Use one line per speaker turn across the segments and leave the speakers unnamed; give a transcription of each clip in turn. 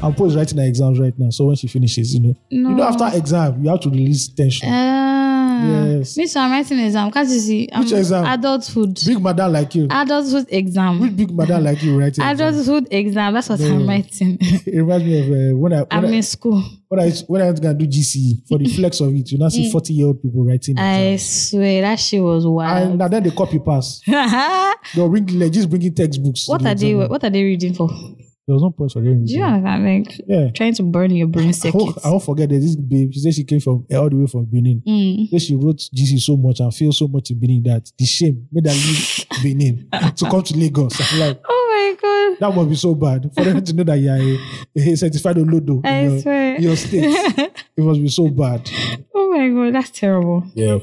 And Paul is writing her exams right now. So when she finishes, you know,
No. Eh.
you know, after exam, you have to release tension.
Ah.
Yes.
Me too, I'm writing exam. Can't you see? I'm
Which exam?
Adulthood.
big madam like you,
Adulthood
which
exam.
big madam like you writing? exam?
Adulthood exam. That's what
No.
I'm writing.
It reminds me of uh, when I when
I'm
I,
in school.
when I when I was gonna do GCE for the flex of it. You now see forty year old people writing.
I swear that shit was
exam. and
wild.
now then they copy pass.
what
They'll bring like, just bringing textbooks. to the
are they?
exam.
What are they reading for? Do
There was no point for them.
you understand? Like
Yeah.
trying to burn your brain
I
circuit.
won't, I won't forget that this babe, she said she came from all the way from Benin.
Mm.
Say she wrote GC so much and failed so much in Benin that the shame made her leave Benin to come to Lagos. I'm like,
Oh my god!
that must be so bad for them to know that you're a, a certified Olodo
I
in your,
swear.
in your state. it must be so bad.
Oh my god, that's terrible.
Yeah.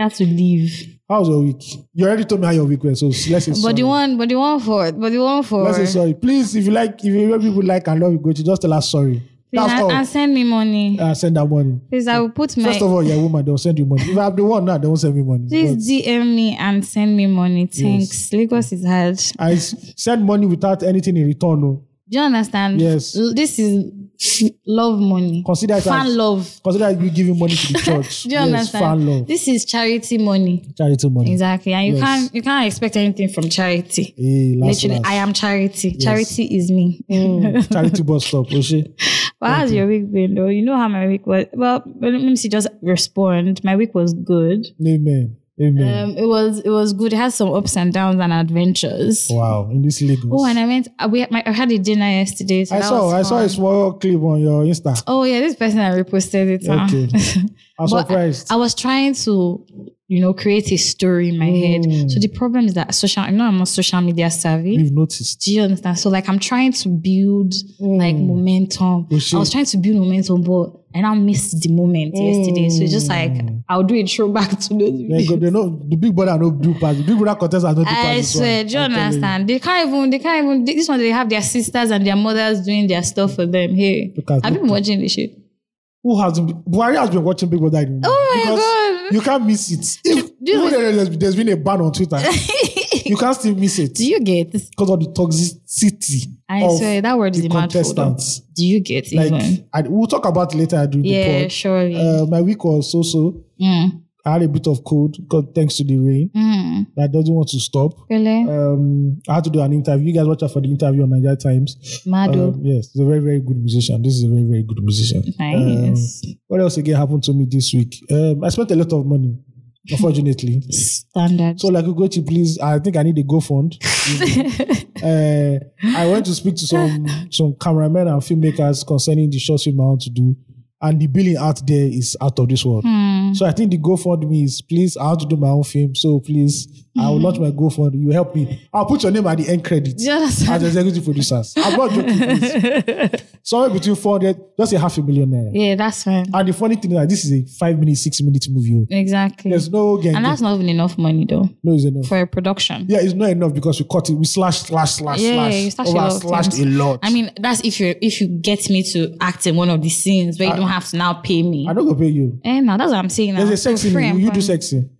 I have to leave.
How's your week? You already told me how your week went, so let's say sorry.
But the one, but the one for, but the one for.
Let's say sorry. Please, if you like, if you know people like and love you, go to just tell us sorry.
Please,
That's all.
and, and send me money.
Uh, send that money.
Please, I will put my.
First of all, you're a woman, they'll send you money. If I'm the one now, they won't send me money. But-
Please DM me and send me money. Thanks. Lagos is hard.
I s- send money without anything in return. oh. No.
Do you understand?
Yes.
L- This is love money.
Consider it
Fan
as
love.
consider you giving money to the church.
Do you
yes,
understand?
Fan love.
This is charity money.
Charity money.
Exactly. And you
Yes.
can't you can't expect anything from charity.
Hey, last,
Literally,
last.
I am charity. Charity is me. Mm.
charity bus stop. Oshé.
Well, how's your week been though? You know how my week was. Well, let me see, just respond. My week was good.
Amen. Amen.
Um, it was it was good. It had some ups and downs and adventures.
wow. In this Lagos.
Oh, and I went. uh, We had my, I had a dinner yesterday. So
I
that
saw
was
I saw a
fun.
small clip on your Insta.
Oh yeah, this person I reposted it. huh?
Okay. I'm
But uh,
surprised.
I was trying to, you know, create a story in my
Mm.
head. So the problem is that social, you know, I'm not social media savvy.
We've noticed.
Do you understand? So like, I'm trying to build like momentum.
You Mm. see.
I was trying to build momentum, but I now missed the moment yesterday. So it's just like I'll do a throwback to those.
They
videos.
Mm. go, they know, the big brother no do pass. The big brother contest are not do
I
pass. this one.
swear, do you
I'm telling
understand? They can't even. They can't even. This one, they have their sisters and their mothers doing their stuff for them. Hey,
Look at
I've been
look-
watching this shit.
Who has been, Buhari has been watching Big Brother.
Oh my
Because
God.
You can't miss it. If,
do you-
even though there's, there's been a ban on Twitter, you can't still miss it.
Do you get?
because of the toxicity
I
of
swear that word is
the
a mouthful. though.
contestants.
Do you get even?
Like, I, we'll talk about later during
Yeah,
the pod.
surely.
Uh, my week was so so.
mm.
I had a bit of cold, God, thanks to the rain
Mm.
that doesn't want to stop.
Really?
Um, I had to do an interview. You guys watch out for the interview on Nigeria Times.
Mado.
Um, yes, he's a very very good musician. This is a very very good musician.
nice.
Um, what else again happened to me this week? Um, I spent a lot of money, unfortunately.
Standard.
So like Ugochi, please, I think I need a GoFund. uh, I went to speak to some some cameramen and filmmakers concerning the short film I want to do, and the billing out there is out of this world.
Hmm.
So I think the GoFundMe is please. I want to do my own film, so please, I
Hmm.
will launch my GoFundMe. You help me. I'll put your name at the end credit
Do you understand?
as executive producers. I'm not joking. Please. Somewhere between four hundred, just a half a million naira.
Yeah, that's fine.
And the funny thing is that this is a five minute, six minute movie.
Exactly.
There's no getting
and that's not even enough money though
no is enough.
for a production.
Yeah, it's not enough because we cut it. We slash, slash, slash,
Yeah,
slash.
you slash a
Over
lot of
slashed
things.
a lot.
I mean, that's if you if you get me to act in one of the scenes where you don't have to now pay me.
I don't go pay you.
Eh, now that's what I'm saying. Now.
There's a
So
sex scene.
free
You,
and
you do
fun.
sex scene.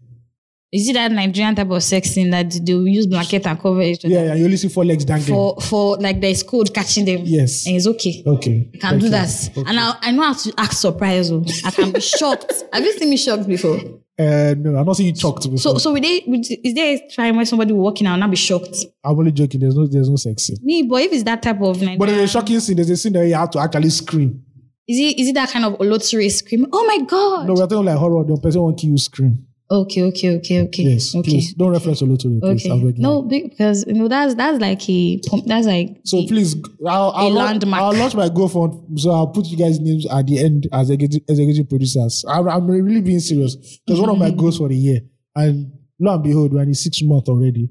Is it that Nigerian type of sex scene that they will use blanket and cover each other?
Yeah, yeah. You only see four legs dangling.
For for like there's code catching them.
Yes.
And it's okay.
Okay.
I can do that. And I, I know how to act surprised. oh. I can be shocked. Have you seen me shocked before?
Uh, no, I'm not saying you choked.
So so with they, with, is there a time where somebody will walk in and I'll not be shocked?
I'm only joking. There's no, there's no sex scene.
Me, but if it's that type of Nigerian,
But uh, there's a shocking scene. There's a scene that you have to actually scream.
is it is it that kind of olotiri scream? Oh my god.
No, we're talking like horror. The person won't kill you. Scream.
Okay, okay, okay, okay.
Yes.
okay.
Please don't reference a lot to
Okay. No, be- because you know that's that's like a pump- that's like
So please, I'll, I'll, launch,
landmark.
I'll launch my GoFund. So I'll put you guys' names at the end as executive, executive producers. I'm, I'm really being serious because one of my goals for the year, and lo and behold, we're in the sixth month already,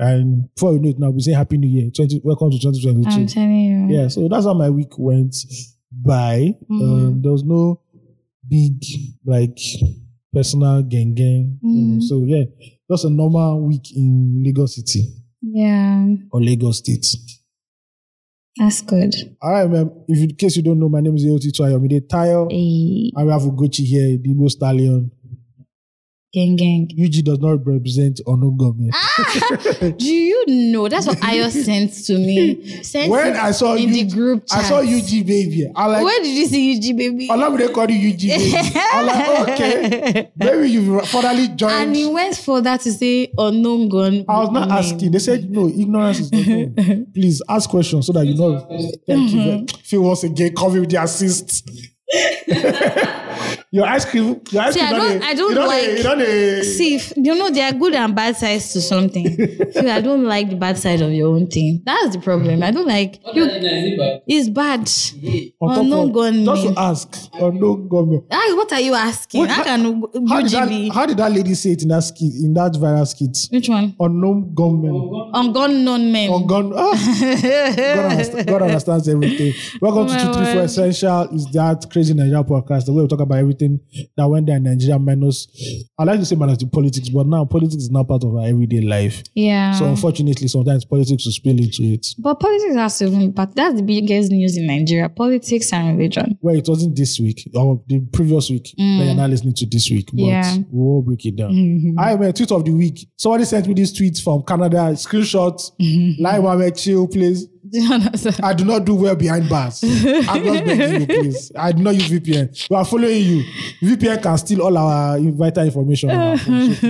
and before you know it, now we say Happy New Year, 20, welcome to
I'm
2022.
telling you.
yeah, so that's how my week went by. Um, there was no big like personal gang gang.
Mhm.
So yeah, just a normal week in Lagos City
Yeah.
or Lagos State.
That's good.
All right, ma'am. If in case you don't know, my name is Eoti Twayomide Tayo.
Eh,
And we have Ugochi here, the Igbo Stallion.
Gang, gang.
UG does not represent unknown government.
Ah, Do you know? That's what Ayo sent to me. Sent
when
it
I saw
in the
UG
group chat.
I saw UG baby. I like
Where did you see UG, baby?
Olamu they call you UG baby. I'm like, okay. Maybe you've finally
And
joined.
he went for that to say unknown gun.
I was not
name.
asking. They said no, ignorance is not known. Please ask questions so that you know. Thank you. very-
Mm-hmm.
Phil once again coming with the assist. your ice cream, your ice
See,
cream.
I don't-
dey-
I don't
you don't
like-
dey- you don't dey-
See, if- you know, there are good and bad sides to something. Phil, I don't like the bad side of your own thing. That's the problem. I don't like you. It's bad.
on top
Unknown
of-
gun
Just
name.
to ask, unknown government.
Ah, what are you asking?
Wait,
how
how-
can
How did,
UGB?
that, how did that lady say it in that skit, in that viral skit?
Which one?
Unknown gunmen.
Ungun known men.
On gun. Ah, God, understand, God understands everything. Welcome
My
to 234
word.
Essential. Is that crazy Nigeria podcast? The way we talk about everything that went there in Nigeria, minus, I like to say minus the politics, but now politics is now part of our everyday life.
yeah.
So unfortunately, sometimes politics will spill into it.
but politics has to be part. That's the biggest news in Nigeria: politics and religion.
Well, it wasn't this week or the previous week. That you're not listening to this week, but
Yeah.
we'll all break it down. I mean, tweet of the week. Somebody sent me this tweet from Canada. Screenshot. Like Mohammed, chill, please.
Do you understand?
I do not do well behind bars. I'm not begging you, please. I do not use VPN. We are following you. VPN can steal all our vital information. on our phone, so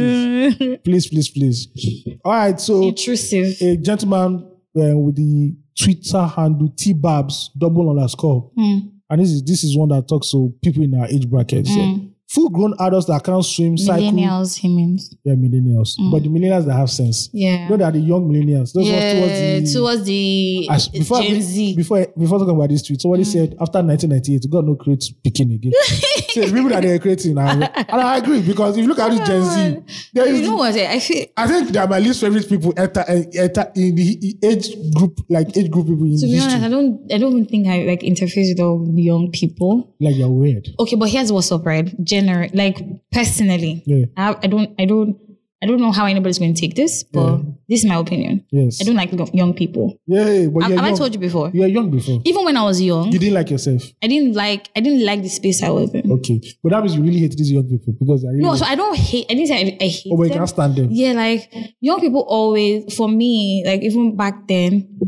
please. please, please, please. All right. So
Intrusive.
a gentleman uh, with the Twitter handle T Babs double underscore.
Hmm.
And this is this is one that talks to people in our age bracket.
Mm.
Full grown adults that can't swim, cycle,
Millennials, he means.
they're millennials. But the millennials that have sense.
Mm. Yeah.
No, they are the young millennials. Those ones
yeah,
towards the
towards the
as- before,
Gen Z. Mm.
before before talking about this tweet, somebody said after 1998, God no create Pekin again. so the people that they're creating are, and I agree because if you look at this Gen Z, there is
You know what? I I feel
I think they are my least favorite people enter, enter in the age group, like age group people in
to be honest,
history.
I don't I don't even think I like interface with all the young people.
Like you're weird.
Okay, but here's what's up, right? General like personally.
Yeah.
I, I don't I don't I don't know how anybody's going to take this, but this is my opinion.
Yes.
I don't like yo- young people.
Yeah, yeah, but
Have,
you're
have I
young.
told you before?
You're young before.
Even when I was young,
You didn't like yourself.
I didn't like I didn't like the space I was in.
Okay, but that means you really hate these young people because they are really.
No, so I don't hate. I didn't say I, I hate
oh, but you
them.
can't stand them.
Yeah, like young people always, for me, like even back then,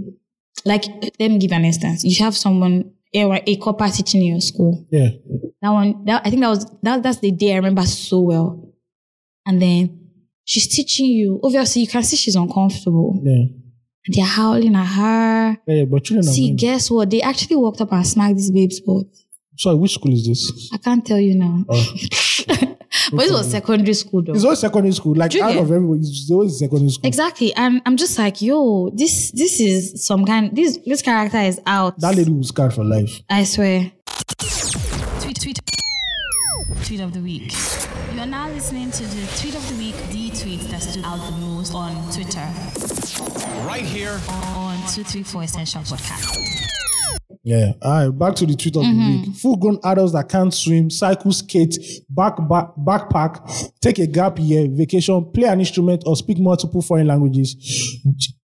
like let me give an instance. You have someone a, a copper teaching in your school.
Yeah.
That one, that I think that was that that's the day I remember so well. And then she's teaching you. Obviously, you can see she's uncomfortable.
Yeah.
And they're howling at her.
Yeah, yeah, but children are.
See,
weird.
guess what? They actually walked up and smacked this babe's butt.
Sorry, which school is this?
I can't tell you now.
Oh.
but this was secondary school though.
It's always secondary school. Like
Do you
out
get-
of everyone, it's always secondary school.
Exactly. And I'm just like, yo, this this is some kind this this character is out.
That lady was scarred for life.
I swear.
tweet tweet tweet of the week you are now listening to the tweet of the week the tweet that stood out the most on twitter
right here
on 234 essential podcast
Yeah. All right. Back to the tweet of
Mm-hmm.
the week. Full grown adults that can't swim, cycle, skate, back, back, backpack, take a gap year, vacation, play an instrument, or speak multiple foreign languages.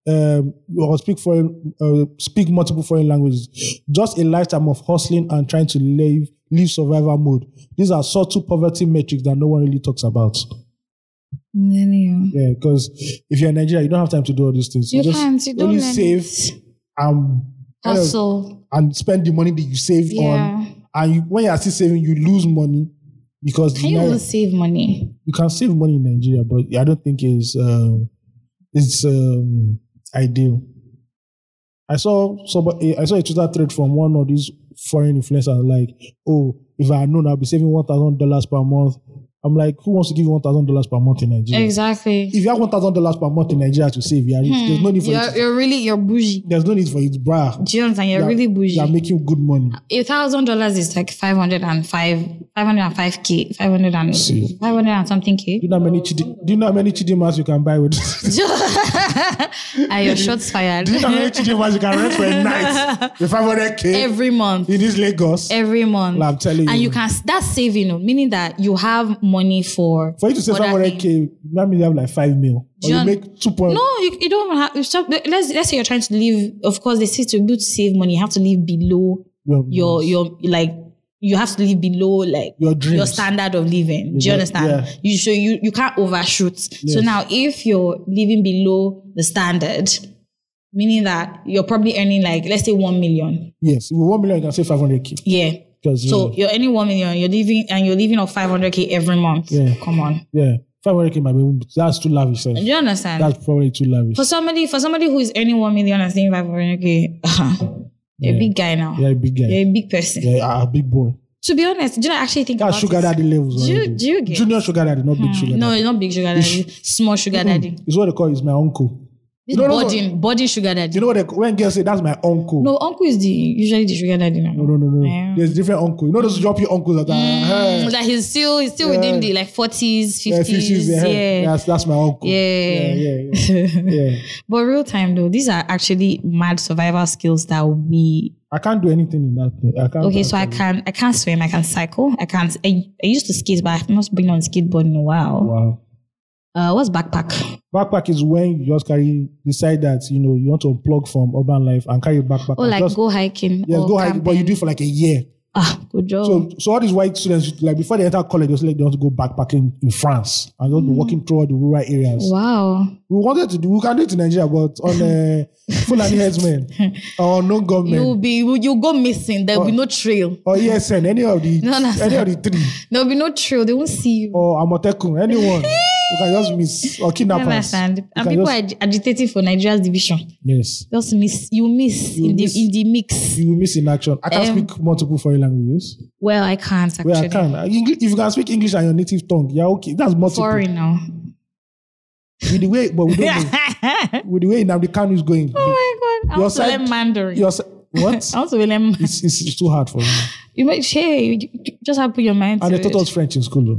Um, or speak foreign, uh, speak multiple foreign languages. Just a lifetime of hustling and trying to live, live survival mode. These are subtle poverty metrics that no one really talks about.
Millennium.
Yeah, because if you're in Nigeria, you don't have time to do all these things.
You can't, you don't
only
learn
save
it.
and kind of-
Hustle.
and spend the money that you saved
Yeah.
on. And you, when you are still saving, you lose money because the
Can you
Naira-
even save money?
you can save money in Nigeria, but I don't think it's um, it's um, ideal. I saw somebody, eh, I saw a Twitter thread from one of these foreign influencers like, "Oh, if I had known, I'd be saving one thousand dollars per month." I'm like, who wants to give you one thousand dollars per month in Nigeria?
Exactly.
If you have one thousand dollars per month in Nigeria to save, you are rich. There's no need for
You're,
it.
you're really you're bougie.
There's no need for it, bruh.
Do you understand? You're really
You are
bougie.
making good money.
A thousand dollars is like five hundred and five, five hundred and five k, five hundred and
See.
five hundred and something
Do
k.
you know how many chidi, do you know how many chidimas you can buy with? do
Are your shots fired
you know how many chidimas you can rent for a night? The 500k
every month?
in this Lagos.
every month.
Like, I'm telling
and
you.
you can that's saving, oh, meaning that you have money for
For you to save
other things.
500k, that means you have like five mil, or
you
you
un-
make two point.
No, you, you don't have. you stop- Let's let's say you're trying to live. Of course, they say to be able to save money, you have to live below
Your-
your your like you have to live below like
Your dreams.
standard of living. Do you
Yeah,
understand?
yeah.
You so you you can't overshoot. So now if you're living below the standard, meaning that you're probably earning like let's say one million.
Yes, with one million, you can say 500k.
Yeah.
'Cause,
So
yeah.
you're earning one million, you're living and you're living off five hundred K every month.
Yeah.
Come on.
Yeah, 500k might be that's too lavish. sir.
Do you understand?
That's probably too lavish.
for somebody for somebody who is earning one million and saying five hundred K, uh-huh. you're a big guy now.
You're a big guy.
You're a big person.
Yeah, a big boy.
To be honest, do you know, I actually think
That's
about
sugar
it?
daddy levels.
Do you-
already.
do you get- Hmm.
junior sugar daddy, not big sugar? daddy.
No,
Hmm.
it's not big sugar daddy. Small sugar daddy.
it's what they call. It's my uncle.
This
No, no, no.
budding, budding sugar daddy.
You know what? They, when girls say that's my uncle.
no, uncle is the usually the sugar daddy now.
no, no, no. no.
Yeah.
There's different uncle. You know those droppy uncles that are. hey,
Like Mm, he's still he's still within the like forties,
yeah,
fifties. Yeah,
hey, That's, that's my uncle. yeah,
Yeah.
yeah. yeah. yeah.
But real time though, these are actually mad survival skills that we
I can't do anything in that. Thing. I can't.
okay, so I can I can't swim, I can cycle, I can't I, I used to skate, but I've not been on skateboard in a while.
Wow.
Uh what's backpack?
Backpack is when you just carry decide that you know you want to unplug from urban life and carry a backpack.
Oh
and
like
just,
go hiking.
yes,
or
go hike, but you
camping.
do it for like a year.
ah good job.
So, so all these white students, like before they enter college, they just like they want to go backpacking in France and just be walking through all the rural areas.
Mm. wow.
We wanted to do, we can do it in Nigeria, but on uh, Fulani headsmen or no
You'll
government
be you'll go missing. There'll be no trail.
or ESN, any of the
No, no,
any of the three
There'll be no trail. They won't see you.
or Amotekun, anyone. you can just miss or
I
kidnappers.
understand.
You
And
can
people
just-
are ag- agitating for Nigeria's division.
yes,
Just miss you miss
You
in
miss.
the in the mix.
you will miss in action. I can't
Um,
speak multiple foreign languages.
Well, I can't actually.
Where I can, English, if you can speak English and your native tongue, yeah, okay, that's multiple.
Sorry now.
With the way, but we don't know.
oh
with the way Namdekan is going.
my god! I
Your
want to
side-
learn Mandarin.
Your se- what?
I want to learn. Man-
it's, it's, it's too hard for me.
you might share. You you just have to put your mind.
And
to
they taught us
it.
French in school. Though.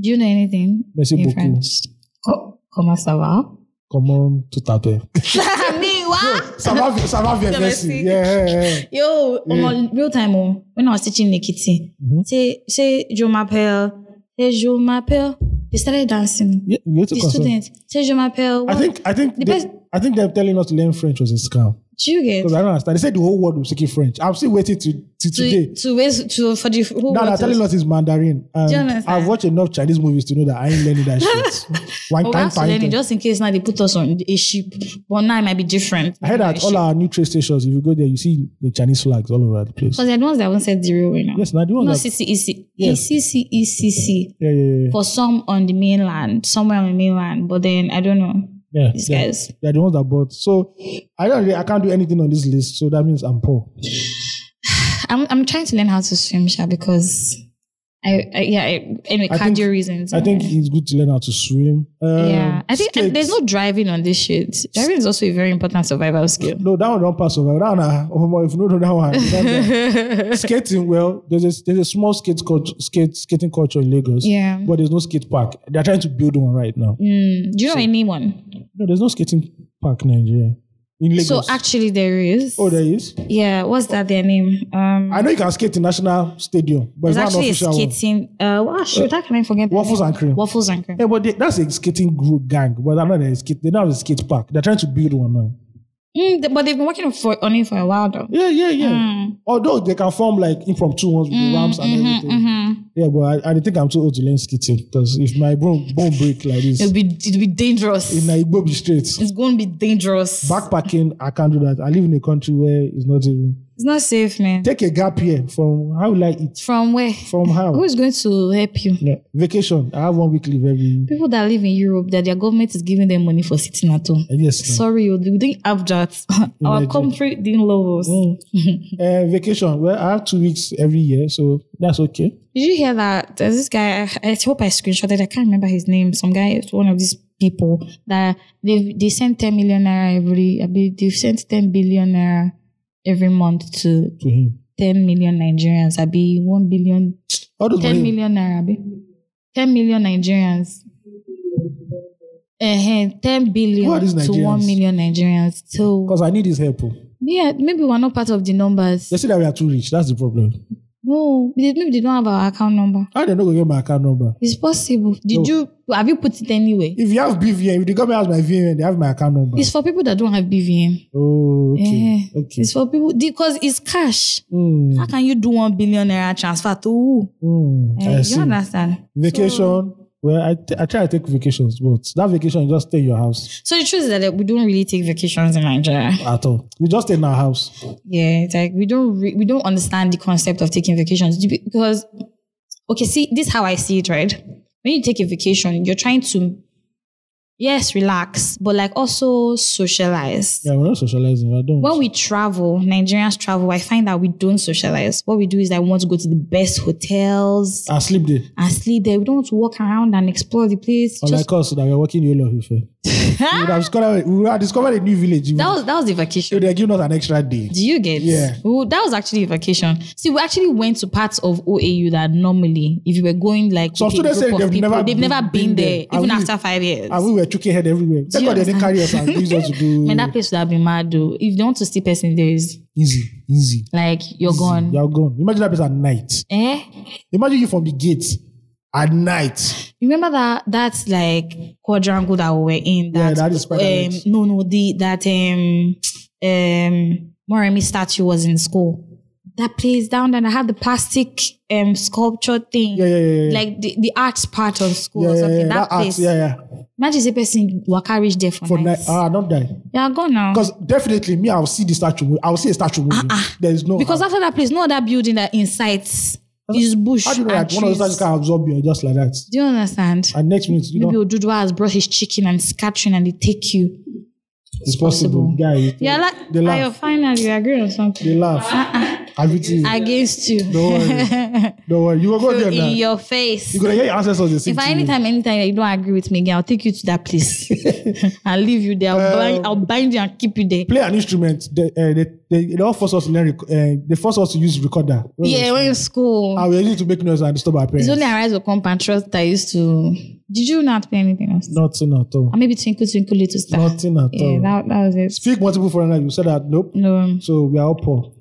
Do you know anything
Merci
in
beaucoup.
French? Co- Comment ça va?
Come on, tout à fait.
Me what?
ça va, ça va bien,
Yeah,
merci.
merci.
Yeah, yeah, yeah.
Yo, omo, real time, oh, when I was teaching Nikiti,
Mm-hmm.
say, say, je m'appelle, say, je m'appelle. They started dancing.
Yeah, you need to
the
consult.
students, say, je m'appelle.
I
what?"
think, I think,
The
they,
best-
I think them telling us to learn French was a scam
Do you get
because I don't understand. They said the whole world was speaking French. I'm still waiting to, to
to
today.
to waste to for the who
Now they're
wants
telling
us.
us it's Mandarin. And
Do you understand?
I've watched enough Chinese movies to know that I ain't learning that shit. One
But we
time,
have to learn it
time.
Oh, just in case now they put us on a ship. But now it might be different.
I heard that all our new train stations, if you go there, you see the Chinese flags all over the place.
because they're the ones that won't set zero right now.
Yes, now the one
no
that,
CCEC,
Yes.
ECCECC
yeah, yeah,
for some on the mainland, somewhere on the mainland. But then I don't know.
yeah, yeah.
These
yeah.
guys.
They're the ones that bought. So I don't. really- I can't do anything on this list. So that means I'm poor.
I'm I'm trying to learn how to swim, Sha, because I, I yeah I, anyway
I
cardio
think-
reasons.
I think it's good to learn how to swim. Um,
yeah, I think and
skate.
there's no driving on this shit. Driving is also a very important survival skill.
No, that one don't pass over. That one, ah, oh my, if you don't know that one, that one. skating. Well, there's a there's a small skate culture, skate skating culture in Lagos.
Yeah.
but there's no skate park. They're trying to build one right now.
Mm. Do you know anyone?
No, there's no skating park in Nigeria. In Lagos.
So actually, there is.
oh, there is.
Yeah, what's that their name? Um,
I know you can skate in National Stadium, but it's
there's
not an
actually a
official one.
skating. Uh, wow, shoot, how can I forget?
Waffles and cream.
Waffles and cream.
Yeah, but they, that's a skating group gang, but they're not a skate. They don't have a skate park. They're trying to build one now.
Mm, th- but they've been working on for, on it for a while though.
Yeah, yeah, yeah.
Hmm.
Although they can form like impromptu ones with the ramps and everything.
hmm.
Yeah, but I, I think I'm too old to learn skating because if my bone bone break like this,
It'll be it'll be dangerous.
in Igbo be straight.
it's going to be dangerous.
Backpacking, I can't do that. I live in a country where it's not even.
It's not safe, man.
Take a gap year from how will I eat?
From where?
From how?
Who's going to help you?
Yeah. Vacation. I have one week leave every.
People that live in Europe, that their government is giving them money for sitting at home.
Yes.
Sorry, oh, we didn't have that. Our
Nigeria.
country didn't love us.
Uh, vacation. Well, I have two weeks every year, so that's okay.
Did you hear that? There's this guy. I, I hope I screenshotted. I can't remember his name. Some guy, it's one of these people that they they send ten million naira every. I believe they've sent ten billion naira every month to
To him.
ten million Nigerians. I be one billion,
All those
ten
money-
million naira. Abi. Ten million Nigerians. Uh-huh, ten
Who are these
billion to one
Nigerians?
million Nigerians. So
Because I need his help. oh.
yeah, maybe we're not part of the numbers.
They say that we are too rich. That's the problem.
No, they, maybe they don't have our account number.
How they not gonna get my account number?
It's possible. Did you have you put it anywhere?
If you have BVN, if the government has my VN, they have my account number.
It's for people that don't have BVM.
oh, okay.
Yeah.
Okay.
It's for people because it's cash.
Mm,
How can you do one billion naira transfer to who?
mm,
Eh,
I
you
see.
understand?
Vacation. well, I t- I try to take vacations, but that vacation you just stay in your house
So the truth is that eh, we don't really take vacations in Nigeria.
at all. We just stay in our house.
Yeah, it's like we don't re- we don't understand the concept of taking vacations Do you- because okay, see, this is how I see it, right? When you take a vacation, you're trying to yes, relax, but like also socialize.
Yeah, we're not socializing. I don't.
When we travel, Nigerians travel, I find that we don't socialize. What we do is that we want to go to the best hotels
I Ah, sleep there.
and sleep there. We don't want to walk around and explore the place. Just,
Unlike us that we're working in Yolo Ife. we would have discovered we would have discovered a new village.
that was that was the
they
vacation.
would have given us an extra day.
Do you get?
Yeah.
Well, that was actually a vacation. See, we actually went to parts of OAU that normally, if you were going like
Some
with a
students
group
say
of
they've never
they've
been-
never
been
been, there,
there.
even
Are we-
after five years.
And we were chucking head everywhere. Thank
you
God they didn't
understand?
carry us and use us to
Man,
do
that place would have been mad though. If they want to sleep person days,
easy, easy.
like you're gone.
You're gone. Imagine that place at night.
Eh?
Imagine you from the gate at night.
Remember that that's like quadrangle that we were in. That,
Yeah, that is
um,
Spider-Legs.
no no the that um um Moremi statue was in school. That place down there, and I had the plastic um sculpture thing.
Yeah, yeah, yeah, yeah.
Like the, the arts part of school
Yeah,
or
yeah,
something.
yeah.
That,
That
place.
act, yeah, yeah.
Imagine say person waka reach there for,
For night,
night.
ah, not die.
yeah, go now.
Because definitely, me, I'll see the statue. move- I'll see a statue moving. There is no.
Ah, Because after that place, no other building that incites is bush.
how do you know
and
that one of the
trees.
statues can absorb you just like that?
Do you understand?
And next minute, you
Maybe
know,
Odudwa has brought his chicken and scattering and they take you.
it's possible,
possible.
guys.
Yeah, like
they
Ayo,
laugh.
finally you agree on something.
They
Uh-uh.
laugh. Everything.
Against you.
Don't worry. Don't worry. You will go there now.
in
You're
your face.
gonna hear your ancestors. They sing
eh, if
to
I
you.
anytime, anytime you don't agree with me again, I'll take you to that place. I'll leave you there.
Uh,
I'll, bind, I'll bind you and keep you there.
play an instrument, they, uh, they, they, they all force us to learn. Rec- uh, they force us to use recorder.
Yeah, when you're in school.
And we're using to make noise and disturb our parents.
it's only Arise will come and trust that I used to. Did you not play anything else?
Nothing at all.
Or maybe Twinkle Twinkle Little Star.
Nothing at
yeah,
all.
that, that was it.
Speak multiple foreign language. You said that nope.
No, um,
So we are all poor.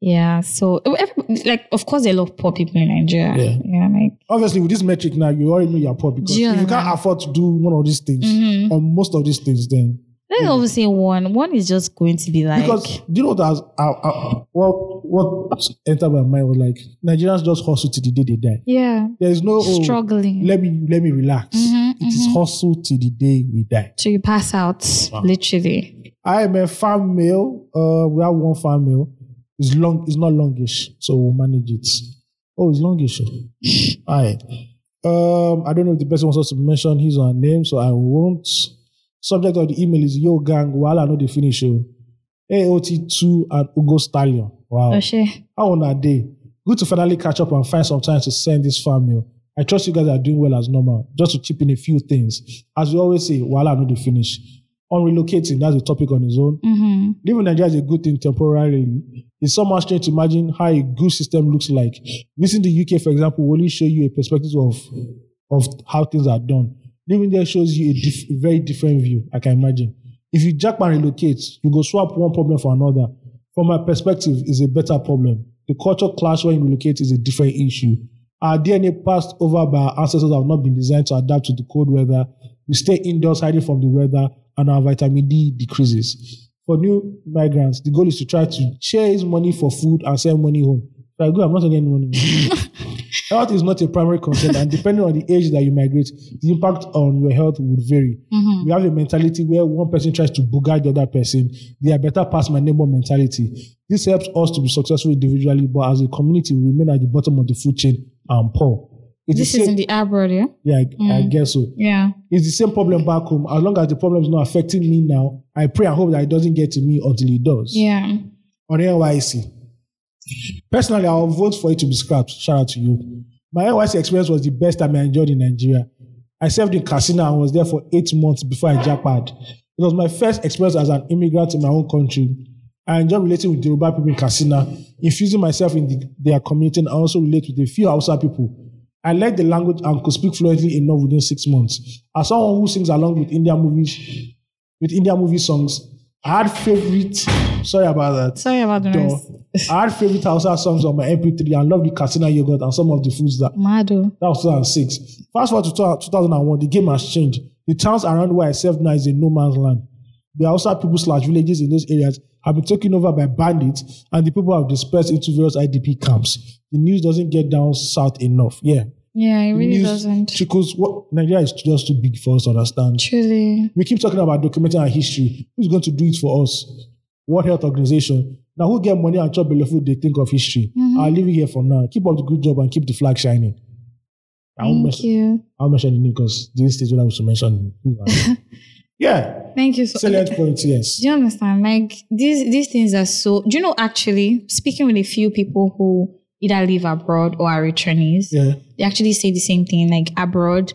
yeah. So every- like, of course, there are a lot of poor people in Nigeria.
Yeah.
like
Obviously, with this metric now, you already know you're poor because
Yeah. Mm-hmm.
if you can't afford to do one of these things or most of these things, then
let's always say one. One is just going to be like
because do you know what has I, I, what what entered my mind was like Nigerians just hustle till the day they die.
yeah,
There is no oh,
struggling.
Let me let me relax. It is hustle till the day we die.
So you pass out, literally.
I am a farm male. Uh, we have one farm male. It's long. It's not longish, so we'll manage it. Oh, it's longish. All right. Um, I don't know if the person wants us to mention his or her name, so I won't. Subject of the email is Yo Gang. While I know the finish, oh. AOT2 and Ugo Stallion. Wow.
Oh shit.
How on that day? Good to finally catch up and find some time to send this fan mail. I trust you guys are doing well as normal, just to chip in a few things. As we always say, while I know the finish. On relocating, that's a topic on its own.
Mm-hmm.
Leaving Nigeria is a good thing temporarily. It's so much strange to imagine how a good system looks like. Visiting the UK, for example, will only show you a perspective of, of how things are done. Living there shows you a, diff- a very different view, I can imagine. If you jack and relocate, you go swap one problem for another. From my perspective, it's a better problem. The culture clash when you relocate is a different issue. Our DNA passed over by our ancestors have not been designed to adapt to the cold weather. We stay indoors hiding from the weather and our vitamin D decreases. For new migrants, the goal is to try to chase money for food and send money home. Like, good, I'm not sending any money. home. health is not a primary concern, and depending on the age that you migrate, the impact on your health would vary.
Mm-hmm.
We have a mentality where one person tries to bugger the other person. They are better past my neighbor mentality. This helps us to be successful individually, but as a community, we remain at the bottom of the food chain and poor. It's
This
the
is
same,
in the abroad, yeah.
yeah, I, I guess so.
Yeah.
It's the same problem back home. As long as the problem is not affecting me now, I pray and hope that it doesn't get to me until it does.
Yeah.
On NYC. Personally, I'll vote for it to be scrapped. Shout out to you. My NYC experience was the best time I enjoyed in Nigeria. I served in casino and was there for eight months before I jackpot. It was my first experience as an immigrant in my own country. I enjoy relating with the Yoruba people in casino, infusing myself in the, their community, and I also relate with a few Hausa people. I learned the language and could speak fluently enough within six months. As someone who sings along with Indian movies, with Indian movie songs, I had favorite Sorry about that.
Sorry about the
Duh.
noise.
I had favorite Hausa songs on my MP3 and loved the Katsina yogurt and some of the foods that
Mado.
That was 2006. Fast forward to 2001, the game has changed. The towns around where I served now is in no man's land. The Hausa people slash villages in those areas have been taken over by bandits, and the people have dispersed into various IDP camps. The news doesn't get down south enough. Yeah,
Yeah, it
The
really
news
doesn't.
trickles. What Nigeria is just too big for us to understand.
Truly.
We keep talking about documenting our history. Who's going to do it for us? What health organization? Now, who get money and chop below food they think of history?
Mm-hmm.
I'll leave it here for now. Keep up the good job and keep the flag shining. I won't
Thank you.
I'll mention the name because this stage when I was to mention. him. yeah,
Thank you so
salient point. Yes,
Do you understand? Like these these things are so. Do you know? Actually, speaking with a few people who either live abroad or are returnees,
yeah,
they actually say the same thing. Like abroad,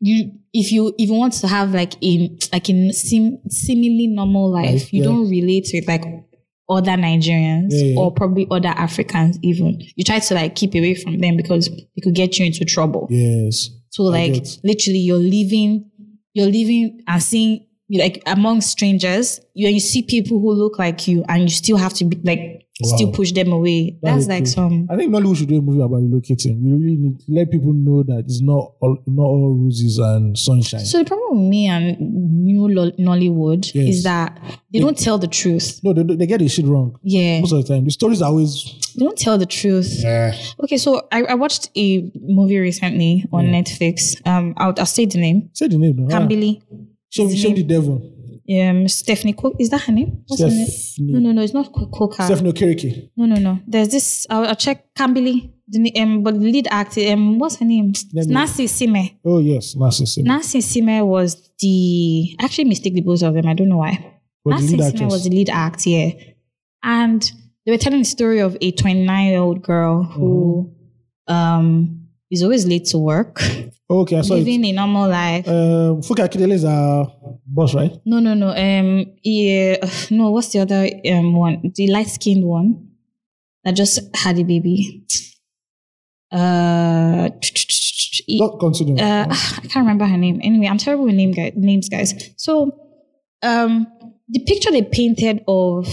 you if you if you want to have like a like a sim, seemingly normal life,
Life,
you
yeah.
don't relate with like other Nigerians
Yeah, yeah.
or probably other Africans. Even you try to like keep away from them because it could get you into trouble.
yes.
So
I
like
get.
literally you're living, you're living and seeing you like among strangers, you you see people who look like you and you still have to be like still
Wow.
push them away.
That's
That's like
true.
some
I think Nollywood should do a movie about relocating. We really need to let people know that it's not all not all roses and sunshine.
so the problem with me and new Lo- Nollywood
Yes.
is that they don't tell the truth.
no, they, they get the shit wrong
Yeah.
most of the time. The stories are always.
They don't tell the truth.
Yeah.
Okay, so I, I watched a movie recently on Netflix. Um I'll, I'll say the name.
Say the name. No? Ah,
Kambili.
shame, shame the devil.
Um Stephanie Cook. Is that her name? What's her name?
Stephanie.
No, Ah. no, no, it's not Cook- Coker.
Stephanie Okereke.
No, no, no. There's this. I'll, I'll check Kambili, the na- um, but the lead actor. Um, what's her name?
Let me-
Nancy Sime.
Oh yes, Nancy Sima.
Nancy Sime was the. I actually mistake the both of them. I don't know why.
But the
Nancy
lead
Sime was
actress.
the lead actor, yeah. and they were telling the story of a 29 year old girl who,
Mm-hmm.
um, is always late to work,
Oh, Okay, I saw it.
living a normal life.
Um, Fuka Akindele is our boss, right?
no, no, no. Um, yeah, no. What's the other um one? The light skinned one that just had a baby. Uh, e-
Not continue.
uh, I can't remember her name. Anyway, I'm terrible with name guys, names, guys. So, um, the picture they painted of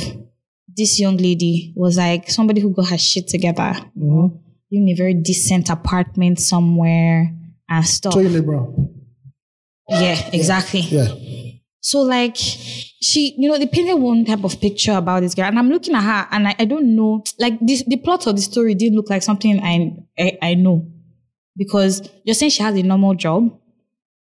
this young lady was like somebody who got her shit together, you
Mm-hmm.
know, living in a very decent apartment somewhere and stuff.
Toyin Lebron.
yeah, exactly.
Yeah.
So like she, you know, they painted one type of picture about this girl, and I'm looking at her, and I, I don't know, like this, the plot of the story didn't look like something I, I I know, because you're saying she has a normal job,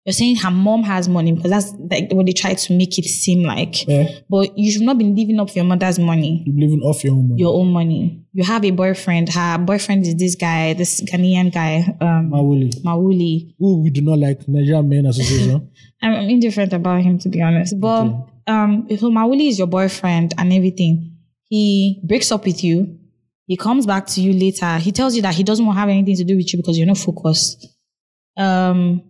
you're saying her mom has money because that's like what they try to make it seem like,
Yeah.
but you should not be living off your mother's money,
You're living off your own money.
your own money. You have a boyfriend. Her boyfriend is this guy, this Ghanaian guy, um,
Mawuli.
Mawuli.
who we do not like, Nigerian Men Association.
I'm, I'm indifferent about him to be honest. But um, so Mawuli is your boyfriend and everything. He breaks up with you. He comes back to you later. He tells you that he doesn't want to have anything to do with you because you're not focused. Um,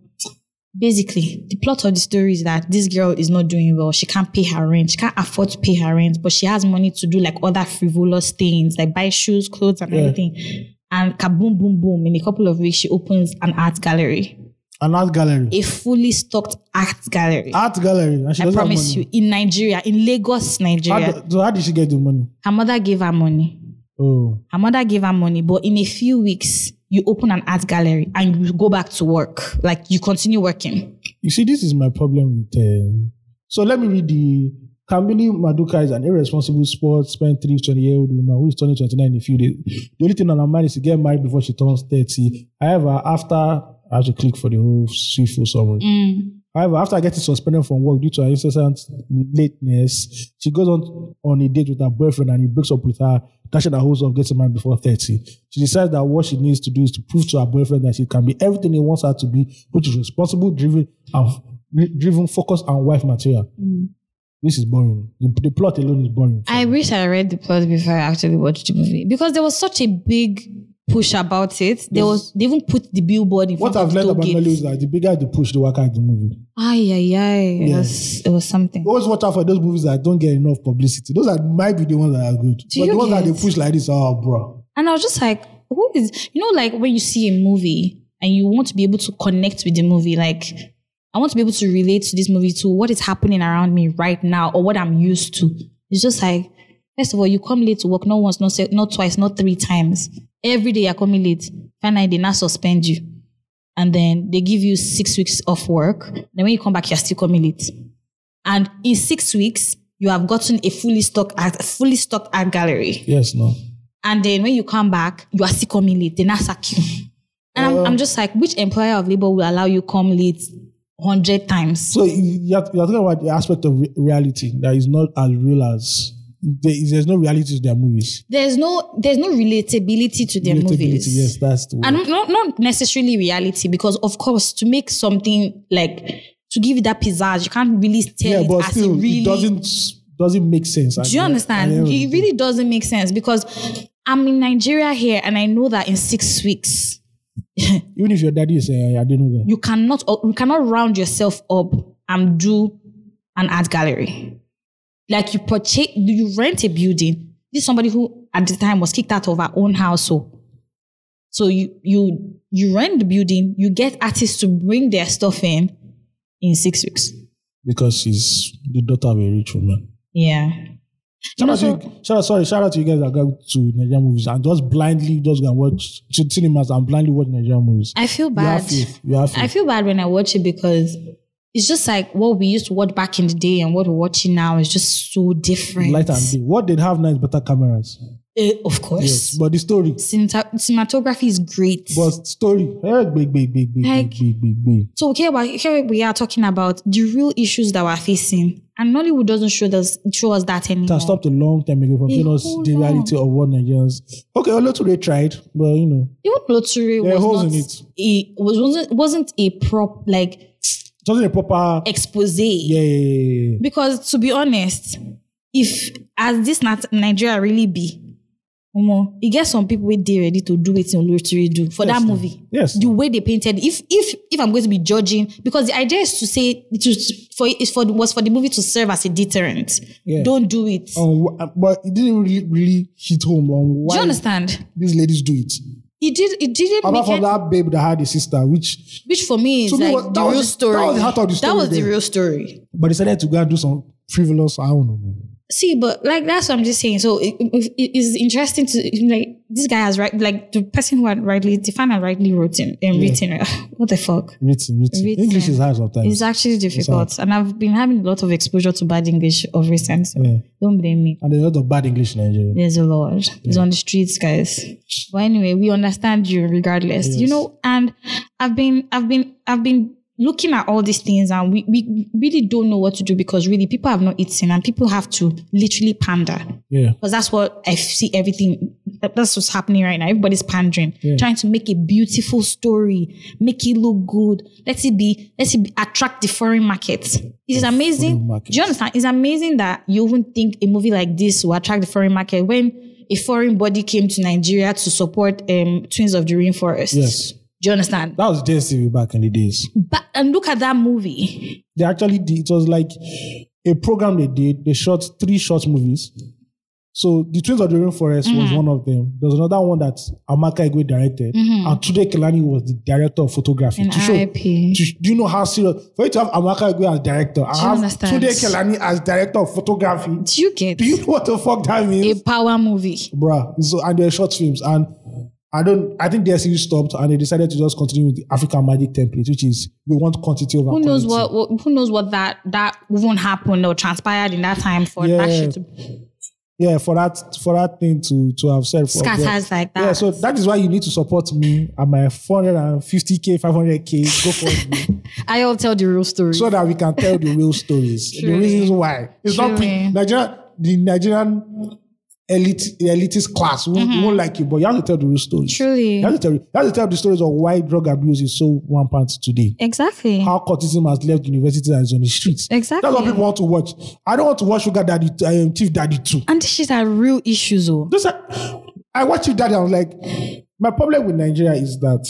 basically, the plot of the story is that this girl is not doing well. She can't pay her rent. She can't afford to pay her rent, but she has money to do like other frivolous things, like buy shoes, clothes, and
Yeah.
everything. And kaboom, boom, boom. In a couple of weeks, she opens an art gallery
An art gallery.
a fully stocked art gallery.
art gallery. And she
I
doesn't
promise
have
you,
money.
in Nigeria, in Lagos, Nigeria,
How do- so how did she get the money?
her mother gave her money.
Oh.
Her mother gave her money, but in a few weeks, you open an art gallery and you go back to work. Like you continue working.
You see, this is my problem with um so let me read the Kambili Maduka is an irresponsible sports spendthrift 20 year old woman who is turning 29 in a few days. The only thing on her mind is to get married before she turns 30. However, after I have to click for the whole full summary.
Mm.
However, after getting suspended from work due to her incessant lateness, she goes on on a date with her boyfriend and he breaks up with her, dashing her hopes of getting married before 30. She decides that what she needs to do is to prove to her boyfriend that she can be everything he wants her to be, which is responsible, driven, and f- driven, focused, and wife material. This is boring. The, the plot alone is boring.
I wish I read the plot before I actually watched the movie because there was such a big push about it. There was they even put the billboard in
what I've
front of
learned
toll
about
gates.
Nollywood is that the bigger the push, the worker the movie.
Ay, ay, ay. It was it was something.
Always watch out for those movies that don't get enough publicity. Those are might be the ones that are good,
Do
but the
you
ones that
get-
they push like this, oh, bro.
And I was just like, who is, you know, like when you see a movie and you want to be able to connect with the movie, like, I want to be able to relate to this movie to what is happening around me right now or what I'm used to. It's It's just like, first of all, you come late to work, not once, not, se- not twice, not three times. Every day you're coming late. Finally, they now suspend you. And then they give you six weeks off work. Then when you come back, you're still coming late. And in six weeks, you have gotten a fully stocked art, a fully stocked art gallery.
Yes, no.
And then when you come back, you are still coming late. They now sack you. And I'm,
Oh.
I'm just like, which employer of labor will allow you come late hundred times?
So you're, you're talking about the aspect of re- reality that is not as real as there is, there's no reality to their movies.
there's no there's no relatability to their
Relatability,
movies.
Yes, that's the word.
And not not necessarily reality, because of course to make something like to give it that pizzazz, you can't really tell
yeah,
it
but
as
still,
it really
it doesn't doesn't make sense.
Do you understand? It really doesn't make sense because I'm in Nigeria here and I know that in six weeks
Even if your daddy is uh, saying, I didn't know that.
you cannot uh, you cannot round yourself up and do an art gallery. Like you purchase you rent a building. This is somebody who at the time was kicked out of her own household. So you you you rent the building, you get artists to bring their stuff in in six weeks.
Because she's the daughter of a rich woman.
Yeah.
Shout
know,
out, to
so-
you, shout out, sorry, shout out to you guys that go to Nigerian movies and just blindly just go and watch to cinemas and blindly watch Nigerian movies.
I feel
you have
bad.
faith. You have faith.
I feel bad when I watch it because it's just like what we used to watch back in the day and what we're watching now is just so different.
Light and day. What they'd have now is better cameras.
Eh, of course.
Yes. But the story.
Cinemata- cinematography is great.
But story. Eh, big, big, big, big,
Like-
big, big, big, big.
so here we, here we are talking about the real issues that we're facing, and Nollywood doesn't show us show us that
It
anymore.
has stopped a long time ago from
A
showing us
whole
the reality of what Nigerians. Okay, a little they tried, but you know,
Even lottery
There are
was
holes
not
in it.
a was wasn't wasn't a prop like
it wasn't a proper.
expose.
Yeah, yeah, yeah, yeah.
Because to be honest, if as this Nat- Nigeria really be, Omo, it gets some people where they ready to do it in lottery do for
Yes,
that
ma'am.
movie.
Yes.
The way they painted, if if if I'm going to be judging, because the idea is to say to for is for was for the movie to serve as a deterrent.
Yeah.
Don't do it.
Um, wh- but it didn't really, really hit home on
do you
why
understand?
these ladies do it.
It did it didn't
Apart
make
from
it,
that babe that had a sister, which
which for me is
To me,
like
what-
the
that was
real
the- that
story.
was the heart of the
That
story
was the
then.
real story.
but decided to go and do some frivolous. I don't know. man.
See, but like that's what I'm just saying. So it, it, it's interesting to like this guy has right like the person who had rightly defined and rightly written and written. What the fuck?
Written, written.
Written.
English is hard sometimes.
It's actually difficult, and I've been having a lot of exposure to bad English of recent. So
Yeah.
don't blame me.
And there's a lot of bad English in Nigeria.
There's a lot. It's on the streets, guys. But anyway, we understand you regardless. You
Yes.
know, and I've been I've been I've been looking at all these things and we, we really don't know what to do because really people have not eaten and people have to literally pander.
Yeah.
Because that's what I see everything that- that's what's happening right now. Everybody's pandering, trying to make a beautiful story, make it look good. Let it be, let it be, attract the foreign markets. It's amazing.
market.
Do you understand? It's amazing that you wouldn't think a movie like this will attract the foreign market when a foreign body came to Nigeria to support um, Twins of the Rainforest.
Yes.
Do you understand?
That was JSTV back in the days.
But, and look at that movie.
They actually did, it was like a program they did. They shot three short movies. So the Twins of the Rainforest was
Mm-hmm.
one of them. There's another one that Amaka Igwe directed.
Mm-hmm.
And Tunde Kelani was the director of photography.
And
To show-
RIP.
to- do you know how serious for you to have Amaka Igwe as director? I
you
have
understand?
Tunde Kelani as director of photography.
Do you get
Do you know what the fuck that means?
a power movie?
bruh. So and they're short films, and I don't. I think the SU stopped, and they decided to just continue with the African magic template, which is we want quantity over
who knows
quality.
what, what who knows what that that won't happen or transpired in that time for that
Yeah.
shit to
Yeah, for that for that thing to to have said for
scatters like that.
Yeah, so that is why you need to support me at my 450k, 500k. Go for me,
I all tell the real story.
so that we can tell the real stories, the
Truly.
reasons why. It's not
Truly.
pre- Nigeria, the Nigerian elite, elitist class won't,
Mm-hmm.
won't like you, but you have to tell the real stories.
Truly.
you have to tell, you have to tell the stories of why drug abuse is so rampant today.
exactly.
how cultism has left university and is on the streets.
Exactly.
That's what people want to watch. I don't want to watch Sugar Daddy, um, Chief Daddy too.
and these shit are real issues oh.
Those are, I watch Chief Daddy. I was like, my problem with Nigeria is that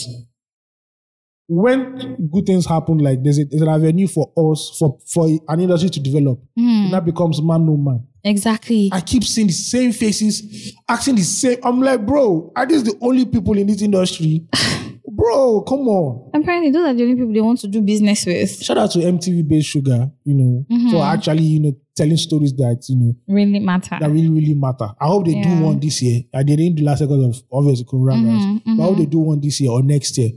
when good things happen, like there's, a, there's an avenue for us for for an industry to develop, and that becomes man no man.
Exactly.
I keep seeing the same faces, acting the same. I'm like, bro, are these the only people in this industry? bro, come on.
Apparently those are the only people they want to do business with.
shout out to MTV based sugar, you know, for actually, you know, telling stories that you know
really matter.
that really really matter. I hope they
Yeah.
do one this year. I didn't do last second of obviously coronavirus,
Mm-hmm,
but I hope they do one this year or next year.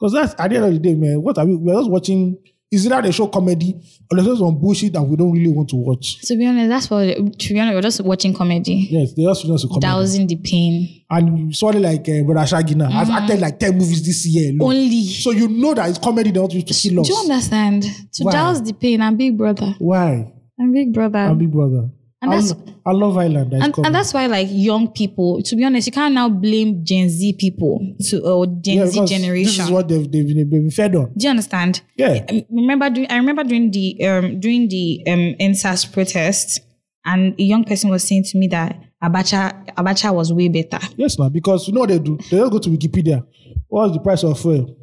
Because that's at the end of the day, man. What are we? We're just watching. Is it that they show comedy or there's just some bullshit that we don't really want to watch?
to be honest, that's what. To be honest, we're just watching comedy,
Yes, they just want us to comedy.
dousing the pain.
and somebody like uh, Brother Shaggy now has acted like ten movies this year. alone.
Mm-hmm. Only.
so you know that it's comedy they want you to kill us.
Do you understand? To
Why?
douse the pain, I'm Big Brother.
Why?
I'm Big Brother.
I'm Big Brother.
And
I
that's-
lo- I love Island. That's
and, and that's why, like young people, to be honest, you can't now blame Gen Z people to or Gen Z generation.
This is what they've, they've, been, they've been fed on.
Do you understand?
Yeah.
I remember doing I remember during the um during the um NSAS protest and a young person was saying to me that Abacha Abacha was way better.
Yes, now because you know what they do. They just go to Wikipedia. What was the price of fuel?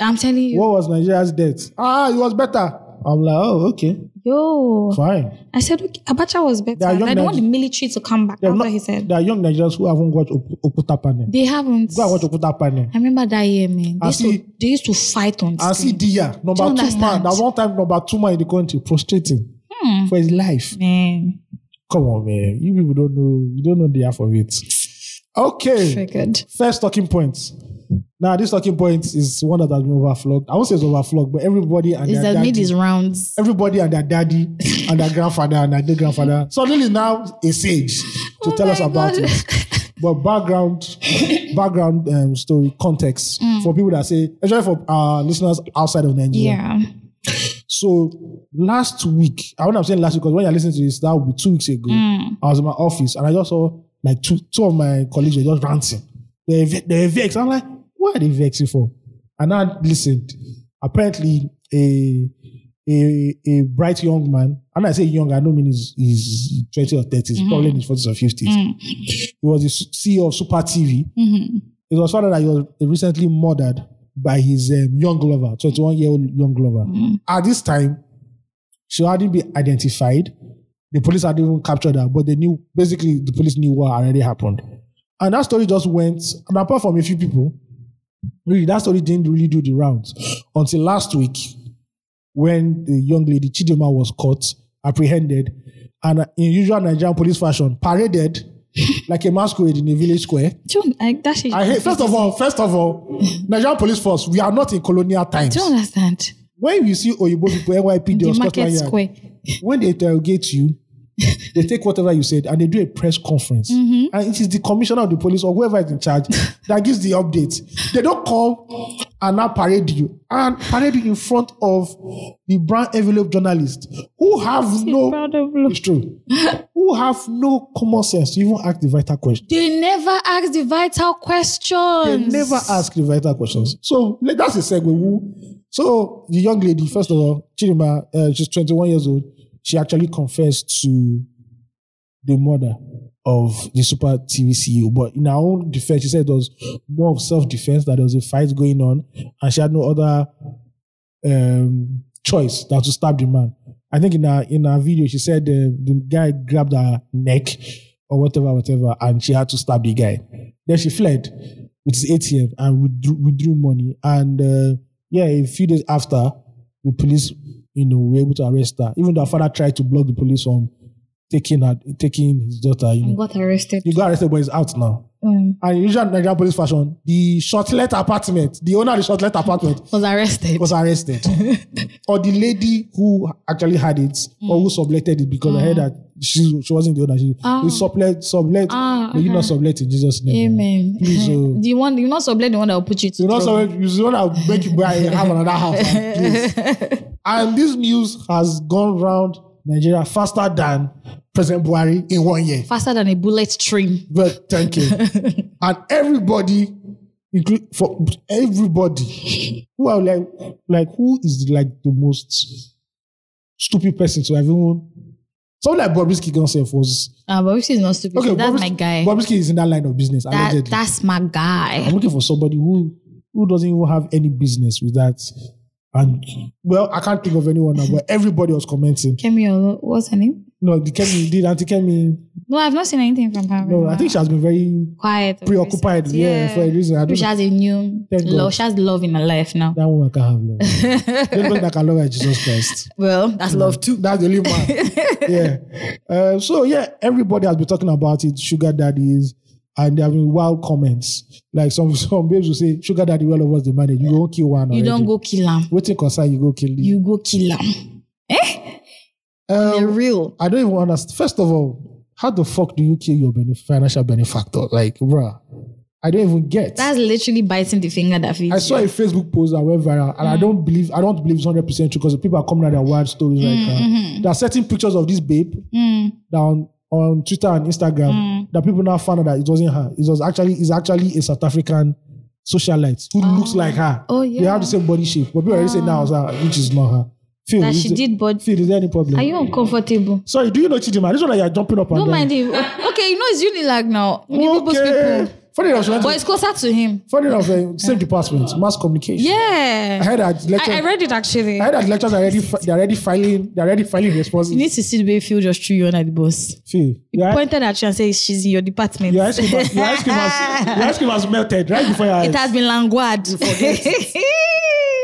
I'm telling you,
What was Nigeria's debt? Ah, it was better. I'm like, oh, okay,
yo.
fine.
I said okay, Abacha was better.
There are
I
young
don't want the
Nige-
military to come back.
There
That's
are
what
not-
he said.
There are young Nigerians who haven't watched Op- Okuta Panel.
They haven't.
Go and watch Okuta Panel.
I remember that year, man. They
I
used,
see-
to, they used to fight on
And see
screen.
Dia, number
Do you
two man.
understand?
That one time, number two man in the country, prostrating for his life.
Hmm, Man,
Come on, man. You people don't know. You don't know the half of it. Okay.
triggered.
First talking point. Now, this talking point is one that has been overflogged. I won't say it's overflogged, but everybody and
Is
their
that made
daddy,
his rounds?
everybody and their daddy and their grandfather and their great grandfather suddenly now a sage to
Oh
tell us
my
about
God.
it. But background, background um, story context for people that say, especially for our listeners outside of Nigeria.
Yeah.
So last week, I when I'm saying last week because when you're listening to this, that would be two weeks ago.
Mm.
I was in my office and I just saw like two two of my colleagues were just ranting. They're ve- they're vexed. I'm like, what are they vexing for? And I listened. Apparently, a a a bright young man, and I say young, I don't mean he's, he's 20 or 30s, probably in his 40s or 50s.
Mm. Mm-hmm.
He was the CEO of Super TV. It was found out that he was recently murdered by his um, young lover, 21 year old young lover. At this time, she hadn't been identified. The police hadn't even captured her, but they knew basically the police knew what already happened. And that story just went, and apart from a few people, really, that story didn't really do the rounds until last week when the young lady Chidima was caught, apprehended, and in usual Nigerian police fashion, paraded like a masquerade in a village square.
Do you, I, that shit,
I hate, first of all, first of all, Nigerian police force, we are not in colonial times.
Do you understand?
When you see Oyibo people, NYPD or
the market
Scotland Yard,
square.
when they interrogate you, they take whatever you said and they do a press conference.
Mm-hmm.
And it is the commissioner of the police or whoever is in charge that gives the update. They don't call and now parade you and parade you in front of the brown envelope journalists who have no
Proud of look.
it's true. who have no common sense to even ask the vital question.
They never ask the vital questions.
They never ask the vital questions. So like, that's a segue. Who- So the young lady, first of all, Chidima, uh, she's 21 years old. She actually confessed to the murder of the Super TV CEO. E But in her own defense, she said it was more of self-defense, that there was a fight going on, and she had no other um, choice than to stab the man. I think in her in her video, she said uh, the guy grabbed her neck or whatever, whatever, and she had to stab the guy. Then she fled with his ATM and withdrew, withdrew money. And uh, yeah, a few days after, the police, you know, were able to arrest her. Even though her father tried to block the police from taking her, taking his daughter. You know,
Got arrested.
you got arrested, but he's out now.
Mm.
And in usual Nigerian police fashion, the shortlet apartment, the owner of the shortlet apartment
Was arrested.
was arrested. or the lady who actually had it or who subletted it because I heard that she, she wasn't the owner. She
Hmm. Ah.
we sublet, sublet.
Ah,
May you not sublet in Jesus' name.
Amen.
Please, oh.
The one you not sublet the one that will put you to.
You know,
throw.
so you see, when I make you buy have another house. and place. and this news has gone round Nigeria faster than President Buhari in one year.
Faster than a bullet train.
But thank you. and everybody, include for everybody, who are like, like who is like the most stupid person to have even. Someone like Bobrisky Gonself was
Ah, but Bobrisky is not stupid.
okay.
that's
Bobrisky,
my guy.
Bobrisky is in that line of business.
That,
allegedly.
that's my guy.
I'm looking for somebody who who doesn't even have any business with that And well, I can't think of anyone now, but everybody was commenting.
Kemi, Olo- what's her name?
No, the Kemi did Auntie Kemi.
No, I've not seen anything from her.
No, I think she has been very
quiet. or
preoccupied.
recent.
Yeah, for a reason. I don't
Maybe she
know.
has a new
Thank God.
love. She has love in her life now.
That woman can have love. the only person that can love her is Jesus Christ.
Well, that's
Mm.
love too.
That's the only man. yeah. Uh, so yeah, everybody has been talking about it. Sugar daddies, and there have been wild comments. Like some some babes will say, "Sugar daddy, well of us the marriage. You go kill one.
You don't go kill him.
waiting concern. You go kill. the-
You go kill him. They're
Um,
real.
I don't even understand. First of all, how the fuck do you kill your benef- financial benefactor? Like, bruh, I don't even get.
That's literally biting the finger that feeds
I saw a
you.
Facebook post that went viral, and I
Mm.
don't believe I don't believe it's hundred percent true because people are coming out their wild stories like that.
mm-hmm.
There are certain pictures of this babe
Mm,
down on Twitter and Instagram that people now found out that it wasn't her. It was actually it's actually a South African socialite who looks like her.
Oh,
They
yeah.
have the same body shape. But people already say now it's her, which is not her. Phil,
that
is
she
the-
did, but
Phil, is there any problem?
are you uncomfortable?
Sorry, do you know Chidima? This one that you're jumping up
Don't
and
mind him. Okay, you know it's Unilag now.
down.
People speak
Okay.
people.
Funny enough, she went
But
to,
it's closer to him.
funny enough, eh, same department, mass communication. I
Yeah.
heard that lecture.
I, I read it actually.
I heard that lectures are already fi- they're already filing they're already filing responses.
You need to see the way Phil just threw you under the bus.
Phil,
You
your ice-
pointed at you and said she's in your department.
your ice cream has, your ice cream has, your ice cream has melted right before your eyes.
It has been language.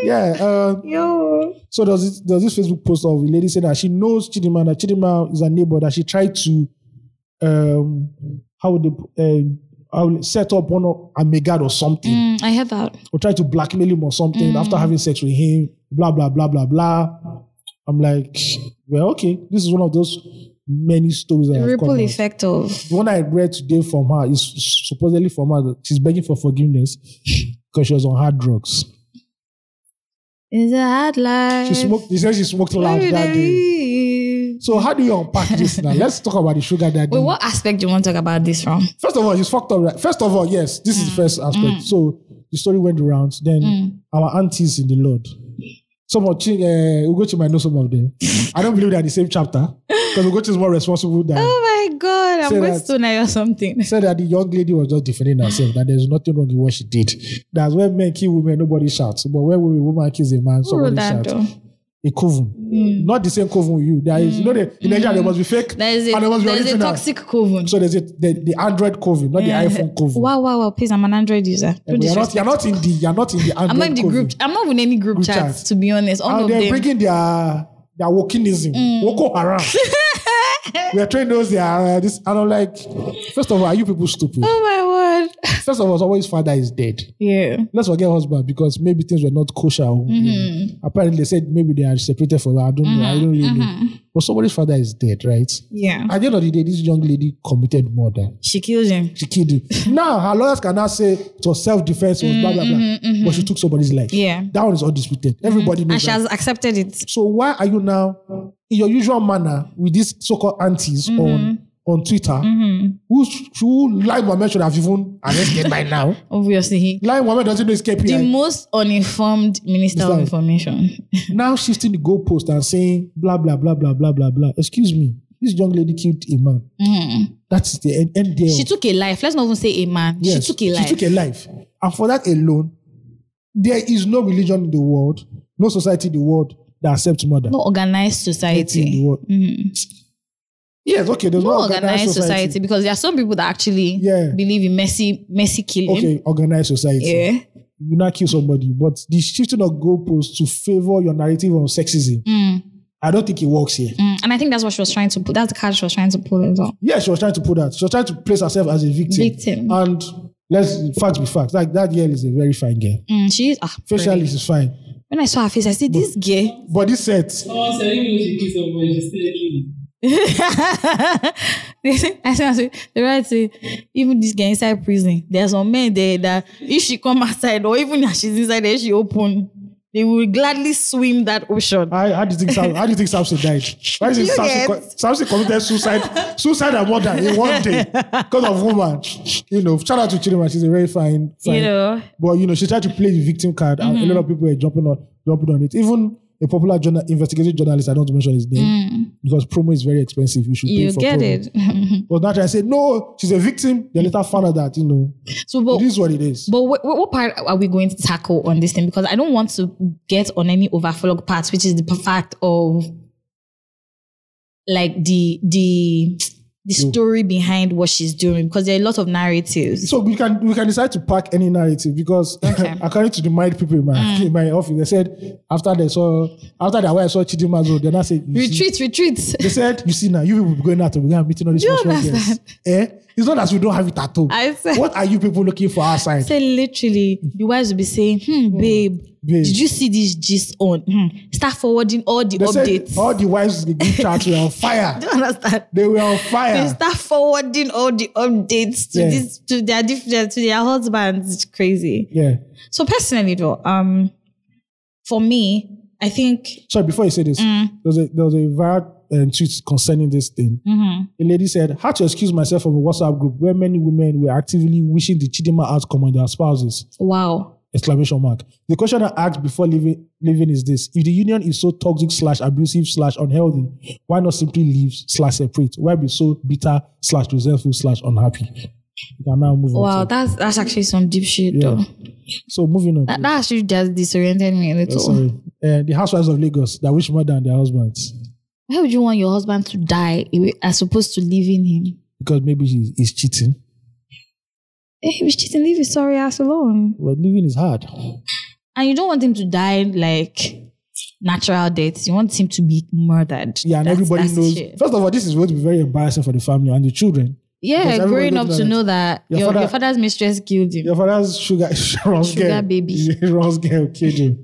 yeah. Um,
Yo.
So there's this, there's this Facebook post of a lady saying that she knows Chidima, that Chidima is a neighbor, that she tried to, um, how would they, um, I would set up one of a megad or something,
Mm, I heard that.
or try to blackmail him or something after having sex with him, blah, blah, blah, blah, blah. I'm like, well, okay, this is one of those many stories that
The
have come
ripple
out.
effect of
The one I read today from her is supposedly from her, that she's begging for forgiveness because she was on hard drugs.
is a hard life.
She smoked, she said she smoked loud
Where
that
they
day.
be?
So how do you unpack this now? Let's talk about the sugar daddy.
Wait, what aspect do you want to talk about this from?
First of all, it's fucked up. Right? First of all, yes, this
Mm.
is the first aspect. So the story went around. Then our aunties in the Lord. Some of Chi- uh, Ugochi might know some of them. I don't believe they're in the same chapter because Ugochi is more responsible than.
Oh my god, I'm
Say
going
that.
to now or something.
Said that the young lady was just defending herself, that there's nothing wrong with what she did. That's when men kill women, nobody shouts. But when a woman kills a man,
Who wrote
somebody
that
shouts.
though?
A coven. Not the same coven you. There is, you know, the, in Nigeria, there must be fake
There is a,
and there must be
there is a
original.
toxic coven.
So there's a, the, the Android coven, not the iPhone coven.
Wow, wow, wow. Please, I'm an Android user. Don't
you're not,
disrespect.
you're not in the you're not in the Android
I'm not in the
coven.
group. I'm not in any group,
Group
chat,
chat.
to be honest. All
And
of
they're
them. Mm.
bringing their their wokeism, Boko Haram. we are trying those. They are uh, this, and I'm like, first of all, are you people stupid?
oh my word.
First of all, somebody's father is dead.
Yeah.
Let's forget husband because maybe things were not kosher. Mm-hmm.
Mm-hmm.
Apparently, they said maybe they are separated for. I don't know. I don't really
Mm-hmm.
know. But somebody's father is dead, right?
Yeah.
At the end of the day, this young lady committed murder.
She kills him.
she killed you. now her lawyers can now say it was self-defense, it was blah blah blah, but she took somebody's life.
Mm-hmm. Yeah. Mm-hmm.
that one is undisputed. Everybody
And
knows
she
that.
has accepted it.
So why are you now in your usual manner with these so-called aunties
Mm-hmm.
on on Twitter, who who Lai Mohammed should have even arrested by now?
Obviously, he
Lai Mohammed doesn't know his
the
KPI.
most uninformed minister of
Exactly.
information.
now shifting the goalpost and saying blah blah blah blah blah blah blah. Excuse me, this young lady killed a man. That's the end. end there.
Mm-hmm. she took a life. Let's not even say a man.
Yes,
she took a life.
She took a life. And for that alone, there is no religion in the world, no society in the world that accepts murder.
no organized
Society in the
society. Mm-hmm.
world. Yes, okay, there's
No
no,
organized, society. because there are some people that actually
Yeah.
believe in messy, messy killing.
Okay, organized society.
Yeah.
You not kill somebody, but the shifting of goalposts to favor your narrative on sexism, I don't think it works here.
Mm, Mm-hmm. And I think that's what she was trying to put. That's the card she was trying to pull as well.
Yeah, she was trying to put that. She was trying to place herself as a victim.
Victim.
And let's facts be facts. Like that girl is a very fine girl.
Mm, she is. Ah,
Facially,
pretty.
is fine.
When I saw her face, I said, "This gay."
Body set.
Someone said even if she kills somebody, she's still a human.
They say- I said, I said, the right say, even this guy inside prison, there's some men there that if she come outside or even as she's inside there, she open, they will gladly swim that ocean.
How, how do you think Sam, how do you think Samson died? Why is it
You
Samson,
get-
co- Samson committed suicide, suicide and murder in one day because of woman? You know, shout out to Chidima, she's a very fine, fine.
You know, Mm-hmm.
But you know, she tried to play the victim card, and a lot of people were jumping on, jumping on it. Even a popular journal, investigative journalist, I don't want to mention his name, because promo is very expensive. You should pay
Mm. You
for
get
promo.
it.
But now I said, no, she's a victim. They later found out that, you know,
so, but
it is what it is.
But what, what part are we going to tackle on this thing? Because I don't want to get on any overflow parts, which is the fact of like the the the
Mm.
story behind what she's doing. Because there are a lot of narratives.
so we can we can decide to pack any narrative because
Okay. Mm.
according to the mind people in my, in my office, they said after they saw after that why I saw Chidimazo, then I said you see-
retreat, retreat.
They said, you see now, you people be going out and we're going to meeting all these
Do you
small small girls.
understand?
Eh? It's not as we don't have it at home.
I said-
what are you people looking for outside?
So literally, the wives will be saying, "Hmm, babe,
Babe.
did you see this gist on? Hmm. Start forwarding all the
they
updates.
said all the wives in the group chat were on fire.
Do you understand?
They were on
They
fire.
start forwarding all the updates to
Yeah.
this to their different to their husbands. It's crazy.
Yeah.
So personally though, um for me, I think
Sorry, before you say this,
Mm.
there, was a, there was a viral um, tweet concerning this thing.
mm-hmm.
A lady said, How to excuse myself from a WhatsApp group where many women were actively wishing the Chidima outcome on their spouses.
wow.
exclamation mark. The question I asked before leaving, leaving is this: If the union is so toxic slash abusive slash unhealthy, why not simply leave slash separate? Why be so bitter slash resentful slash unhappy? We can now move
Wow,
on. To,
that's that's actually some deep shit though.
so moving on.
That, that actually just disoriented me a
please.
little.
Sorry. Uh, the housewives of Lagos that wish more than their husbands
Why would you want your husband to die i- as opposed to leaving him?
because maybe he's, he's cheating.
Eh, he was cheating, leave his sorry ass alone.
But living is hard.
And you don't want him to die like natural death. You want him to be murdered.
Yeah, and
That's-
everybody
that's
knows.
shit.
First of all, this is going to be very embarrassing for the family and the children. Because
Yeah,
everybody
growing
knows
up to
that
know that
your
your, your,
father-
father's mistress killed him.
Your father's sugar, Ron's
Sugar
girl.
baby.
Ron's girl killed him.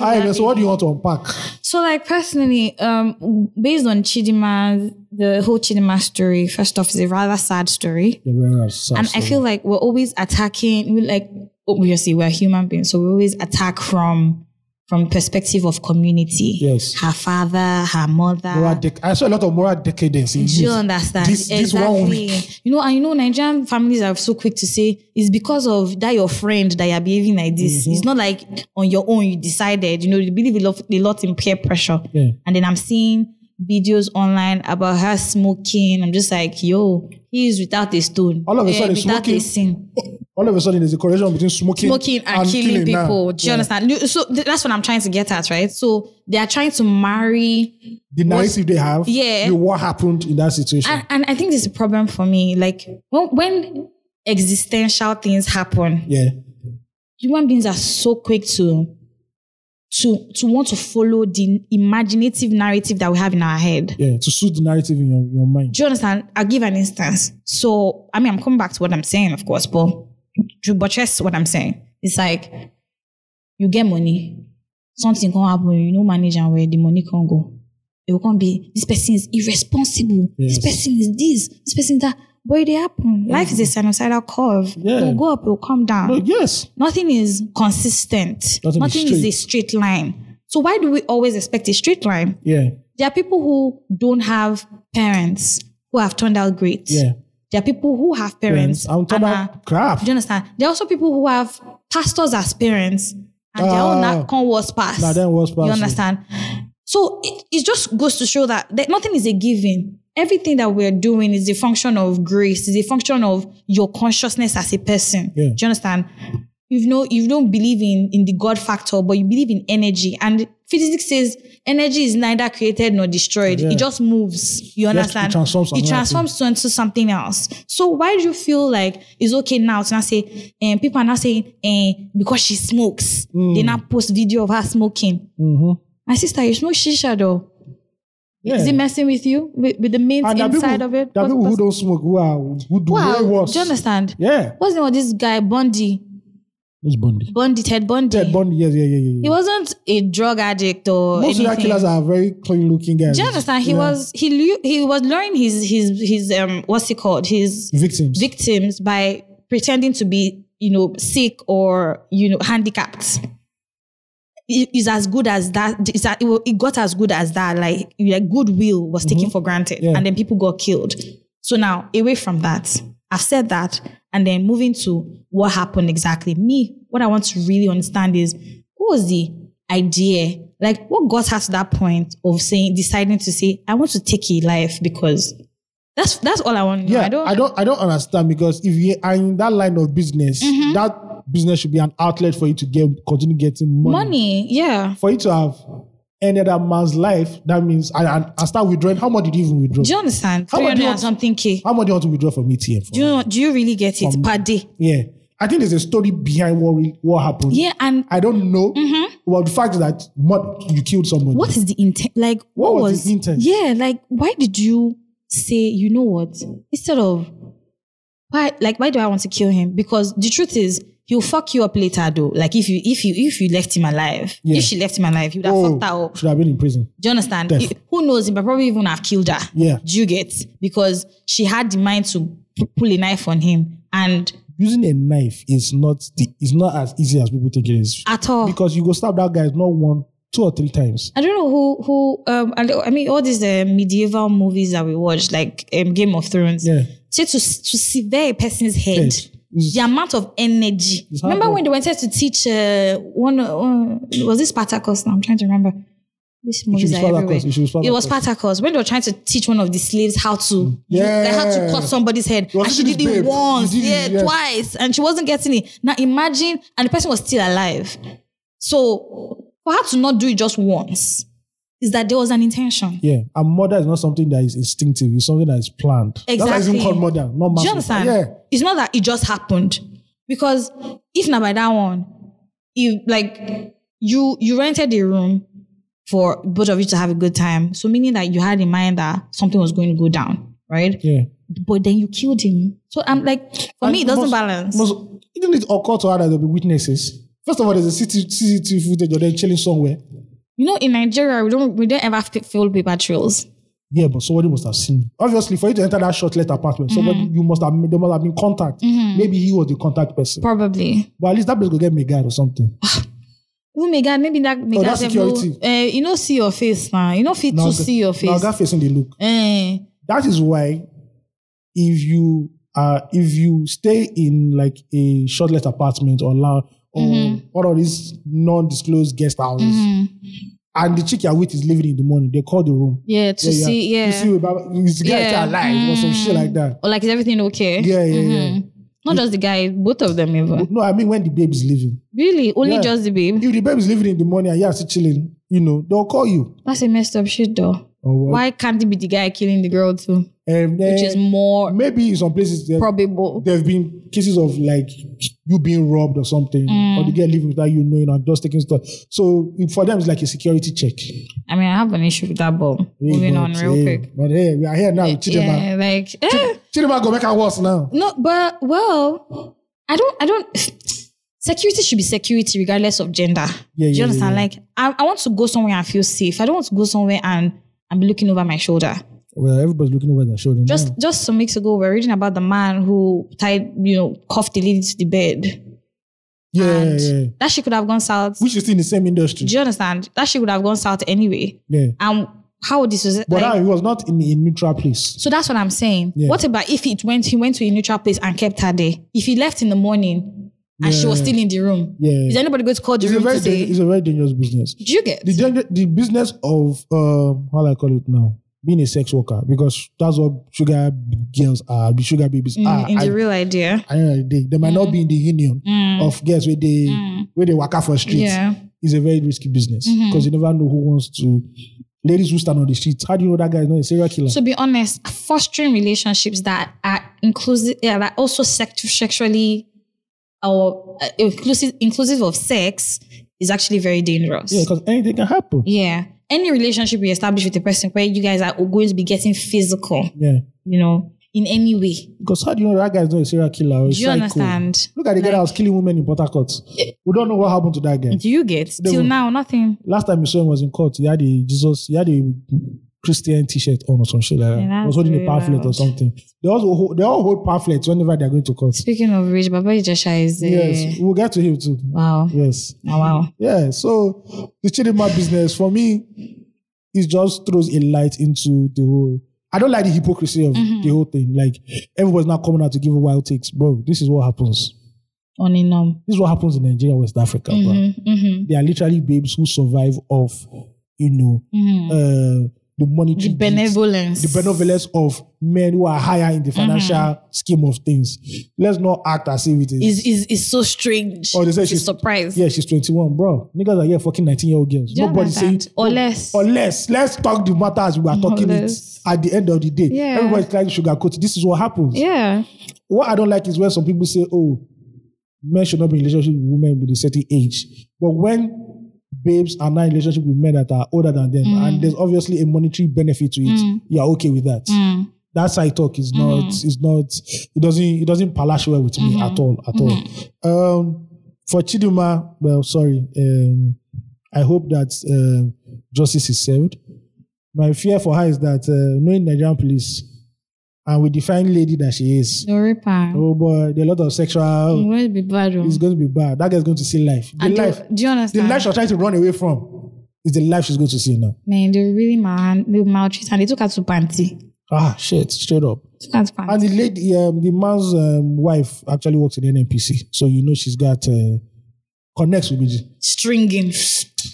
All right, so what do you want to unpack?
So, like personally, um, based on Chidima, the whole Chidima story, first off, is a rather sad story,
Yeah, well, that's sad
and I
story.
feel like we're always attacking. We like obviously we're human beings, so we always attack from from perspective of community.
Yes.
her father, her mother.
moral dec- I saw a lot of moral decadence in
do you
this.
understand?
This, this one week.
You know, and you know, Nigerian families are so quick to say it's because of that your friend that you're behaving like this.
Mm-hmm.
It's not like on your own you decided. You know, they believe a lot, a lot in peer pressure.
Yeah.
And then I'm seeing videos online about her smoking. I'm just like, yo, he is without a stone.
All of a
Eh,
sudden,
without
smoking-
a sin.
All of a sudden, there's a correlation between smoking,
Smoking and, killing,
now.
people. Do you
Yeah.
understand? You- So th- that's what I'm trying to get at, right? So they are trying to marry
The narrative they have,
Yeah.
you know, what happened in that situation.
and, and I think this is a problem for me. Like when, when existential things happen,
yeah,
human beings are so quick to to to want to follow the imaginative narrative that we have in our head.
yeah, to suit the narrative in your, your mind.
Do you understand? I'll give an instance. So I mean, I'm coming back to what I'm saying, of course, but to buttress what I'm saying, it's like you get money, something can happen, you know, manage and where the money can go. It will come be this person is irresponsible.
Yes.
This person is this. This person is that. But it dey happen. Life is a sinusoidal curve.
Yeah.
It will go up. It will come down.
But yes,
Nothing is consistent.
Nothing is
Nothing, is, a straight line. So why do we always expect a straight line?
yeah,
There are people who don't have parents who have turned out great.
yeah.
There are people who have parents.
I'm talking
and are-
about crap.
do you understand? There are also people who have pastors as parents and their own
Ah.
na- con was past.
Nah, then was past,
You
yeah.
understand? So it, it just goes to show that, that nothing is a given. Everything that we're doing is a function of grace, is a function of your consciousness as a person.
Yeah.
Do you understand? You've no, you don't believe in, in the God factor, but you believe in energy. And physics says energy is neither created nor destroyed.
Yeah.
It just moves. You
Yes, it
understand?
transforms
It
another thing.
transforms transforms to into something else. So why do you feel like it's okay now to now say, and people are now saying, and because she smokes, they
Hmm.
now post video of her smoking. My sister, you smoke shisha though.
Mm-hmm. Yeah.
Is it messing with you with, with the mint
and there are
inside
people,
of it?
There are
What's-
people who
what's-
don't smoke who are who do
Wow,
way worse.
do you understand?
Yeah,
What's the name of this guy Bundy?
it's Bundy.
Bundy, Ted Bundy.
Ted Bundy. Yes, yeah, yeah, yeah.
He
yeah.
wasn't a drug addict or
Most serial
anything.
killers are very clean-looking guys.
do you understand? He
Yeah.
was he lu- he was luring his his his um what's it called his
victims.
victims by pretending to be, you know, sick or you know, handicapped. It is as good as that. It's a- it wa- it got as good as that. Like, like goodwill was taken for granted,
Mm-hmm. Yeah.
and then people got killed. So now, away from that, I've said that, and then moving to what happened exactly. Me, what I want to really understand is what was the idea? Like what got her to that point of saying deciding to say, I want to take a life because that's that's all I want. to know.
Yeah,
I don't
I don't, I don't understand because if you are in that line of business,
Mm-hmm.
that business should be an outlet for you to get continue getting money.
money. Yeah.
For you to have ended that man's life, that means I, I, I start withdrawing. How much did you even withdraw?
Do you understand?
How
Three
about
hundred
you-
and something K.
How much do you want to withdraw from ATM? For?
Do you do you really get it
From-
per day?
yeah, I think there's a story behind what re- what happened.
Yeah, and
I don't know. Well, the fact that mo- you killed somebody.
what is the intent? Like,
What
what,
was
was,
the intent?
Yeah, like, why did you say, you know what? Instead of, why, like, why do I want to kill him? Because the truth is, he'll fuck you up later, though. Like, if you, if you, if you left him alive,
Yeah.
if she left him alive, he would have
Oh,
fucked her up.
should have been in prison.
Do you understand?
Def.
It- who knows? He might probably even have killed her.
Yeah.
Do you get? Because she had the mind to p- pull a knife on him, and
Using a knife is not the is not as easy as people think it is.
at all.
because you go stab that guy not one, two or three times.
I don't know who who um I, don't- I mean all these uh, medieval movies that we watch like um, Game of Thrones.
Yeah.
Say to to sever a person's head.
Head. It's-
The amount of energy.
It's
Remember
hard
when they wanted to teach uh, one uh, was this Spartacus? Now I'm trying to remember. These movies
be
are
Spartacus.
everywhere.
It should be Spartacus. Mm.
It was Spartacus when they were trying to teach one of the slaves how to
Yeah.
like, how to cut somebody's head.
was
And she
teaching
did
this
it
babe.
once,
You did
yeah,
it, yeah.
twice, and she wasn't getting it. Now imagine, and the person was still alive. So for her to not do it just once is that there was an intention.
Yeah, and murder is not something that is instinctive. It's something that is planned. That's why it's even
Exactly.
called murder, not
Do you
manslaughter.
understand?
Yeah,
It's not that it just happened. Because if not by that one, if like you you rented a room for both of you to have a good time. So meaning that you had in mind that something was going to go down, right?
yeah.
But then you killed him. So I'm like, for
And
me it doesn't
most-
balance.
Most, didn't it occur to her that there'll be witnesses? First of all, there's a CCTV CCTV footage of them chilling somewhere.
you know, in Nigeria we don't we don't ever fi- fill paper trails.
Yeah, but somebody must have seen. you. Obviously, for you to enter that shortlet apartment,
Mm-hmm.
somebody you must have there must have been contact. Maybe he was the contact person.
Probably.
But at least that place could get me guy or something.
Oh my god, maybe that may
Oh,
God
that's
level-
security.
eh, you know see your face now. You know fit to see your
Now
face.
that facing the look.
Eh.
That is why if you uh if you stay in like a shortlet apartment or la or
Mm-hmm.
one of these non-disclosed guest houses and the chick you're with is leaving in the morning, they call the room.
Yeah, to
yeah.
see, yeah.
You see, we baba- you see the guy
Yeah. Mm.
still alive or some shit like that.
Or like, is everything okay?
Yeah, yeah, yeah.
Mm-hmm. Not just the guy, both of them even.
No, I mean when the baby's leaving.
Really, only
Yeah.
just the babe.
If the baby's leaving in the morning and you're still chilling, you know, they'll call you.
That's a messed up shit though.
Or what? Eh.
Why can't it be the guy killing the girl too?
And then
Which is more
maybe in some places there,
probable.
there have been cases of like you being robbed or something,
Mm.
or the girl leaving without you knowing and just taking stuff. So it- for them, it's like a security check.
I mean, I have an issue with that, but moving
But,
on real
hey,
quick.
But hey, we are here now with Chidema.
Yeah, like eh,
Chidema go make her worse now.
no, but well, I don't, I don't. Security should be security regardless of gender.
Yeah,
Do
yeah,
you understand?
yeah,
Like, I, I want to go somewhere and feel safe. I don't want to go somewhere and I'm looking over my shoulder.
Well, everybody's looking over their shoulder.
Just
now.
just some weeks ago, we were reading about the man who tied, you know, cuffed the lady to the bed.
yeah,
and
yeah.
That she could have gone south.
Which is still in the same industry.
do you understand? That she would have gone south anyway.
yeah.
And how this was
But
like,
now he was not in a neutral place.
so that's what I'm saying.
Yeah.
What about if it went he went to a neutral place and kept her there? If he left in the morning and she was
Yeah.
still in the room,
Yeah.
is anybody going to call the
It's a
room
very,
to
dan-
say?
it's a very dangerous business.
Do you get?
the gen- the business of um how do I call it now being a sex worker because that's what sugar girls are the sugar babies
Mm,
are
in the
Ah, I-
real idea.
I don't know, they, they might not be in the union of girls where they where they work out for streets
Mm. Yeah. Mm-hmm.
It's a very risky business because you never know who wants to ladies who stand on the streets how do you know that guy is not a serial killer
to be honest, fostering relationships that are inclusive, yeah, that also sex- sexually or uh, inclusive, inclusive of sex is actually very dangerous.
yeah because anything can happen
Yeah. Any relationship you establish with a person where you guys are going to be getting physical,
yeah
you know, in any way.
because how do you know that guy is not a serial killer or a
Do you
psycho?
understand?
look at the guy that was killing women in Port Harcourt we don't know what happened to that guy
Do you get?
They
Till
will-
now, nothing.
last time you saw him was in court. He had a Jesus, he had a Christian T-shirt on or some shit like that.
Yeah,
he was
that's
holding a
really
pamphlet or
wild.
something. They also hold, they all hold pamphlets whenever they're going to court.
Speaking of which, Baba Ijesha is. Uh,
Yes, we'll get to him too.
Wow.
Yes,
Oh, wow.
yeah. So the Chidima business for me, it just throws a light into the whole. I don't like the
Mm-hmm.
hypocrisy of the whole thing. Like everybody's now coming out to give wild takes, bro. This is what happens.
on a norm.
This is what happens in Nigeria, West Africa. bruh.
Mm-hmm.
They are literally babes who survive off, you know, uh, the
mm-hmm. The
monetary deeds,
benevolence.
the benevolence of men who are higher in the
Mm-hmm.
financial scheme of things. Let's not act as if it is.
is, is is so strange.
Oh, they said
It's a
she's-
surprise.
yeah, she's 21, bro. Niggas are here fucking 19 year old girls.
Do you
Nobody saying
understand? Or less.
unless let's talk the matter as we are talking
Unless.
it at the end of the day.
Yeah.
Everybody's trying to sugarcoat. it. This is what happens.
yeah.
What I don't like is when some people say, oh, men should not be in relationship with women with a certain age. But when babes are not in relationship with men that are older than them,
Mm.
and there's obviously a monetary benefit to it, you're okay with that.
Mm. Hmm.
That side talk is not, is not, it doesn't, it doesn't palash well with me at all, at all. Um, for Chiduma, well, sorry, um, I hope that um justice is served. My fear for her is that uh, knowing Nigerian police and with the fine lady that she is,
No repair.
oh boy, there are a lot of sexual.
Won't be bad. oh.
It's going to be bad. That girl's going to see life. The
And
life,
do, do you
the
understand?
life she's trying to run away from, is the life she's going to see now.
Man, they really mal- they maltreat and they took her to panty.
Ah, shit, straight up.
Took her to
And
panty.
the lady, um, the man's um, wife actually works in the NNPC, so you know she's got uh, connects with BG.
Stringing.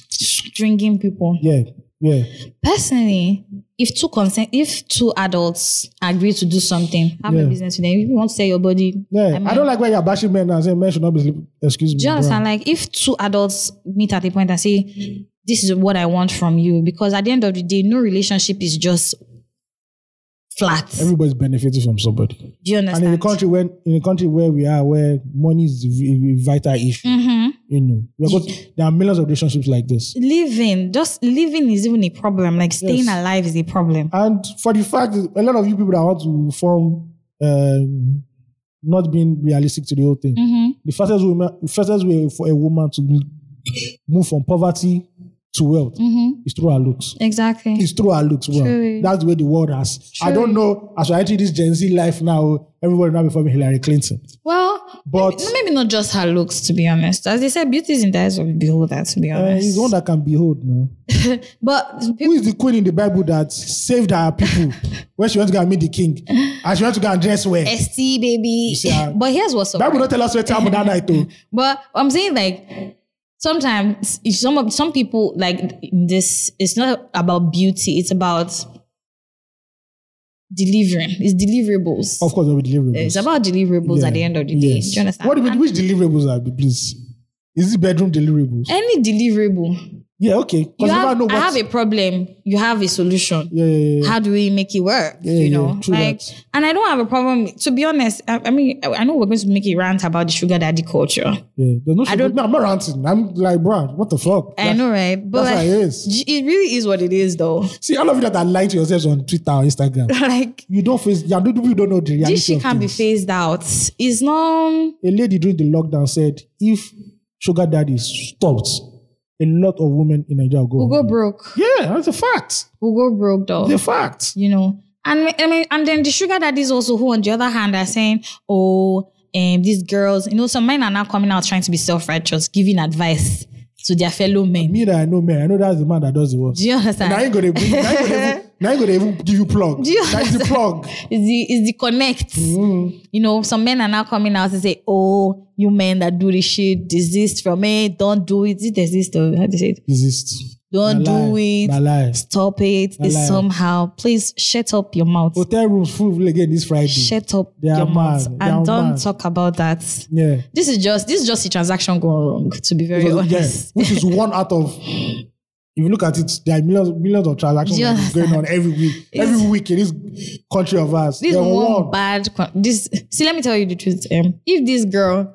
Stringing people.
Yeah, yeah.
Personally, if two consent, if two adults agree to do something, have
Yeah.
no business with them. If you want to sell your body,
Yeah, I,
mean-
don't like when you're bashing men and saying men should not be sleeping. Excuse me.
Do you
bruh.
understand? Like, if two adults meet at a point and say, This is what I want from you, because at the end of the day, no relationship is just flat.
Everybody's benefiting from somebody.
Do you
And
understand?
in a country when in a country where we are, where money is a vital issue,
Mhm.
you know, we're going- there are millions of relationships like this.
Living, just living is even a problem. Like, staying
Yes.
alive is a problem.
And for the fact, that a lot of you people that want to form, um, not being realistic to the whole thing.
Mhm.
The fastest woman, the fastest way for a woman to be- move from poverty to wealth is through her looks.
Exactly.
It's through her looks. Well,
Truly.
that's the way the world has. I
Truly.
don't know. As I enter this Gen Z life now, everybody now before me Hillary Clinton.
well,
But-
maybe, maybe not just her looks, to be honest. As they said, beauty is in the eyes of the beholder, to be
Uh,
honest.
he's the one that can behold now.
but
Who is the queen in the Bible that saved her people when she went to go and meet the king? And she went to go and dress well.
ST, baby.
see, uh,
but here's what's up.
Bible don't tell us what happened that night though.
But I'm saying like sometimes if some of- some people like this. It's not about beauty. It's about delivering. It's deliverables.
Of course, there will be deliverables.
it's about deliverables at the
Yeah.
end of the day. Do you understand?
What do we-
And
which deliverables are the please? Is it bedroom deliverables?
any deliverable,
yeah, okay. 'Cause
Eh, you
never
have,
know
I
what-
have a problem. You have a solution.
yeah, yeah, yeah.
How do we make it work?
Yeah,
you
yeah,
know,
true
like,
that.
and I don't have a problem. To be honest, I, I mean, I, I know we're going to make a rant about the sugar daddy culture.
yeah. There's no
don't- Eh.
no, I'm not ranting. I'm like, bro, what the fuck?
I know, right? But
that's
like,
how it is.
g- it really is what it is, though.
See, all of you that are lying to yourselves on Twitter or Instagram,
like
you don't face, you don't, you don't know the reality.
this shit
of
can be
things.
phased out. It's not
A lady during the lockdown said, if sugar daddy stopped, a lot of women in Nigeria will go.
we'll go
hungry.
broke.
Yeah, that's a fact.
We'll go broke though.
It's a fact.
You know. And I mean, and then the sugar daddies also who on the other hand are saying, oh, um, these girls, you know, some men are now coming out trying to be self-righteous, giving advice to their fellow men.
Me that I know, man, I know that's the man that does the work.
Do you understand?
Now I ain't gonna, bring, now I ain't gonna, even, now I ain't gonna even give you plug.
Do you
That's the plug.
Is the is the connect.
Mm-hmm.
You know, some men are now coming out and say, Oh, you men that do this shit, desist from it, don't do it. It desist or how do you say it?
Exist.
Don't do it.
My life.
Stop it.
I
It's
lie.
somehow. Please shut up your mouth.
Hotel rooms full again this Friday.
Shut up
Mm. They are
your mouth.
mad. They are
And don't
mad.
talk about that.
Yeah.
This is just this is just a transaction gone wrong, to be very
Because, yeah,
honest.
which is one out of if you look at it, there are millions millions of transactions
Do you
that is going on every week. every week in this country of ours.
This is
There were
one
one.
bad con- this see let me tell you the truth. Um, if this girl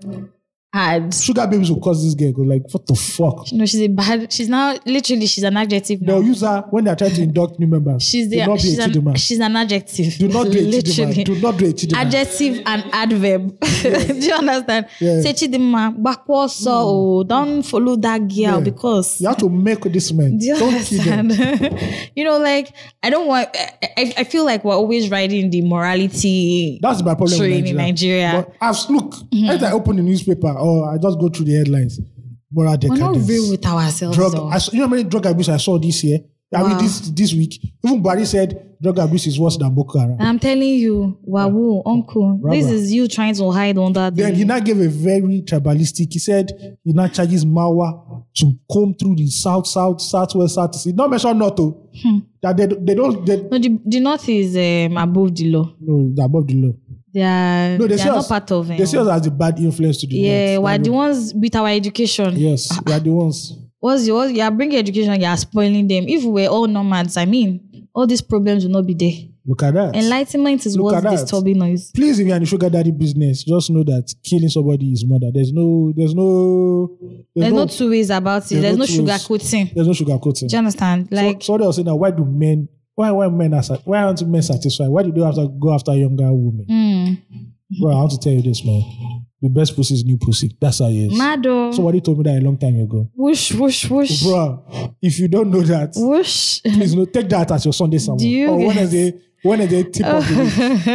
had
Sugar babies will cause this girl. 'cause Like, what the fuck?
you know, she's a bad she's now literally she's an adjective now.
They'll use her when they're trying to induct new members.
she's
Do
the
not
she's,
be a Chidima.
an, she's an adjective.
Do not do a
literally.
Chidima. Do not do a Chidima.
adjective and adverb. Do you understand?
Yeah.
Say Chidima, backward so don't follow that girl because
you have to make this man.
do you
Don't kill them.
understand? you know, like I don't want. I, I- I feel like we're always riding the morality.
That's my problem
Train
with
in
Nigeria.
Nigeria. Mm-hmm.
But as look, as I open the newspaper or I just go through the headlines, moral
we're not
decadence.
real with ourselves.
drug.
though.
I saw, you know how many drug abuse I saw this year? I mean,
Wow.
this this week. Even Barry said Drug abuse is worse than Boko Haram.
I'm telling you, Wawu, uncle, this
Rubber.
is you trying to hide under the.
Then he now gave a very tribalistic. He said he now charges Mawa to come through the south, south, southwest, south. He not mention Noto
Hmm.
that they, they don't they
no, the, the north is um, above the law.
no they're above the law.
They are,
No,
they
they, see
are
us,
not part of it.
They see us as a bad influence to the
yeah,
north.
we're
They're
the ones with our education.
Yes, we are the ones.
What's your, you are bringing education, you are spoiling them. If we were all nomads, I mean, all these problems will not be there.
Look at that.
Enlightenment is
Look at that.
what's disturbing us.
Please, if you're in the sugar daddy business, just know that killing somebody is murder. There's no, there's no,
There's no two ways about it. There's no
two
sugar
ways.
coating.
There's no sugar coating.
Do you understand? Like,
so, somebody was saying that why do men why why men are sat- why aren't men satisfied? Why do they have to go after younger women?
hmm. Mm-hmm.
Well, I want to tell you this, man. The best pussy is new pussy. That's how it is.
Mado,
Somebody told me that a long time ago.
whoosh, whoosh, whoosh,
Bro, if you don't know that,
whoosh.
please no, take that as your Sunday sermon.
Do you
or
guys-
Wednesday, Wednesday tip of the week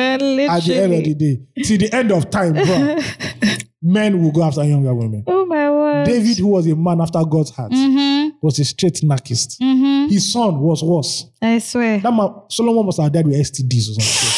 at the end of the
Literally.
day. Till the end of time, bro. men will go after younger women.
Oh my word. Mm-hmm,
David, who was a man after God's heart,
Mm.
was a straight narcissist. His son was worse.
I swear.
That man, Solomon must have died with STDs or something.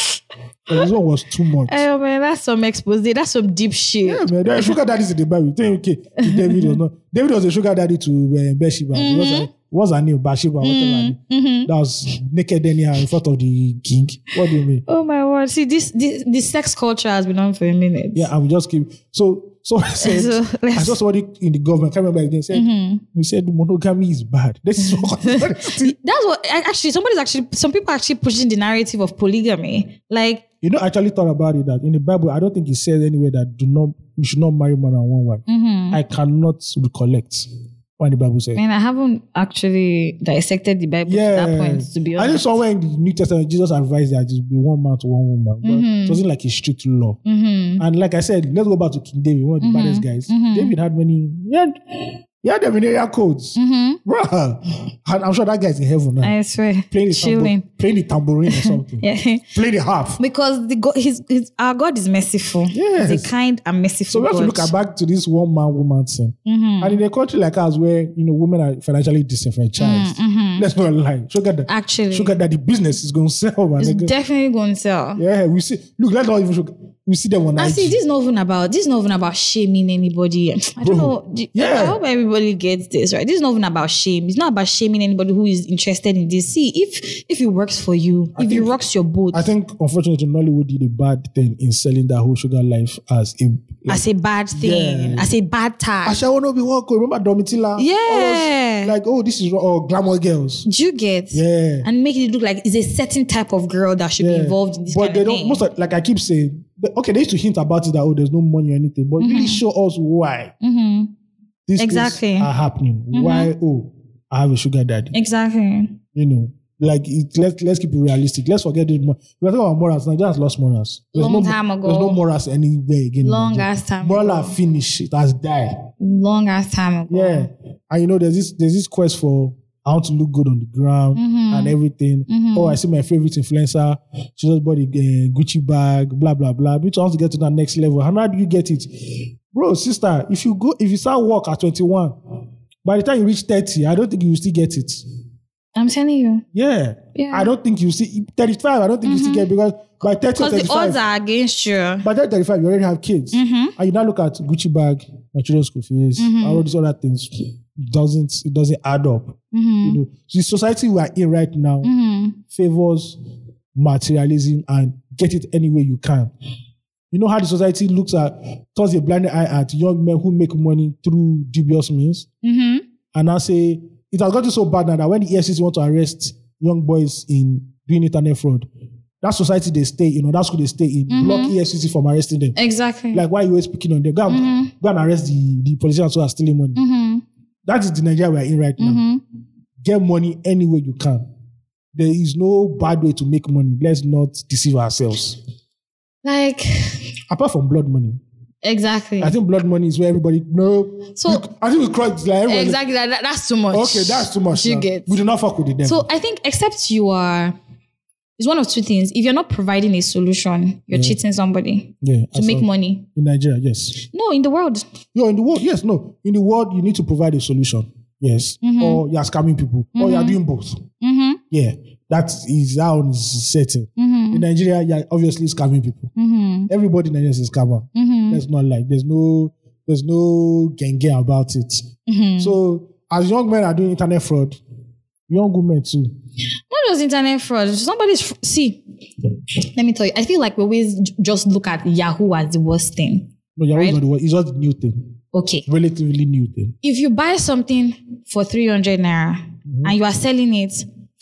But this one was too much.
Oh man, that's some expose. That's some deep shit.
yeah, man. There are sugar daddies in the Bible. You think, okay, if David was not. David was a sugar daddy to uh, Bathsheba. What's, her, what's her name? Bathsheba, whatever. her name.
Mm-hmm.
That was naked anyhow in front of the king. What do you mean?
Oh my word. See, this, this this sex culture has been on for a minute.
Yeah, I will just keep. So, so I said,
So, let's- Mm-hmm.
I saw somebody in the government, I can't remember again, said, you said monogamy is bad. This is what
That's what I- actually somebody's actually some people are actually pushing the narrative of polygamy. Like
You know, I actually thought about it that in the Bible, I don't think it says anywhere that do not you should not marry more than one wife.
mm-hmm.
I cannot recollect what the Bible says.
man, I haven't actually dissected the Bible
yeah,
to that point, to be
I think
honest.
somewhere in the New Testament, Jesus advised that just be one man to one woman. But
Mm-hmm.
It wasn't like a strict law. And like I said, let's go back to King David, one of the
Mm-hmm.
baddest guys. David had many. He had, he had them in area codes, bruh. And I'm sure that guy's in heaven now,
Mm-hmm. I swear.
playing the
Chilling.
tambour, playing the tambourine or something,
Yeah.
playing the harp.
Because the God, his, his, our God is merciful. He's
Yes.
a kind and
So
merciful
we have to
God.
look
Mm-hmm.
at back to this one man woman thing. And in a country like ours where you know women are financially disenfranchised, let's not lie. Sugar that
Mm, mm-hmm. Actually.
sugar that the business is gonna sell, man.
it's
They go-
definitely going to sell.
Yeah, we see look, let's not even sugar. We see them on
I
IG.
see. This is not even about. This is not even about shaming anybody. I don't
Bro,
know. the-
yeah.
I hope everybody gets this right. This is not even about shame. It's not about shaming anybody who is interested in this. See, if if it works for you, if it
think-
rocks your boat
I think unfortunately Nollywood did a bad thing in selling that whole sugar life as a like,
as a bad thing,
Yeah.
as a bad tag.
Asha wanna be welcome. Remember Domitila? All
Yeah.
those, like, oh, this is or glamour girls.
Do you get?
Yeah.
And make it look like it's a certain type of girl that should be
Yeah.
involved in this
But
kind
they
of
don't.
thing.
Most of, like I keep saying, but- okay, they used to hint about it that oh, there's no money or anything,
Mm-hmm.
but really show us why these things
Exactly. Mm-hmm. E-
are happening. Why oh, I have a sugar daddy.
exactly.
You know, like it, let's let's keep it realistic. Let's forget this. mo- We're talking about morals now. Just lost morals. There's
Long
no,
time
There's
ago.
no morals anywhere again. in
Long
Nigeria.
ass time
Moral
ago. Mm.
are finished. It has died.
Long ass time ago.
Yeah, and you know, there's this there's this quest for I want to look good on the ground
Mm-hmm. Mm.
and everything. Oh, I see my favorite influencer. She just bought a eh, Gucci bag, blah blah blah. But you want to get to that next level. How now do you get it, bro, sister? If you go, if you start work at 21, by the time you reach 30, I don't think you will still get it.
I'm telling you.
Yeah,
Yeah. Mm-hmm.
I don't think you see 35. I don't think you still get it because by 30 or
Because the
35.
odds are Mm. against you. Mm-hmm.
By the time 35, you already have kids. And you now look at Gucci bag, my children's school fees, and all these other things. It doesn't it doesn't add up.
Mm-hmm. Mm.
You know, the society we are in right now favors materialism and get it any way you can. You know how the society looks at turns a blind eye at young men who make money through dubious means,
Mm-hmm.
and I say it has gotten so bad now that when the E EFCC want to arrest young boys in doing internet fraud, that society they stay in or that school they stay in block E EFCC from arresting
Eh.
them.
Exactly.
Like why you always picking on them? Go and,
Mm-hmm.
go and arrest the, the politicians who are stealing money. That is the Nigeria we are in right
Mm-hmm.
now. Get money any way you can. There is no bad way to make money. Let's not deceive ourselves.
like
Apart from blood money,
exactly.
I think blood money is where everybody no.
So-
we- I think we cross like everybody.
Exactly. That, that- that's too much.
Okay, that's too much.
Do You
now.
get.
We do not fuck with the devil.
So I think except you are, it's one of two things. If you're not providing a solution, you're cheating somebody
yeah, I
to make
saw.
money.
in Nigeria, yes.
No, in the world.
You're in the world, yes, no. In the world, you need
Mm-hmm.
to provide a solution, yes. Or you're scamming people, or you're doing both. Yeah, That is how it's setting.
mm-hmm,
In Nigeria, you're obviously scamming people. Everybody in Nigeria is a scammer.
Mm. mm-hmm,
That's not like there's no there's no genge about it.
mm-hmm. Mm.
So as young men are doing internet fraud, young women too.
Not just internet fraud. Somebody's fr- see. Let me tell you. I feel like we always j- just look at Yahoo as the worst thing.
No, you're
Right.
right. It's just a new thing,
Okay.
relatively new thing.
If you buy something for three hundred naira and you are selling it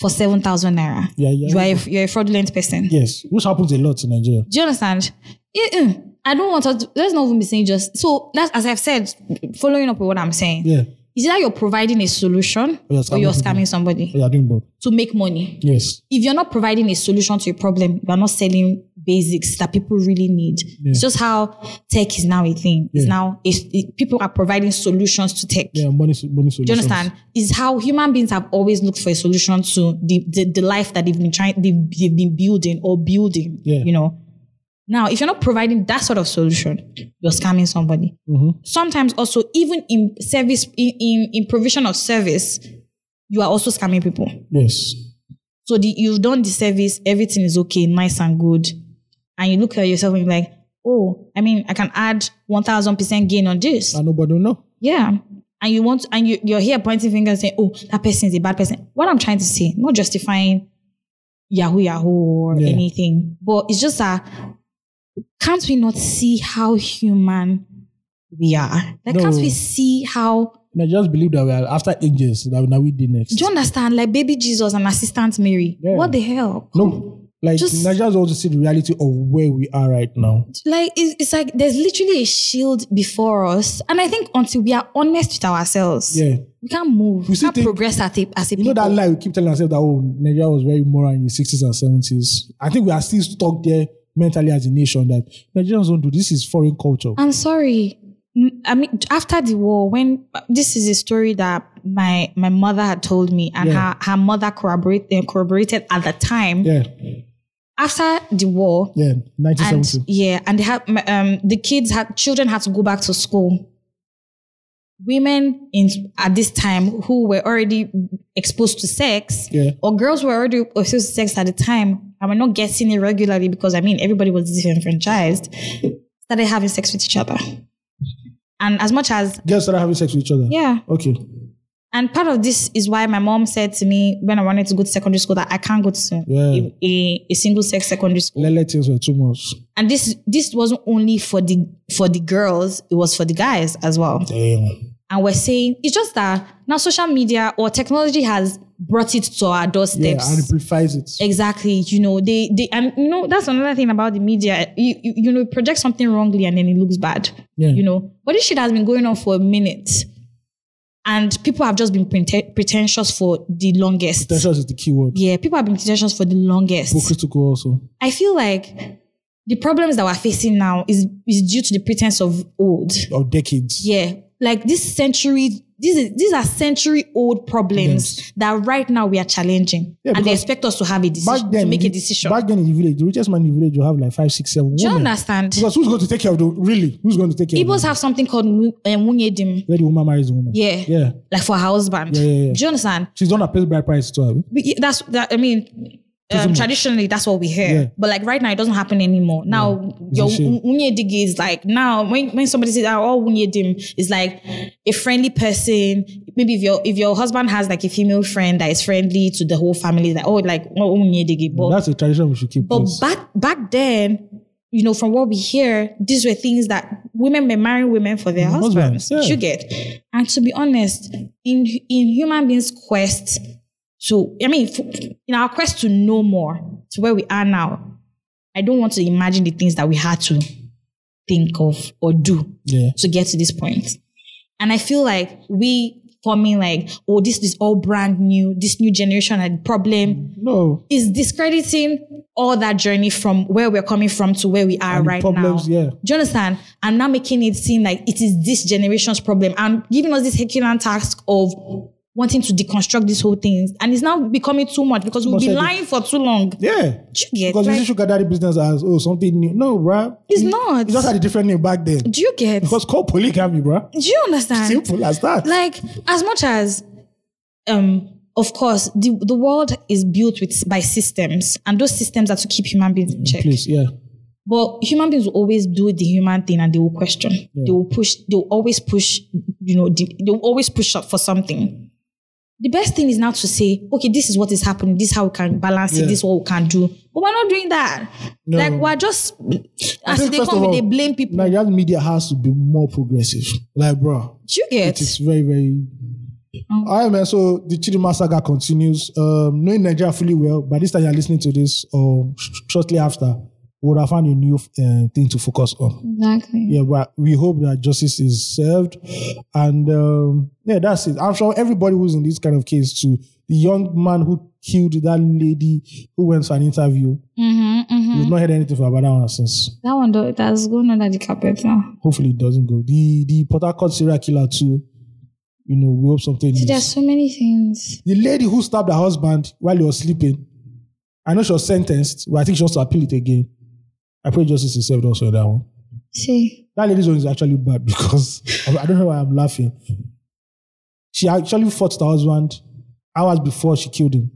for seven thousand naira,
Yeah, yeah.
you are a, you're a fraudulent person.
Yes, which happens a lot in Nigeria.
Do you understand? Uh-uh. I don't want us. To, let's not even be saying just so. That's as I've said. Following up with what I'm saying,
Yeah,
is that you're providing a solution
Or you're
or you're
scamming
scamming somebody
they are oh, doing both.
to make money?
Yes,
if you're not providing a solution to a problem, you are not selling basics that people really need. It's just how tech is now a thing. It's
Yeah.
now it's, it- people are providing solutions to tech.
yeah, money, money solutions.
Do you understand? Is how human beings have always looked for a solution to the, the, the life that they've been trying, they've, they've been building or building.
Yeah.
You know. Now, if you're not providing that sort of solution, you're scamming somebody.
Mm-hmm.
Sometimes also, even in service, in, in, in provision of service, you are also scamming people.
Yes,
So the, you've done the service, everything is okay, nice and good. And you look at yourself and you're like, oh, I mean, I can add 1000% gain on this.
and nobody will know.
Yeah. And you want, and you, you're here pointing fingers saying, oh, that person is a bad person. What I'm trying to say, not justifying Yahoo Yahoo or
Yeah.
anything, but it's just that can't we not see how human we are? Like, can't
No.
we see how,
And I just believe that we are after ages that now we did next.
do you understand? Like, baby Jesus and assistant Mary.
Yeah.
What the hell?
no, like
Just-
Nigerians also see the reality of where we are right now.
like it's, it's like there's literally a shield before us and i think until we are honest with ourselves
Yeah.
we can't move we
still
can't
think-
progress at a, as a
You know
people
that lie we keep telling ourselves that oh Nigeria was very moral in the sixties and seventies. I think we are still stuck there mentally as a nation that Nigerians don't do this is foreign culture.
i'm sorry Mm, i mean after the war when this is a story that my my mother had told me and
Yeah.
her, her mother corroborated, corroborated at the time
yeah,
after the war
yeah, nineteen
and
seventy.
yeah and they had my- um the kids had children had to go back to school women in at this time who were already exposed to sex
Yeah.
or girls were already exposed to sex at the time and were not getting it regularly because i mean everybody was disenfranchised started having sex with each other and as much as
Girls started having sex with each other.
yeah
Okay.
and part of this is why my mom said to me when i wanted to go to secondary school that i can't go to
Yeah.
a, a, a single sex secondary school
Lele things were too much.
and this this wasn't only for the for the girls it was for the guys as well
Damn.
and we're saying it's just that now social media or technology has brought it to our
Yeah,
doorsteps
and amplifies it.
exactly you know they they and you know that's another thing about the media you, you you know project something wrongly and then it looks bad
Yeah.
you know but this shit has been going on for a minute and people have just been prete- pretentious for the longest
Pretentious is the key word.
yeah people have been pretentious for the longest
Hypocritical also.
I feel like the problems that we're facing now is is due to the pretense of old.
Of decades.
Yeah, like this century. These is, these are century old problems that right now we are challenging,
Yeah,
and they
because
expect us to have a
Back
decision
then,
to make a
in the-
decision.
Back then in the village, the richest man in the village will have like five, six, seven
Do you
women.
understand?
Because who's going to take care of the really? Who's going to take care
Igbos
of
have something called mu- eh, munyedim,
where the woman marries the woman?
Yeah.
Yeah.
like for a husband.
Yeah, yeah, yeah.
Do you understand?
She's done a pay bride price to her.
But yeah, that's that. I mean, um, traditionally that's what we hear,
Yeah.
but like right now it doesn't happen anymore. Now
It's
your
a shame.
unyedig is like now when, when somebody says oh all unyedim is like a friendly person. Maybe if your if your husband has like a female friend that is friendly to the whole family, like oh like oh unyedig, but
That's a tradition we should keep.
but
yes.
back back then. You know, from what we hear, these were things that women were marrying women for their husbands.
Husbands, yeah.
You get, and to be honest, in in human beings' quest so, I mean, f- in our quest to know more, to where we are now, I don't want to imagine the things that we had to think of or do
Yeah.
to get to this point. And I feel like we forming like, oh, this is all brand new, this new generation and problem
No.
is discrediting all that journey from where we're coming from to where we are
And the
right
problems,
now.
yeah.
Do you understand? And now making it seem like it is this generation's problem and giving us this Herculean task of wanting to deconstruct these whole things. And it's now becoming too much because we've
Must
been
say
lying for too long.
Yeah.
Do you get?
Because you
Like,
see sugar daddy business as oh something new. No, bruh.
it's
It just
not.
had a different name back then.
Do you get?
Because called polygamy, bruh.
Do you understand?
Simple as that.
Like, as much as um of course, the, the world is built with by systems, and those systems are to keep human beings in check.
Please, yeah.
But human beings will always do the human thing, and they will question. They will push. They will always push. You know, the, they will always push up for something. The best thing is now to say, okay, this is what is happening. This is how we can balance
Yeah.
it. This is what we can do. But we're not doing that.
No.
Like we're just
I
as
think
they
first
come,
of all,
they blame people.
Nigerian media has to be more progressive. Like, bro,
Do you get?
it is very, very.
Mm.
All right, man. So the Chidima saga continues. Um, knowing Nigeria fully well, by this time you're listening to this, or sh- shortly after, we would have found a new uh, thing to focus on.
Exactly.
Yeah, but we hope that justice is served, and um, yeah, that's it. I'm sure everybody who's in this kind of case too. The young man who killed that lady who went for an interview,
Mm-hmm, mm-hmm.
we've not heard anything from about that one since.
That one though, that's going under the uh, carpet now.
Hopefully, it doesn't go. The the Port Harcourt serial killer too. You know, we hope something.
See,
is-
there's so many things.
The lady who stabbed her husband while he was sleeping, I know she was sentenced, but I think she wants to appeal it again. I pray justice is served also on that one.
See,
That lady's one is actually bad because I don't know why I'm laughing. She actually fought her husband hours before she killed him.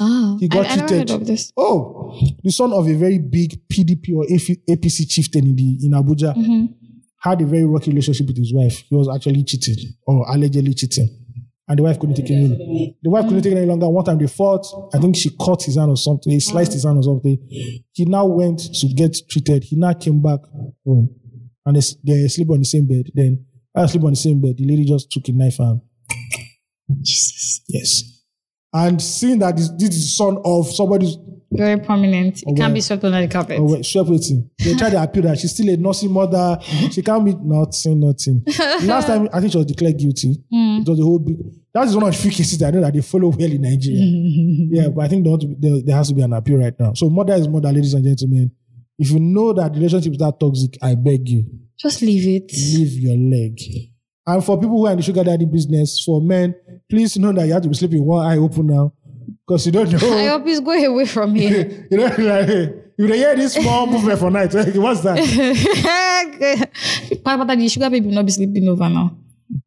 ah,
He got
I, I never
cheated.
heard of this.
Oh, the son of a very big PDP or AF- APC chieftain in, the, in Abuja
Mm-hmm.
had a very rocky relationship with his wife. He was actually cheating or allegedly cheating. And the wife couldn't take it any. The wife couldn't take it any longer. One time they fought. I think she cut his hand or something. He sliced his hand or something. He now went to get treated. He now came back home, and they, s- they sleep on the same bed. Then I sleep on the same bed. The lady just took a knife and
Jesus,
yes. And seeing that this, this is son of somebody's
very prominent. It
well.
can't be swept under the carpet.
Oh, wait, stop waiting. They tried to appeal that she's still a nursing mother. She can't be nothing, nothing. Last time, I think she was declared guilty.
Hmm.
It was the whole big. That is one of the few cases that I know that they follow well in Nigeria. yeah, but I think there, ought to be, there, there has to be an appeal right now. So, mother is mother, ladies and gentlemen. If you know that relationship is that toxic, I beg you,
Just leave it.
leave your leg. And for people who are in the sugar daddy business, for men, please know that you have to be sleeping with one eye open now because you don't know
I hope he's going away from here.
you know, like, you dey hear this small movement for night. like, What's that?
Part about that, the sugar baby will not be sleeping over now.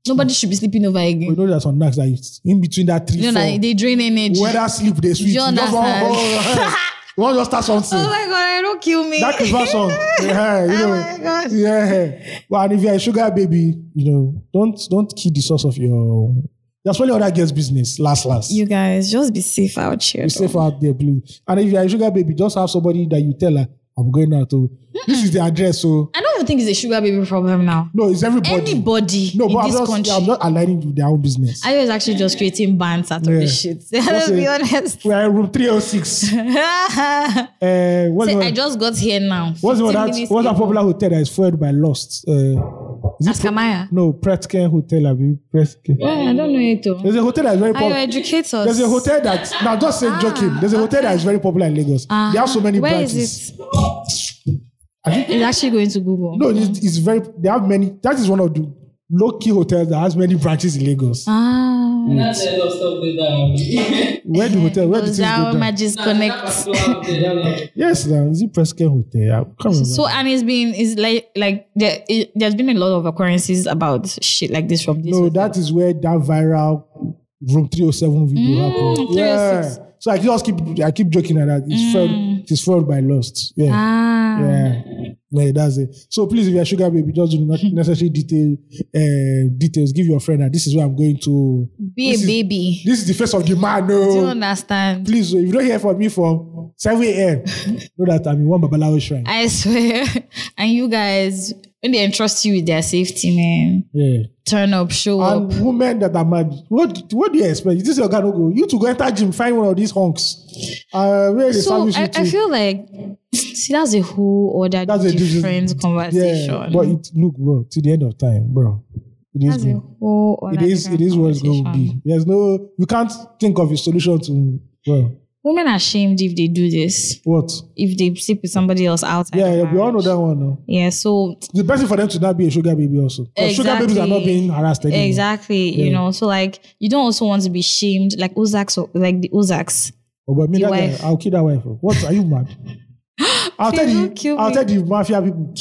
Nobody should be sleeping over
We
again.
know there's some knacks that it's in between that three,
You know,
four.
like, they drain energy.
Whether sleep, they sweet.
You
just want-
understand?
you want to start something.
Oh my god, don't kill me.
that is one song. Yeah, you know.
Oh my gosh.
Yeah. But and if you're a sugar baby, you know, don't don't kill the source of your. That's probably other girls' business. Last, last.
you guys, just be safe out here.
Be safe out there, please. And if you're a sugar baby, just have somebody that you tell her, "I'm going out to. This is the address." So
I don't even think it's a sugar baby problem now.
no, it's everybody.
Anybody
No,
in
but I'm
this
not,
country.
I'm not aligning with their own business.
I was actually just creating bands out of
Yeah.
this shit. Let's
it?
be honest.
We are in room 306.
Say,
uh, what's, the
I
one,
just got here now.
what's, the one
15
that,
minutes
what's that
ago.
popular hotel that is fueled by Lost? Uh, is it
Askamaya.
no, Pretken Hotel. Abi, Pretken.
Well, I don't know it though.
There's a hotel that is very
Are you
popular.
educators?
There's a hotel that, now just say joking, there's a hotel that is very popular in Lagos. They have so many
Ah, Where
branches.
is it?
I think-
It's actually going to Google.
No, it's, it's very, they have many. That is one of the low key hotels that has many branches in Lagos.
Ah.
That's a lot of stuff they down.
Where
eh,
the hotel, where the
Goes
things go
down,
down.
Magis Connect.
Connect.
Yes, now, is it Presken Hotel? I can't remember.
So and it's been it's like like there it, there's been a lot of occurrences about shit like this from this.
No,
hotel.
that is where that viral room 307 video happened.
306.
Yeah. So I just keep I keep joking at that. It's fraud, it's fraud by lust. Yeah.
ah.
Yeah. Yeah, that's it. So please, if you're a sugar baby, just do not necessary detail uh, details. Give your friend that this is where I'm going to.
Be
this
a
is-
baby.
This is the face of the man.
Do you
No.
understand?
Please, oh, if you don't hear from me from 7 a.m., know that I'm in one Babalawo shrine.
I swear. And you guys, when they entrust you with their safety, man,
Yeah.
turn up, show up.
And women that are mad, what what do you expect? Is this your guy no go? You to go enter gym, find one of these honks. Uh, where they
So
service you
I, I
to.
feel like see that's a whole other
That's a different-
different conversation.
Yeah, but it, look, bro, to the end of time, bro. It
that's
is.
a
It
whole other
is. It
different
is what it's going to be.
conversation.
There's no. You can't think of a solution to. Well,
Women are shamed if they do this,
what?
if they sleep with somebody else outside.
Yeah,
of
yeah, we all know
marriage.
that one. No?
Yeah, so
The best thing for them to not be a sugar baby also. 'Cause Sugar babies are not
Exactly.
being harassed anymore.
exactly, you know. So like you don't also want to be shamed like Ozaks or like the Ozaks.
Oh, but me,
The
that guy,
wife.
I'll kill that wife. oh. What are you mad? I'll tell
Please
you.
don't kill
I'll
me.
tell the mafia people.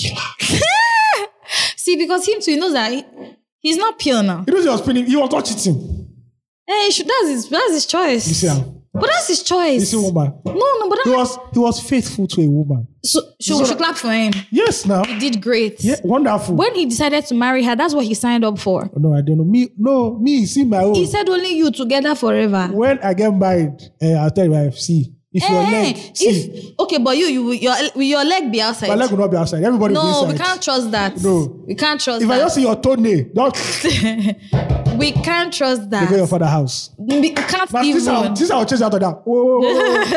See, because him too he knows that he- he's not pure now.
He knows he was pinning. He was not cheating.
Hey, should, that's his that's his choice.
You see am?
But that's his choice.
You see woman.
No, no, but
He
that,
was he was faithful to a woman.
so, so we should clap for him.
Yes, now.
He did great.
Yeah, wonderful. Oh,
When he decided to marry her, that's what he signed up for.
no, I don't know. Me, no, me, see my own.
He said only you together forever.
when I get married, eh, I'll tell you my wife, see. If your
Hey,
leg, see,
eh, if, okay, but you, you will- your, will your leg be outside.
my leg will not be outside. Everybody will
no,
be inside.
we can't trust that.
No.
we can't trust
If I
that.
just see your toenail, don't
we can't trust that.
go your father's house.
We we can't
But this
even.
I'll, this I'll change out of that. Whoa, whoa, whoa, whoa.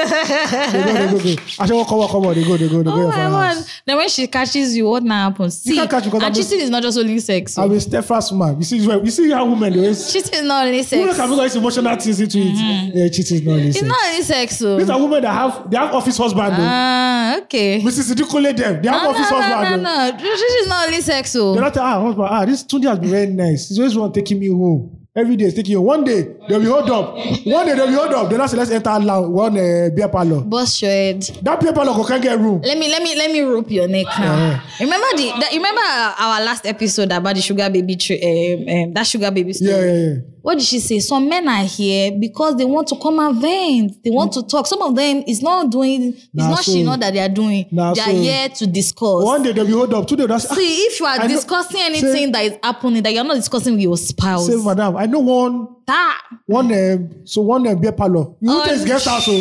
they go, they go, they go. I said, oh, come on, come on. They go, they go, they go
Oh
your
my
father's
god!
house.
Then when she catches you, what now happens? See,
can't catch because I'm
and
a-
cheating is not just only sex. oh.
I'm a steadfast man. You see, you see how women do it.
Cheating is not only
Women
sex.
can bring all these emotional things into it.
Mm.
Yeah, cheating is not
It's
listen.
not only sex. So.
These are women that have they have office husband. though.
Ah, okay. Ah,
Mrs. Idikule them. They have
No, no,
office husband.
no, no,
though.
no. This is not only sex. oh.
They're
So.
not ah husband ah this Tunde has been very nice. He's always one taking me home. Every day he's taking you. One day they'll be hold up. One day they'll be hold up. Then I say let's enter lounge, one uh, beer parlor.
Bust your head.
That beer parlor go can't get room.
Let me let me let me rope your neck now. Remember the that, remember our last episode about the sugar baby tree um, um, that sugar baby story.
Yeah, yeah, yeah.
What did she say? Some men are here because they want to come and vent. They want to talk. Some of them is not doing. It's
Nah,
not
so-
she not that they are doing.
nah,
they are
so-
here to discuss.
One day they'll be hold up. Two day that's ah,
See, if you are
I know-
discussing
say-
anything that is happening that you're not discussing with your spouse,
say madam. I know one
that
one um, so one um, beer parlor. You know it's guest house. oh.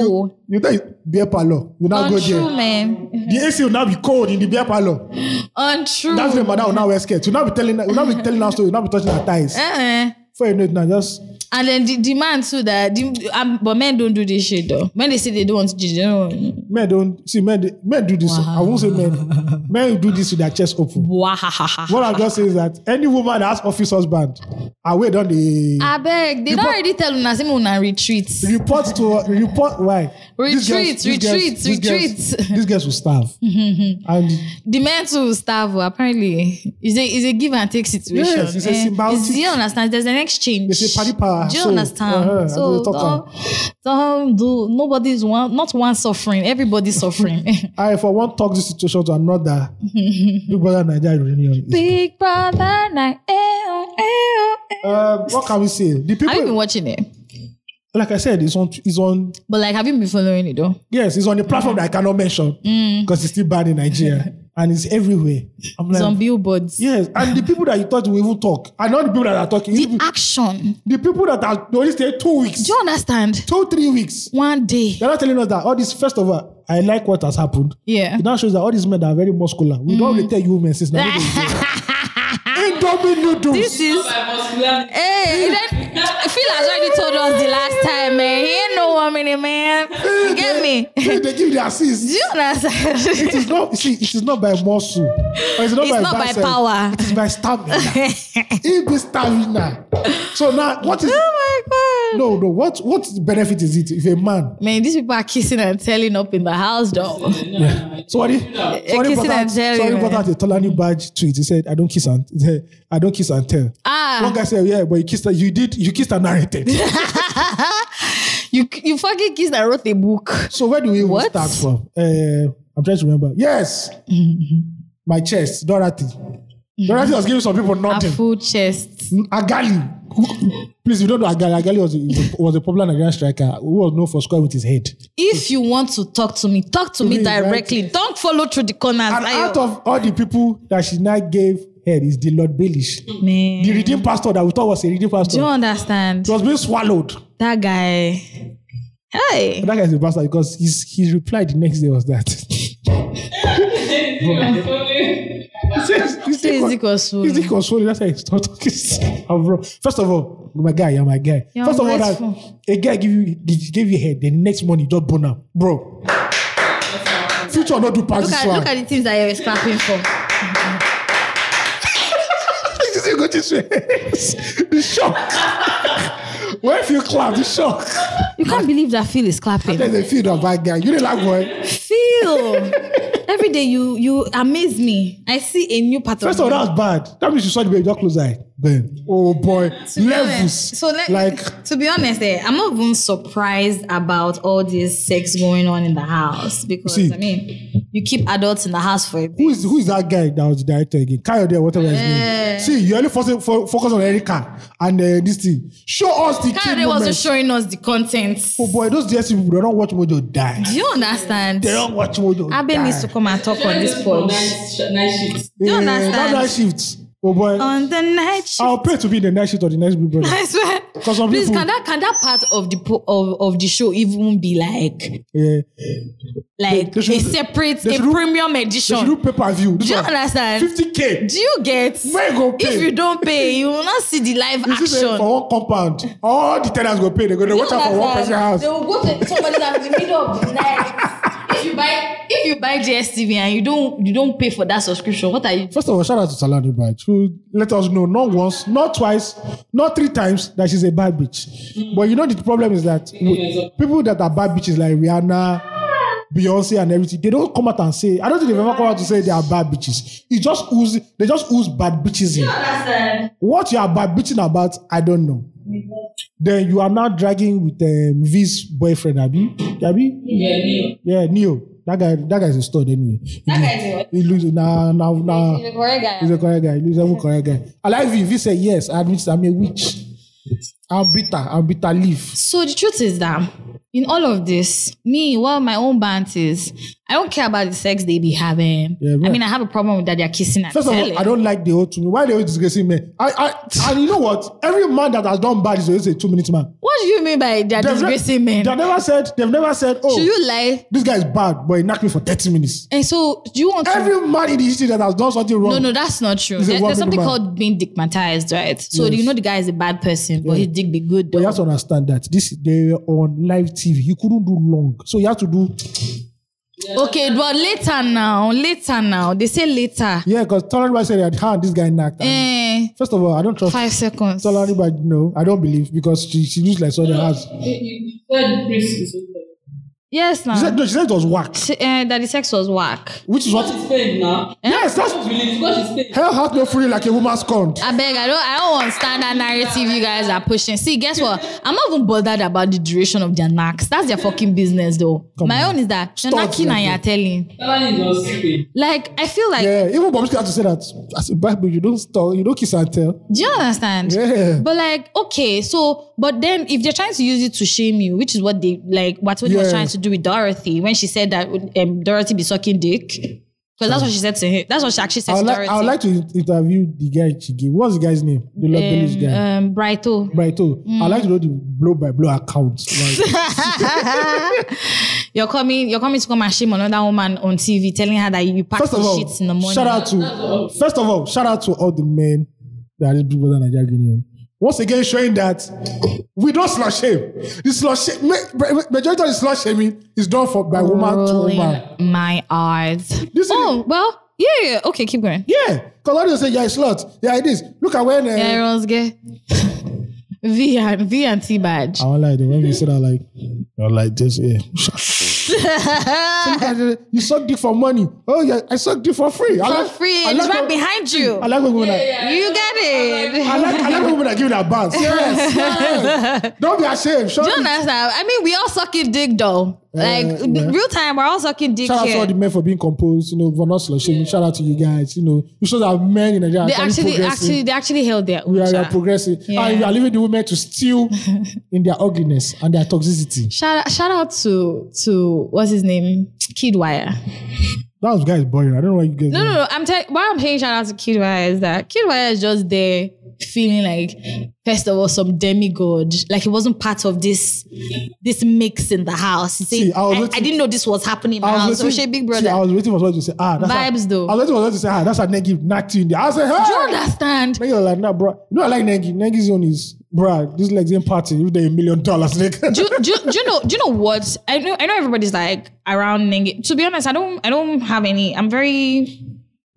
Untrue.
You know it's beer parlor. You now go
Untrue,
there.
man.
The AC will now be cold in the beer parlor.
Untrue.
That's the madam will now wear skirt. You now be telling you now be telling her story. You now be touching her thighs.
Eh, eh.
Before you know it now just
And then the, the man too that the, um, but men don't do this shit though. When they say they don't want to do, they don't.
men don't see men dey- men do this i won't say men men do this with their chest open
Wahahaha.
what i'm just saying is that any woman that has office husband away don dey
I beg. They don't already tell una say una retreat.
report to report why These
Retreat,
these
retreat,
these
retreat.
girls, these girls will starve and
The men too starve. oh, Apparently, is a is a give and take situation.
Yes, it's a
Eh,
symbiotic-
Do you understand? There's an exchange.
It's a pari para,
Do you
so,
understand?
uh-huh, I
so
go talk am.
don't, don't do. Nobody's one. Not one suffering. Everybody's suffering.
i for one toxic situation to another big brother naija reunion is-
Big Brother night. eh, oh, eh, oh, eh.
um, what can we say the
Have you been
people
watching it?
like i said it's on it's on
But like, have you been following it though?
yes it's on a platform that i cannot mention
Mm.
because it's still banned in nigeria and it's everywhere i'm
It's
like
on billboards.
Yes, and the people that you thought will even talk are not the people that are talking. It's
The
The,
action.
the people that are they only stay two weeks,
Do you understand?
two three weeks.
One day.
They're not telling us that all this. First of all, I like what has happened.
Yeah.
It now shows that all these men that are very muscular. We
Mm.
don't really tell you women since now. Indomie noodles.
This is.
By muscular.
Hey, then Phil has already told us the last time, man. He ain't no one minute, man. You get me? Do
They, they give the assist.
you understand?
It is not. you See, it is not by muscle. Or it's not,
It's
by,
not by
bicep.
power.
It is by stamina. it be stamina. So now, what is?
oh my god.
No, no. What what benefit is it if a man?
Man, these people are kissing and telling up in the house, though.
Sorry, sorry,
kissing
but I,
and telling,
sorry, but
man.
I had a Tolani badge tweet. He said, "I don't kiss and I don't kiss and tell." One
Ah,
guy said, "Yeah, but you kissed. her- You did. You kissed and narrated."
you you fucking kissed and wrote a book.
so where do we even
What?
start from? Uh, I'm trying to remember. Yes,
Mm-hmm.
my chest, Dorothy. Dorothy was giving some people
A
nothing.
full chest.
Agali. Who- Please, if you don't know Agali, Agali was a, was a popular Nigerian striker who was known for scoring with his head.
If you want to talk to me, talk to me
me, right?
directly. Don't follow through the corners.
And
Ayo.
out of all the people that she now gave head is the Lord Baelish,
man,
the redeemed pastor that we thought was a redeemed pastor.
do you understand?
He was being swallowed.
That guy. Hey.
But that guy's a bastard because his his reply the next day was that. he says, his
Say
dick
his dick
was-
was swollen.
his dick was swollen. That's why he's not talking. I'm wrong. First of all, my guy, you're my guy.
You're
First of all, that
ungrateful.
a guy give you give you head. The next morning, you just bone up, bro. Future not do pass
Look
this
at,
one.
look at the things that you're clapping for.
This is go this way. the shock. Where if you clap, the shock.
You can't believe that Phil is clapping.
There's a field of bad guy. You didn't like boy.
Phil, every day you you amaze me. I see a new pattern.
First of all, that was bad. That means you saw the baby, just close eye. Then, oh boy,
To be
levels.
honest- So let,
like,
to be honest, eh, I'm not even surprised about all this sex going on in the house because
See.
I mean, you keep adults in the house for a bit.
who is who is that guy that was the director again? Kayode, whatever his name.
Yeah.
See, you only focus, fo- focus on Erica and uh, this thing. Show us the key
Karen wasn't
moments.
showing us the content.
oh boy, those DS people they don't watch Mojo die.
Do you understand?
They don't watch Mojo
Abe
die.
needs to come and talk on this
for
pod.
night, sh- night shifts.
Eh,
you understand? Um,
That night shift. Oh boy,
On the night shift.
I'll pay to be in the night shift or the next big brother.
I swear.
'Cause some
Please,
people-
can that can that part of the po- of, of the show even be like
Yeah.
like
they should-
a separate
they
a
should do-
premium
They should
edition?
do pay per view.
Do you understand?
50k.
Do you get?
Where you go pay?
If you don't pay, you will not see the live
You see them
action.
for one compound. All the tenants go pay. They go they watch out for one person house.
They will go to somebody's house in the middle of the night. If you buy if you buy GSTV and you don't you don't pay for that subscription, what are you?
First of all, shout out to Salani Baj, who let us know not once, not twice, not three times that she's a bad bitch. But you know the problem is that w- people that are bad bitches like Rihanna, Beyonce, and everything, they don't come out and say. I don't think they've ever come out to say they are bad bitches. It just ooze, they just ooze bad bitches in. What you are bad bitching about, I don't know. Then you are now dragging with um, V's boyfriend, Abi. Abi?
Yeah, Neo.
Yeah, Neo. That guy, that guy's a stud anyway. That
guy's what?
He loses. Nah, nah, nah.
He's a correct guy.
He's a correct guy. He's a correct guy. I like V. V said, yes, I admit I'm a witch. I'm bitter. I'm bitter leaf.
So the truth is that in all of this, me, well, my own bant is I don't care about the sex they be having.
Yeah,
I
right.
mean, I have a problem with that they're kissing and
First of
telling.
all, I don't like the whole two minutes. Why they always disgracing men? I, I, and you know what? Every man that has done bad is always a two minute man.
what do you mean by they're
They've ne-
disgracing men?
They've never said, they've never said, oh,
Should you lie?
this guy is bad, but he knocked me for 30 minutes.
And so, do you want to?
Every man in the history that has done something wrong.
No, no, that's not true.
He's a
There-
one
there's something
people man.
called being digmatized, right? So you know the guy is a bad person, but his dick be good
But
though.
you have to understand that this they were on live TV. You couldn't do long, so you have to do
Okay, but later now, later now, they say later.
yeah. Because Tolani said at hand this guy knocked. And
Eh,
First of all, I don't trust
five seconds.
Tolani Baj. No, I don't believe because she she looks like someone else.
You- you said Prince is over.
She
Yes,
said
now.
no. She said it was whack,
Uh, that the sex was whack.
which is what.
What is paid now?
Eh?
Yes, that's
What is What is paid?
hell has no free like a woman's con.
I beg, I don't, I don't want standard narrative you guys are pushing. See, guess what? I'm not even bothered about the duration of their knacks. That's their fucking business, though.
Come
My
on.
own is that you're
Stop
knacking and
that.
you're telling.
Salary was paid.
Like, I feel like,
Yeah, even Bobrisky had to say that as a Bible, you don't stall, you don't kiss and tell.
do you understand?
Yeah.
But like, okay, so, but then if they're trying to use it to shame you, which is what they like, what Tony was
Yeah.
trying to do with Dorothy when she said that um, Dorothy be sucking dick, because that's what she said to him. That's what she actually said
I would
to
like
Dorothy.
I would like to in- interview the guy she gave. What's the guy's name? The love Village guy.
um, hmm. Brighto.
Brighto. I like to know the blow by blow account. Like,
you're coming, you're coming to come and shame another woman on TV, telling her that you pack
First
the
of all,
shit in the morning.
shout out to first of all, shout out to all the men that is people that Nigeria Union. Once again, showing that we don't slut shame. The slut shame, ma- ma- majority of the slut shaming is done for by woman to
Rolling
woman.
my eyes.
This is-
oh well, yeah, yeah. Okay, keep going.
Yeah, because all you say, yeah, it's slut. Yeah, it is. Look at when. Uh,
Yeah, Everyone's gay. V and V and T badge.
I don't like the when you say that like, I like this. Yeah. So you guys, you suck dick for money. Oh yeah, I suck dick for free. I
For
like,
free,
I
it's
like
right
when-
behind you.
I like when women. like,
You get it.
I like, I like women that give that bounce. Yes, yes. Don't be ashamed. Shout,
Do you understand? I mean, we all sucking dick though. Like
yeah.
real time, we're all sucking dick
shout out to all
here.
the men for being composed, you know, for not slut shaming. Shout out to you guys. You know, you show that men in Nigeria are
They
actually,
actually,
progressing.
actually, they actually held their. own
we, are, we are
child.
progressing.
Yeah.
And we are leaving the women to steal in their ugliness and their toxicity.
Shout shout out to to what's his name, Kidwire.
That was guys boring. I don't know why you guys.
No, no, no. I'm telling. Why I'm paying shout out to Kidwire is that Kidwire is just there feeling like first of all some demigod, like he wasn't part of this this mix in the house. He said,
See, I
I,
was
I
waiting-
didn't know this was happening in my
I
house.
was,
So she
waiting,
big
see,
brother.
I was waiting for someone to say, ah, that's
Vibes,
a,
though.
I was waiting for someone to say, ah, that's a negative knocked you in there. I said,
Do you
hey!
understand?
Niggas are like, nah, bro. You know, I like Nengi. Nengi's on his, bruh, this legs ain't party. If they a million dollars, nigga.
do, do, do you know do you know what I know I know everybody's like around Nengi. To be honest, I don't I don't have any I'm very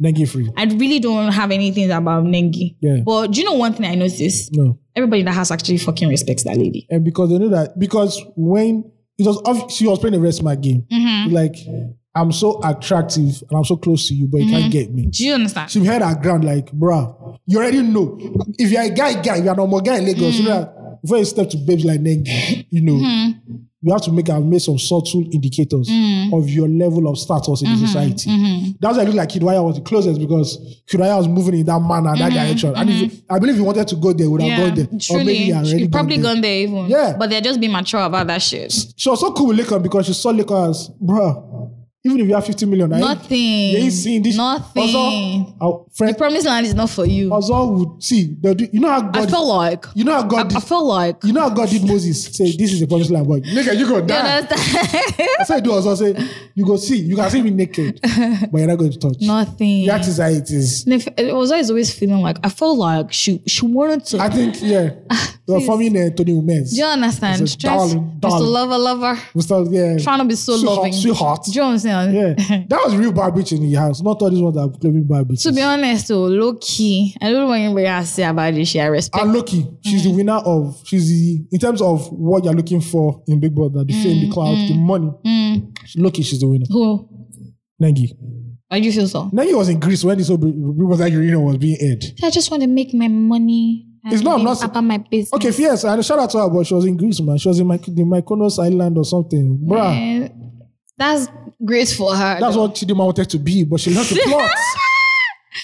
Nengi free.
I really don't have anything about Nengi.
Yeah.
But do you know one thing I noticed?
No.
everybody in the house actually fucking respects that lady.
and Eh, because they know that because when it was off, she was playing a very smart game.
Mm-hmm.
Like I'm so attractive and I'm so close to you, but you
Mm-hmm.
can't get me.
Do you understand?
She held her ground like, bruh, you already know. If
Mm-hmm. Mm-hmm.
you're a guy, guy, you're a normal guy in Lagos, you know that before you step to babes like Nengi, you know, you have to make have made some subtle indicators
Mm.
of your level of status in
Mm-hmm.
the society. That's why I look like Kidwaya was the closest because Kidwaya was moving in that manner, that direction. And if you, I believe he wanted to go there, he would have gone there.
Mm-hmm. truly.
or maybe he had already
You've probably
gone there.
gone there even.
Yeah.
But they're just being mature about that shit.
She was so cool with Lakers because she saw Lakers, bruh. Even if you have 50 million, I ain't-
Nothing.
You ain't seeing this.
Nothing.
Also, our
The
friend,
promised land is not for you.
also would see. they'll do- You know how God.
I felt like.
you know how God.
I
Did,
felt like.
you know how God did Moses say, "This is the promised land." But nigga, you go
You
die.
understand?
I said, "Do also say you go see. You can see me naked, but you're not going to touch."
Nothing.
That is how it is.
And if- It was always always feeling like I felt like she she wanted to.
I think yeah. They were forming uh, Tony Umez.
do you understand?
It's a darling,
Just
darling.
lover, lover.
We start yeah.
Trying to be so
sweetheart,
loving.
Sweetheart.
Do you understand?
Yeah, that was real bad bitch in the house. Not all these ones that are claiming bad bitches.
To be honest, though, low key, I don't know what anybody has to say about this. shit. I respect.
And Loki, she's
mm.
the winner of she's the in terms of what you're looking for in Big Brother, the fame,
Mm,
the clout, the money. She- Loki, she's the winner.
Who?
Nengi.
I do feel so.
Nengi was in Greece when this whole Big Big Brother reunion was being aired.
I just want to make my money. and
It's not- I'm
be
not-
about my business.
Okay, yes, and shout out to her, but she was in Greece, man. She was in my the Mykonos Island or something, bruh.
Eh, that's great for her.
That's what Chidima wanted to be, but she lost the plot.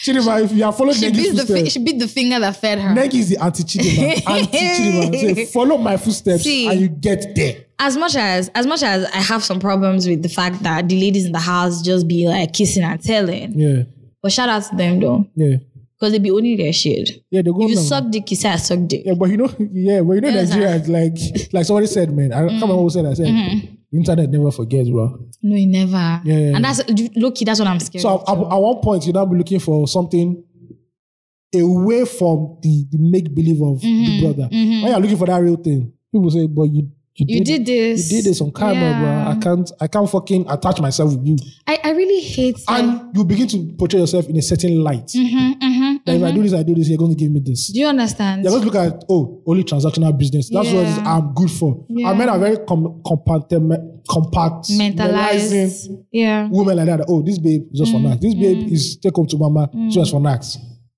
Chidima, if you are following
she
Nengi's
beat the fi-
footsteps,
she beat the finger that fed her.
Nengi is the anti Chidima, anti Chidima. Say, follow my footsteps,
See.
and you get there.
as much as as much as I have some problems with the fact that the ladies in the house just be like kissing and telling.
Yeah,
But shout out to them though.
yeah,
Because they be owning their shit.
yeah. They go
If you
now.
suck dick, you say I suck dick.
Yeah, but you know, yeah, but you know,
Yeah, that's
Nigeria is like, like somebody said, man. I can't remember who said. I said,
Mm-hmm.
internet never forgets, bro.
No, you never.
Yeah.
And that's low key, that's what I'm scared
So
of.
at, at one point, you now be looking for something away from the, the make believe of
Mm-hmm.
the brother. When you're looking for that real thing, people say, but you you,
You did this.
you did this on camera,
Yeah.
bro. I can't, I can't fucking attach myself with you.
I, I really hate like,
And you begin to portray yourself in a certain light.
Mm-hmm.
That If I do this, I do this. You're going to give me this.
Do you understand?
They're going to look at oh, only transactional business. That's what
Yeah.
I'm good for.
Yeah.
And men are very com- compartment-
Mentalized. Mm,
compartmentalizing
Yeah.
women like that. Oh, this babe is just for nuts. This babe is take home to mama
Mm.
just for nuts.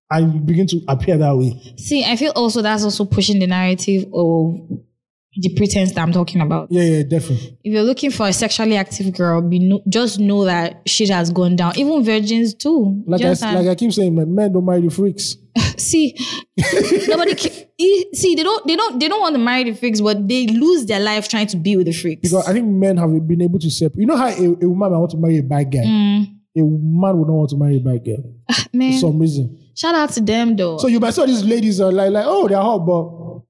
And you begin to appear that way.
See, I feel also that's also pushing the narrative of the pretense that I'm talking about.
Yeah, yeah, definitely.
If you're looking for a sexually active girl, be no, just know that shit has gone down. Even virgins too.
Like
Do you
I,
understand?
like I keep saying, man, men don't marry the freaks.
see nobody ca- e- see they don't they don't they don't want to marry the freaks but they lose their life trying to be with the freaks
Because I think men have been able to separate. You know how a, a woman might want to marry a bad guy.
Mm.
A man would not want to marry a bad girl
man
for some reason.
shout out to them though
So you might saw these ladies are like, like oh, they're hot, but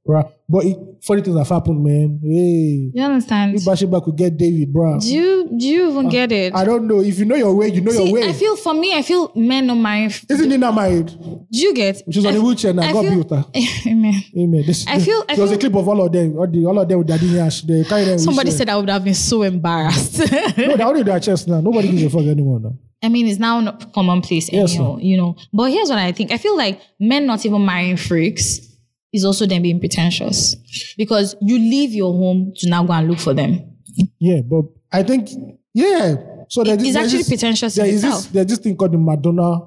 bruh, but it, funny things have happened, man. Hey,
you understand
if Bathsheba could get David, bruh.
do you do you even get it
Ah, I don't know. If you know your way, you know your
see
way.
I feel for me I feel men don't marry f- do
Isn't Nina married?
you get
She's on the wheelchair now.
I
God be
feel-
with her.
amen
Amen. This,
I feel- I
there was a
feel-
clip of all of them. All, the, all of them with Daddy Yash. They carry them.
somebody
wheelchair.
said I would have been so embarrassed
No, they already do their chest now. Nobody gives a fuck anymore now.
I mean, it's now not commonplace
Yes,
anyhow, you know. But here's what I think. I feel like men not even marrying freaks is also them being pretentious. Because you leave your home to now go and look for them.
Yeah, but I think yeah. So there
It-
is- there
it's
is
actually
this-
pretentious
There
in
is this
itself.
there's this thing called the Madonna,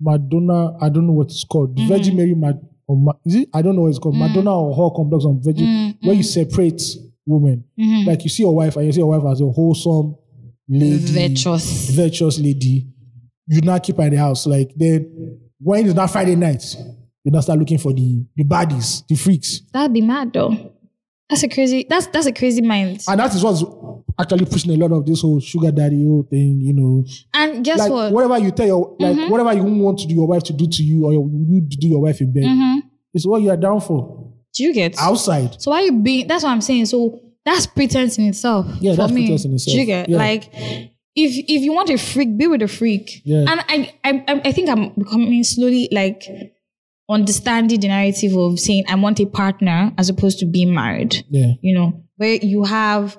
Madonna. I don't know what it's called. The
Mm.
Virgin Mary Mad, or Ma, is it? I don't know what it's called. Madonna or whore complex on Virgin,
Mm,
where you separate women.
mm-hmm.
Like you see your wife and you see your wife as a wholesome lady,
Virtuous.
virtuous lady. You now keep her in the house. Like then when it's not Friday night, you now start looking for the the baddies, the freaks.
That'd be mad though. That's a crazy that's that's a crazy mind.
And that is what's actually pushing a lot of this whole sugar daddy whole thing, you know.
And guess
like
what? Mm-hmm.
whatever you tell your like whatever you want to do your wife to do to you or your, you to do your wife in bed
Mm-hmm.
it's what you are down for
Do you get
outside
so why you being that's what I'm saying. So that's pretense in itself.
Yeah,
for
that's
me.
pretense in
Do
itself.
you get
Yeah.
like if if you want a freak, be with a freak.
Yeah.
And I, I I- I think I'm becoming slowly like understanding the narrative of saying I want a partner as opposed to being married.
yeah
You know, where you have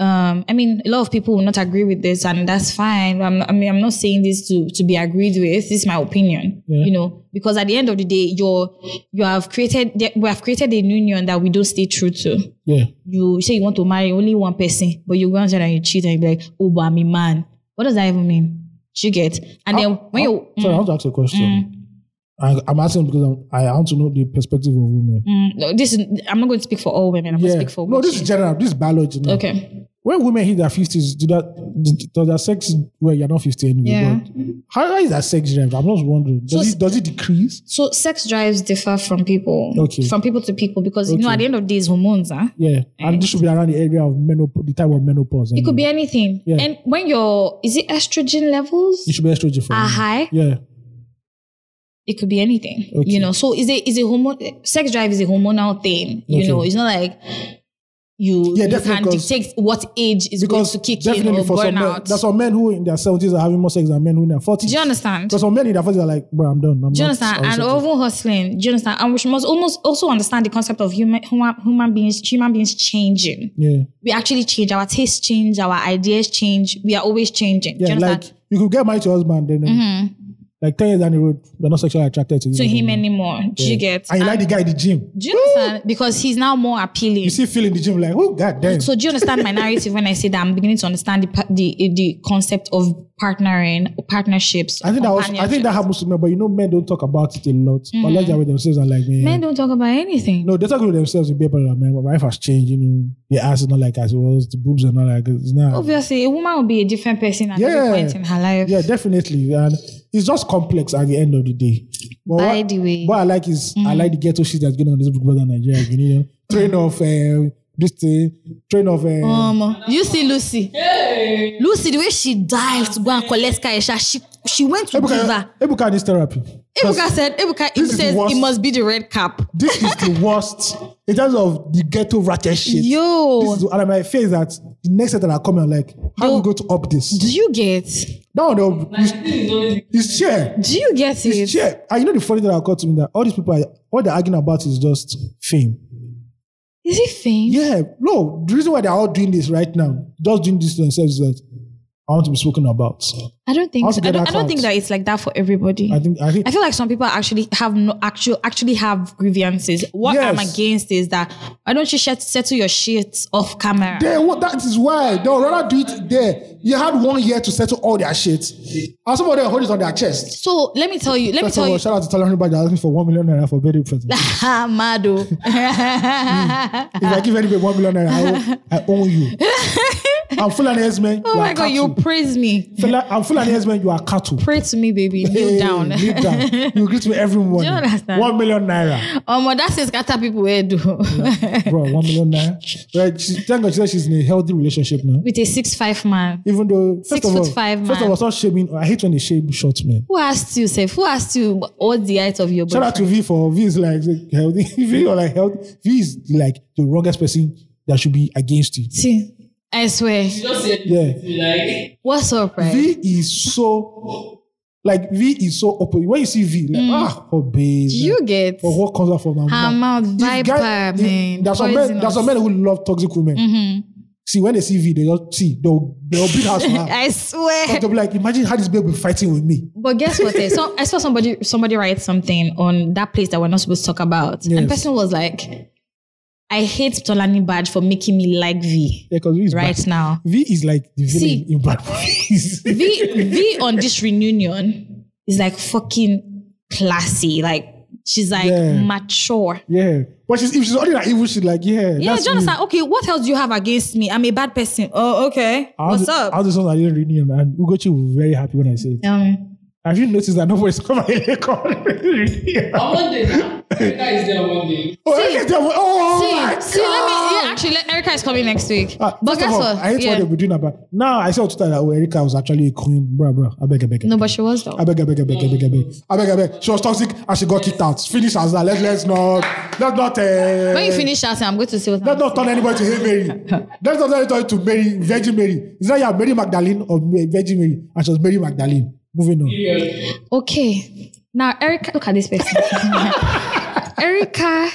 um, I mean, a lot of people will not agree with this, and that's fine. I'm, I mean, I'm not saying this to, to be agreed with. This is my opinion,
Yeah.
you know, because at the end of the day, you're you have created we have created a union that we don't stay true to
yeah
you say you want to marry only one person, but you go outside and you cheat and you be like, oh, but I'm a man. What does that even mean? Do you get? And then when you Mm.
sorry I want to ask you a question I, I'm asking because I'm, I want to know the perspective of women.
Mm, no, this is, I'm not going to speak for all women. I'm going to speak for
no, this is
women.
general. This is biology. Now.
okay.
When women hit their fifties, do that? Does their sex? Well, you're not fifty anyway.
Yeah.
but How, how is that sex drive? I'm just wondering. Does
So-
it does it decrease?
So sex drives differ from people,
Okay.
from people to people, because you know
Okay.
at the end of the day, it's hormones, ah. huh?
Yeah, and this should be around the area of menopause, the type of menopause.
It could be anything.
Mm. Yeah.
And when your is it estrogen levels
It should be estrogen for
are
women.
high,
Yeah,
it could be anything.
Okay.
You know, so is it is a hormone sex drive is a hormonal thing. You
Okay.
know, it's not like you,
Yeah,
you
definitely,
can
'cause-
dictate what age is going
because
to kick in
definitely
or
for some
burn
men,
out.
that's why men who in their seventies are having more sex than men who in their forties.
Do you understand?
Because some men in their forties are like, bro, I'm done. I'm
Do you
not-
understand?
I'll
And
settle."
over hustling, do you understand? And we must almost also understand the concept of human human human beings, human beings changing.
yeah,
We actually change, our tastes change, our ideas change. We are always changing. do you
yeah.
understand? Mm-hmm.
Like you could get married to your husband, then um, like ten years down the road, you're not sexually attracted to him.
to him
anymore.
anymore. Do you get?
And you mm-hmm. like the guy in the gym.
Do you understand? Because he's now more appealing.
You see, Phil in the gym, like, oh god damn.
So do you understand my narrative when I say that I'm beginning to understand the pa- the the concept of partnering, partnerships?
I think that was, I think that
companionship? Mm-hmm.
happens to men, but you know, men don't talk about it a lot. Unless they're with themselves and like, man,
men don't talk about anything.
No, they talk with themselves in people like, uh, man, my wife has changed, you know. The ass is not like as it was, the boobs are not like it's now.
Obviously, a woman will be a different person at every
Yeah.
point in her life.
Yeah, definitely. And it's just complex at the end of the day. But
By
what,
the way. Mm-hmm.
what I like is I like the ghetto shit that's going on in this Big Brother Nigeria. You know, train of um, this thing, train of um,
Um, you see Lucy. Lucy, the way she died to go and collect Kaisha, she she went to give
Ebuka,
her.
Ebuka needs therapy. 'Cause
Oh, Ebuka said, Ebuka, it
This is
says
worse.
it must be the red cap.
this is the worst in terms of the ghetto ratchet shit.
Yo,
This is, and my face that the next time that I come, I'm like, how are we going to up this?
do you get?
Now, no,
Like, this is always
it's chair.
Do you get it?
It's cheap. And you know the funny thing that occurred to me that all these people, are, all they're arguing about is just fame.
Is it fame?
Yeah, no. The reason why they're all doing this right now, just doing this to themselves, is that I want to be spoken about.
I don't think.
How to
So. I
get
don't.
that
I don't
out.
think that it's like that for everybody.
I think. I think.
I feel like some people actually have no actual actually have grievances. What I'm
Yes.
against is that why don't you shet- settle your shit off camera?
They, what, that is why they'll rather do it there. You had one year to settle all their shit, and some of them hold it on their chest.
so let me tell you. Let me
First
tell
of all,
you.
shout out to Tolerant Bad asking for one million naira for birthday present. if
Ha, Mado.
Mm, I give anybody one million naira, I, owe- I own you. I'm full and yes, man.
oh my god, you praise me.
I'm full and yes, man. You are cattle.
Pray to me, baby. Kneel
Hey,
down.
kneel down. You greet me every morning.
understand?
One million naira.
Um, but that says scatter people where do
Bro, one million naira. Right, she, thank God she said she's in a healthy relationship now.
with a six five man.
Even though, first
Six
of
foot
all,
five
first
man.
of all, stop shaming. I hate when they shame short men.
Who asked you, Seth? Who asked you what the height of your
Shout
boyfriend?
out to V for V is like healthy. V or like healthy. V is like the wrongest person that should be against you.
See, I swear.
You just said
Yeah.
this, you like,
What's up, right?
V is so like V is so open. When you see V, like ah, oh babe.
Do Mm. you get?
Or what comes out from her
Her mouth,
If oh, guy-
viper,
if-
man. Mm. Mm-hmm.
There's some men. There's some men who love toxic women. See, when they see V, they just see they'll they'll beat her. to her.
I swear.
they'll be like, imagine how this babe will be fighting with me.
But guess what? eh? so I saw somebody somebody write something on that place that we're not supposed to talk about. And
Yes.
the person was like, I hate Tolani Badge for making me like V
Yeah, because V is
right
bad.
now.
V is like the villain
See.
in bad movies.
V V on this reunion is like fucking classy. Like she's like
Yeah.
mature.
yeah, but she's if she's only that evil, she's like, yeah,
Yeah,
that's me.
Jonathan, okay, what else do you have against me? I'm a bad person. Oh, okay.
All
What's
the-
up?
All the songs I didn't read him, and Ugochi was very happy when I said it.
um,
Have you noticed that nobody's come and
on
Oh,
Monday, now. That guy is there on Monday.
okay, they were- oh
see,
my
see, let
God.
me yeah, actually let, Erica is coming next week.
Ah,
but
first of
guess
all,
what?
I hate
yeah.
what they were doing about. Now I saw today that oh, Erica was actually a queen, bro, bro. I beg, I beg. I
no,
beg.
but she was though.
I beg, I beg, I beg, I beg, I beg. I beg, I beg. She was toxic and she got kicked out. Finish as that. Let, let's not, let's not, uh,
When you finish shouting, I'm going to see what
let's not
happens.
turn anybody to hate Mary. let's not turn anybody to Mary, Virgin Mary. Is that you are Mary Magdalene or Ma- Virgin Mary? And she was Mary Magdalene. Moving on.
Period.
Okay. Now Erica, look at this person. Erica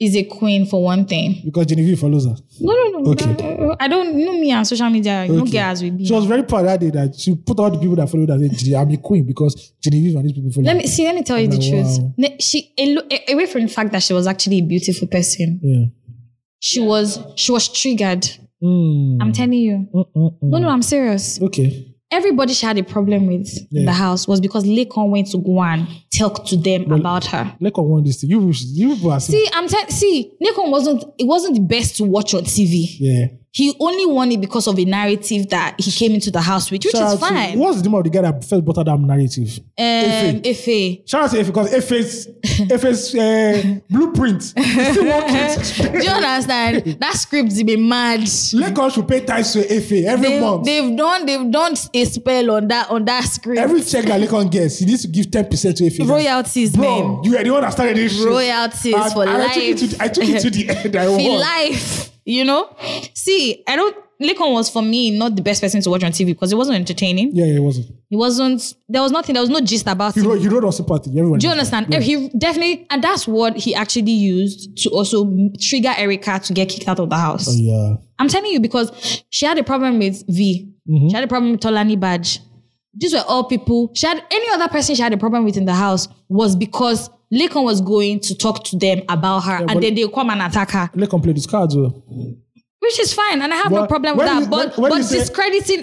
is a queen for one thing.
Because Genevieve follows her.
No, no, no.
Okay.
no, I don't know me on social media. You
Okay.
don't get as we be.
She was very proud that day that she put all the people that followed her and said, "Gene- I'm a queen because Genevieve and these people follow
let
her."
me see. Let me tell you the
Like,
truth.
Oh, wow.
Ne- She a lo- a- away from the fact that she was actually a beautiful person.
Yeah.
She was. She was triggered.
Mm.
I'm telling you.
Mm, mm, mm.
No, no, I'm serious.
Okay.
everybody she had a problem with in the house was because Lekon went to go and talk to them about her.
Let go want this thing. You, you people are
See, I'm te- see, Lekon wasn't it wasn't the best to watch on TV.
Yeah.
He only won it because of a narrative that he came into the house with, which
Shout out
is
to-
fine.
what's the name of the guy that first buttered that narrative?
Um, Efe.
Shout out to Efe because Efe's Efe's uh, blueprint is still working.
Do you understand? that script is been mad.
Lagos should pay tithes to Efe every
They've,
month.
they've done they've done a spell on that on that script.
every check that Lagos gets, he needs to give ten percent to Efe.
Royalties,
Bro,
man.
you are the one that started this. shit.
Royalties
And-
for
and I
life.
took it to, I took it to the end. I
Feel
won.
life, you know. See, I don't. Lekon was for me not the best person to watch on TV because it wasn't entertaining.
Yeah, yeah, it wasn't.
He wasn't. There was nothing. There was no gist about
You
him.
know, you know, no sympathy. Everyone.
Do you understand? He definitely, and that's what he actually used to also trigger Erica to get kicked out of the house.
Yeah.
I'm telling you because she had a problem with V.
Mm-hmm.
She had a problem with Tolani Badge. These were all people. She had any other person she had a problem with in the house was because Lekon was going to talk to them about her,
but-
and then they come and attack her,
Lagos played his cards well.
which is fine, and I have no
But
problem with
when
that.
you-
but
when- when you
but
say-
discrediting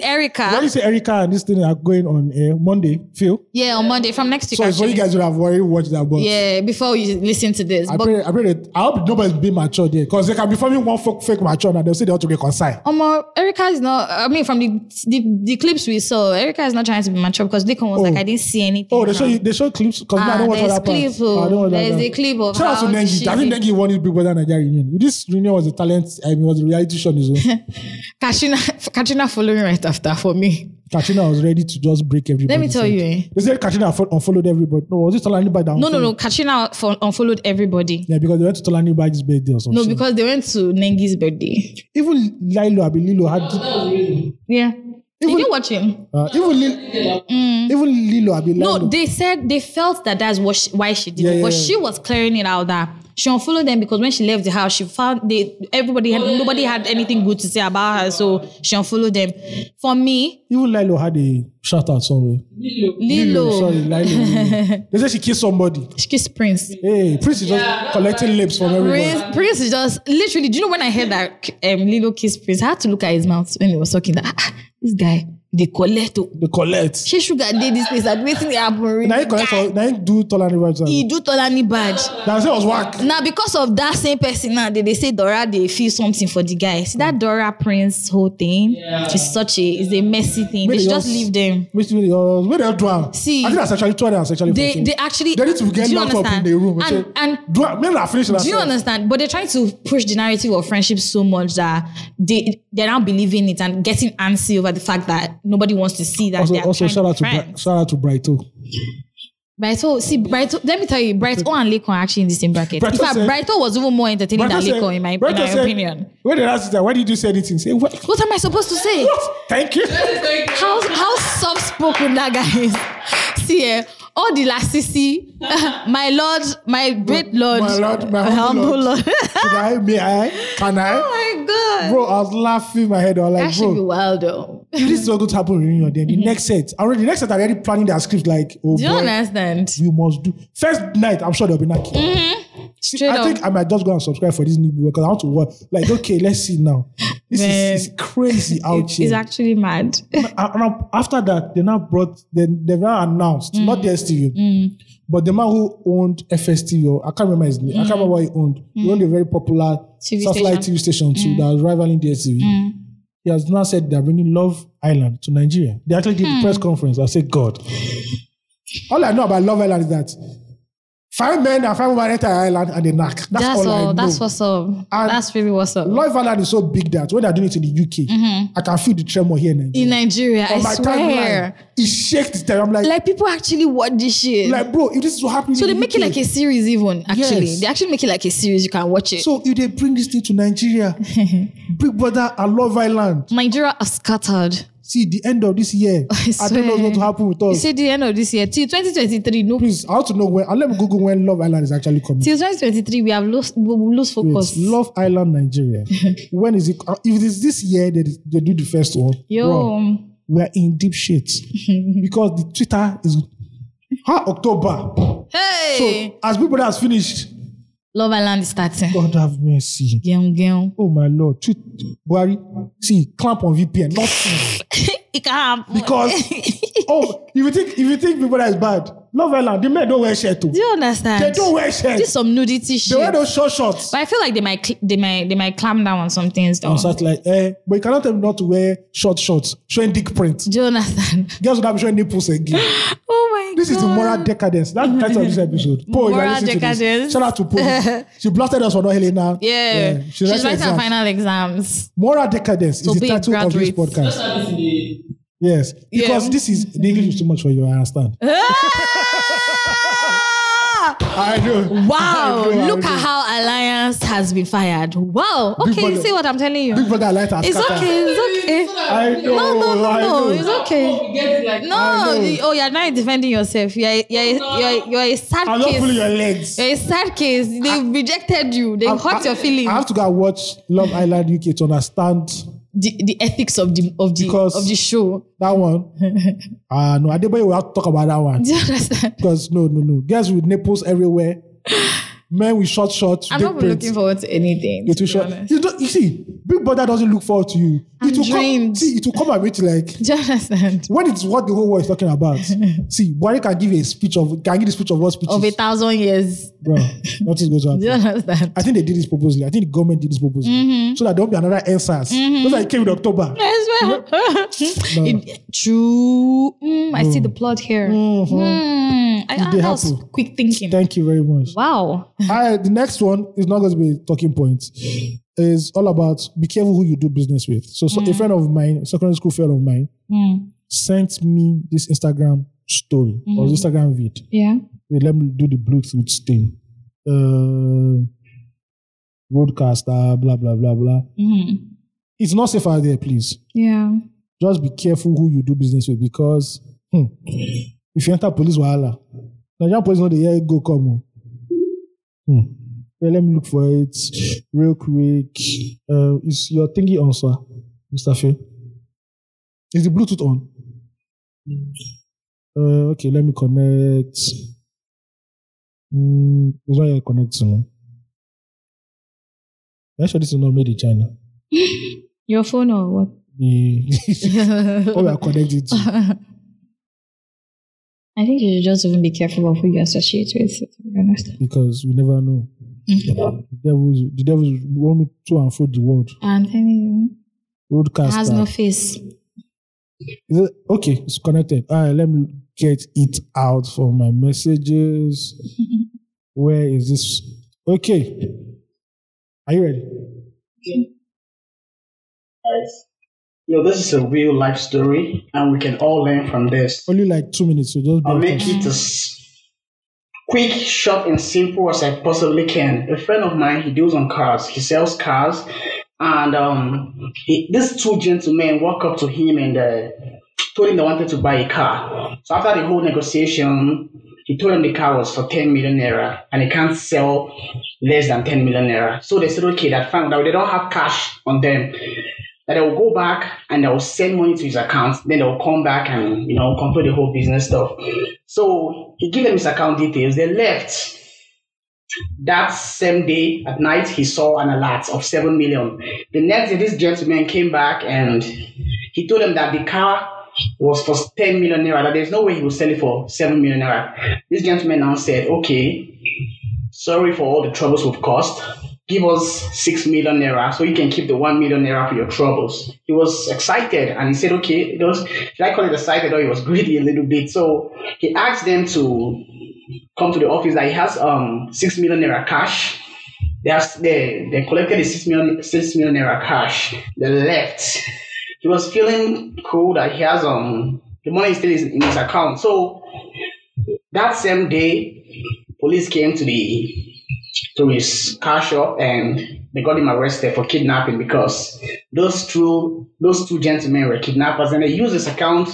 Why do
Erica,
you say Erica and this thing are going on uh, Monday, Phil?
yeah, on Monday from next week.
So, so
actually.
you guys would have already watched that, but
yeah, before you listen to this,
I
but
pray, I pray that I hope nobody's being mature there because they can be forming one fake, fake mature and they'll say they want to reconcile.
Omo, Erica is not. I mean, from the, the the clips we saw, Erica is not trying to be mature because Deacon was
Oh.
like, I didn't see anything.
Oh, they show
wrong."
you, they show clips because I
Ah,
don't watch
there's
other
clip,
parts.
oh.
I don't watch
There's
that.
a clip of
Shout out to
how
Nengi. I think
she-
Nengi won his Big Brother Nigeria reunion. This reunion was a talent. I mean, was a reality show on his own.
Katrina, Katrina following right after for me.
Katrina was ready to just break everybody.
Let me tell you, eh.
They said Katrina unfo- unfollowed everybody. No, was it Tolani Bag that
No, no,
unfollowed?
no. Katrina fo- unfollowed everybody.
Yeah, because they went to Tolani Bag's birthday or something.
No, because they went to Nengi's birthday.
even Lilo, I Lilo had.
That was the reason.
Yeah. Did you watch him?
Uh, even Lilo, even Lilo, I believe.
Mm. No, they said they felt that that's what she, why she did
Yeah,
it,
yeah,
but
yeah.
she was clearing it out that she unfollowed them because when she left the house, she found they everybody had nobody had anything good to say about her, so she unfollowed them. For me,
even Lilo had a shout out somewhere.
Lilo.
Lilo,
Lilo, sorry, Lilo. Lilo. they said she kissed somebody.
she kissed Prince.
Hey, Prince is just collecting lips from everybody.
Prince, Prince is just literally. Do you know when I heard that um, Lilo kissed Prince, I had to look at his mouth when he was talking. That "Ah, ah, this guy, they collect. oh.
They collect.
She sugar did this place. I'm waiting to happen. really.
Now you collect.
Guy,
for- Now you do Tolani
He
vibes.
do Tolani badge.
That's it was whack.
Now, because of that same person, now they, they say Dora they feel something for the guy. See that Dora Prince whole thing is such a is a messy thing. They
Maybe
should
yours-
just leave them.
Which really yours? Where they all do am?
See.
I think that's actually two and actually.
They
fourteen.
they actually
They need to get
do you
locked up in
understand?
the room.
And, and
do I, men are finishing.
do you understand? But they're trying to push the narrative of friendship so much that they they're now believing it and getting antsy over the fact that nobody wants to see that.
Also,
they're
also
trying
shout out to
be
Bri-
friends.
shout out to Brighto.
Brighto. See, Brighto. Let me tell you, Brighto and Lekon are actually in the same bracket.
Brighto
in fact,
said-
Brighto was even more entertaining than Lekon in my, in my opinion.
When they asked that, why did you say anything? Say what?
What am I supposed to say?
what? Thank you.
how how soft spoken that guy is. See, eh, all the lassisi, my lord, my great lord,
my lord, my humble lord. Should I? May I? Can I?
Oh my god,
Bro, I was laughing my head. I was
that
like,
should be
bro,
wild though. Do
this is all going to happen in reunion. Then the next set, already the next set, are already planning their script. Like, oh
you
boy,
understand?
you must do first night. I'm sure they'll be knocking.
Mm, Straight
I
up.
think I might just go and subscribe for this new book because I want to watch. Like, okay, let's see now. This
Man.
is it's crazy out
it's
here.
actually mad.
And- and after that, they now brought then they now announced
Mm.
not the STV, but the man who owned FSTV. or- I can't remember his name. I
Mm.
can't remember what he owned. He owned a very popular
TV
satellite
station.
TV
Mm.
station too that was rivaling the STV. He has now said they're bringing Love Island to Nigeria. They actually did
Hmm.
the press conference. I said, God. All I know about Love Island is that five men and five women enter an island and they knock. That's,
That's
all, I know.
all. That's what's up. That's really what's up.
Love Island is so big that when they're doing it in the UK,
Mm-hmm.
I can feel the tremor here in Nigeria
In Nigeria, I
on my
swear,
timeline. It shakes the time. I'm like, like,
like people actually watch this shit.
bro, if this is what happens.
so they
in the
make it
UK,
like a series, even actually.
Yes.
They actually make it like a series. You can watch it.
So if they bring this thing to Nigeria, Big Brother and Love Island,
Nigeria are scattered.
see the end of this year, I, don't know what's
swear.
going to happen with
You
us.
said the end of this year till 2023. No,
Please, I want to know when. And let me Google when Love Island is actually coming.
till 2023 we have lost we will lose focus.
It's Love Island, Nigeria. when is it? uh, If it's this year, they, they do the first one.
Yo,
bro, we are in deep shit because the Twitter is. Ha, October.
hey,
So as Big Brother has finished,
Love Island is starting.
God have mercy.
Gem, gem.
Oh my lord, Tweet- Buhari, see, clamp on VPN, nothing.
it up.
Because- oh, if you think if you think people that is bad, Love Island, the men don't wear shirt too.
do you understand?
They don't wear shirt.
This some nudity
They
shit.
wear those short shorts.
But I feel like they might cl- they might they might clamp down on some things though.
On satellite, eh? But you cannot tell me not to wear short shorts showing dick print.
Jonathan.
Girls would have been showing nipples again.
Oh my
This
god.
is the moral decadence. That's the title of this episode. Paul,
Moral decadence.
Shout out to Paul. she blasted us for not Helena.
Yeah.
She's, writing
She's writing her
exams.
final exams.
Moral decadence
So
is the
big
title of this
graduates.
podcast.
Just have this in the
Yes,
Yeah.
because this is the English is too much for you. I understand.
Ah!
I know.
Wow,
I know, I
look
know.
at how Alliance has been fired. Wow.
Big
Okay,
brother.
see what I'm telling you.
Big brother light has
It's
scattered.
okay, it's okay.
I know.
No, no, no,
I
no,
know.
it's not- Okay.
Hope we get like
Ah,
No, you- oh, you're not defending yourself. You're a- you're a-
No.
you're a- you're a sad
I'm not Ah. pulling your
case.
legs.
You're a sad case. They have rejected you. They
I'm-
Eh, hurt
I-
your
I
feelings.
have to go and watch Love Island UK to understand
The, the ethics of the of the
Because-
of the show.
that one. Ah no, Adeboye will have to talk about that one
Do you understand?
because no, no, no. Girls with nipples everywhere. Men with short shorts.
I'm
dick
not even
prints.
looking forward to anything.
You're
to
too
be
short.
honest.
You, don't, you see, Big Brother doesn't look forward to you.
I'm
it will come.
drained.
See, it will come at me to like.
Do you understand?
when it's what the whole world is talking about. see, Buhari can give a speech of can give a speech of what speeches,
Of a thousand years.
bro. Nothing's going to
Do you
happen.
understand?
I think they did this purposely. I think the government did this purposely
Mm-hmm.
so that there won't be another answers. Just like it came in October.
As well. It- true. Mm, I see the plot here. Mm, I, ah,
They
that was
happen.
quick thinking.
Mm-hmm. Thank you very much.
Wow.
I, the next one is not going to be a talking point. Is all about be careful who you do business with. So, so
Mm-hmm.
a friend of mine, secondary school friend of mine,
Mm,
sent me this Instagram story or Instagram vid.
Yeah.
Wait, let me do the Bluetooth thing. Uh, roadcaster, blah blah blah blah.
Mm,
It's not safe out there, please.
Yeah.
Just be careful who you do business with because hmm, if you enter police wahala, Nigerian police know the year go come. oh. Hmm. Well, let me look for it real quick. Uh, is your thingy on, sir, Mister Fay? Is the Bluetooth on? Uh, okay, let me connect. Mm, it's not yet connecting. I'm sure this is not made in China.
Your phone or what?
The what we are connected to.
I think you should just even be careful of who you associate with. To be honest.
because we never know. the devil's the devil's want me to and fro the world.
I'm telling you. It
Roadcaster.
has no face.
Is it- okay, it's connected. All right, let me get it out from my messages. Where is this? Okay. Are you ready?
guys. Yo, this is a real life story, and we can all learn from this.
Only like two minutes, so just be
I'll
on
make
time.
it as quick, short, and simple as I possibly can. A friend of mine, he deals on cars. He sells cars, and um, he, these two gentlemen walk up to him and uh, told him they wanted to buy a car. So after the whole negotiation, he told him the car was for 10 million naira, and he can't sell less than 10 million naira. So they said, okay, that fine. That they don't have cash on them that they will go back and they will send money to his account. Then they will come back and you know complete the whole business stuff. So he gave them his account details. They left. That same day at night, he saw an alert of seven million. The next day, this gentleman came back and he told them that the car was for ten million naira. That there's no way he will sell it for seven million naira. This gentleman now said, "Okay, sorry for all the troubles we've caused. Give us six million naira so you can keep the one million naira for your troubles. He was excited and he said, okay, it was, should I call it excited or he was greedy a little bit? So he asked them to come to the office that he has um six million naira cash. They, has, they, they collected the six million, six million naira cash. They left. He was feeling cool that he has um the money still is in his account. So that same day, police came to the to his car shop and they got him arrested for kidnapping because those two those two gentlemen were kidnappers and they used his account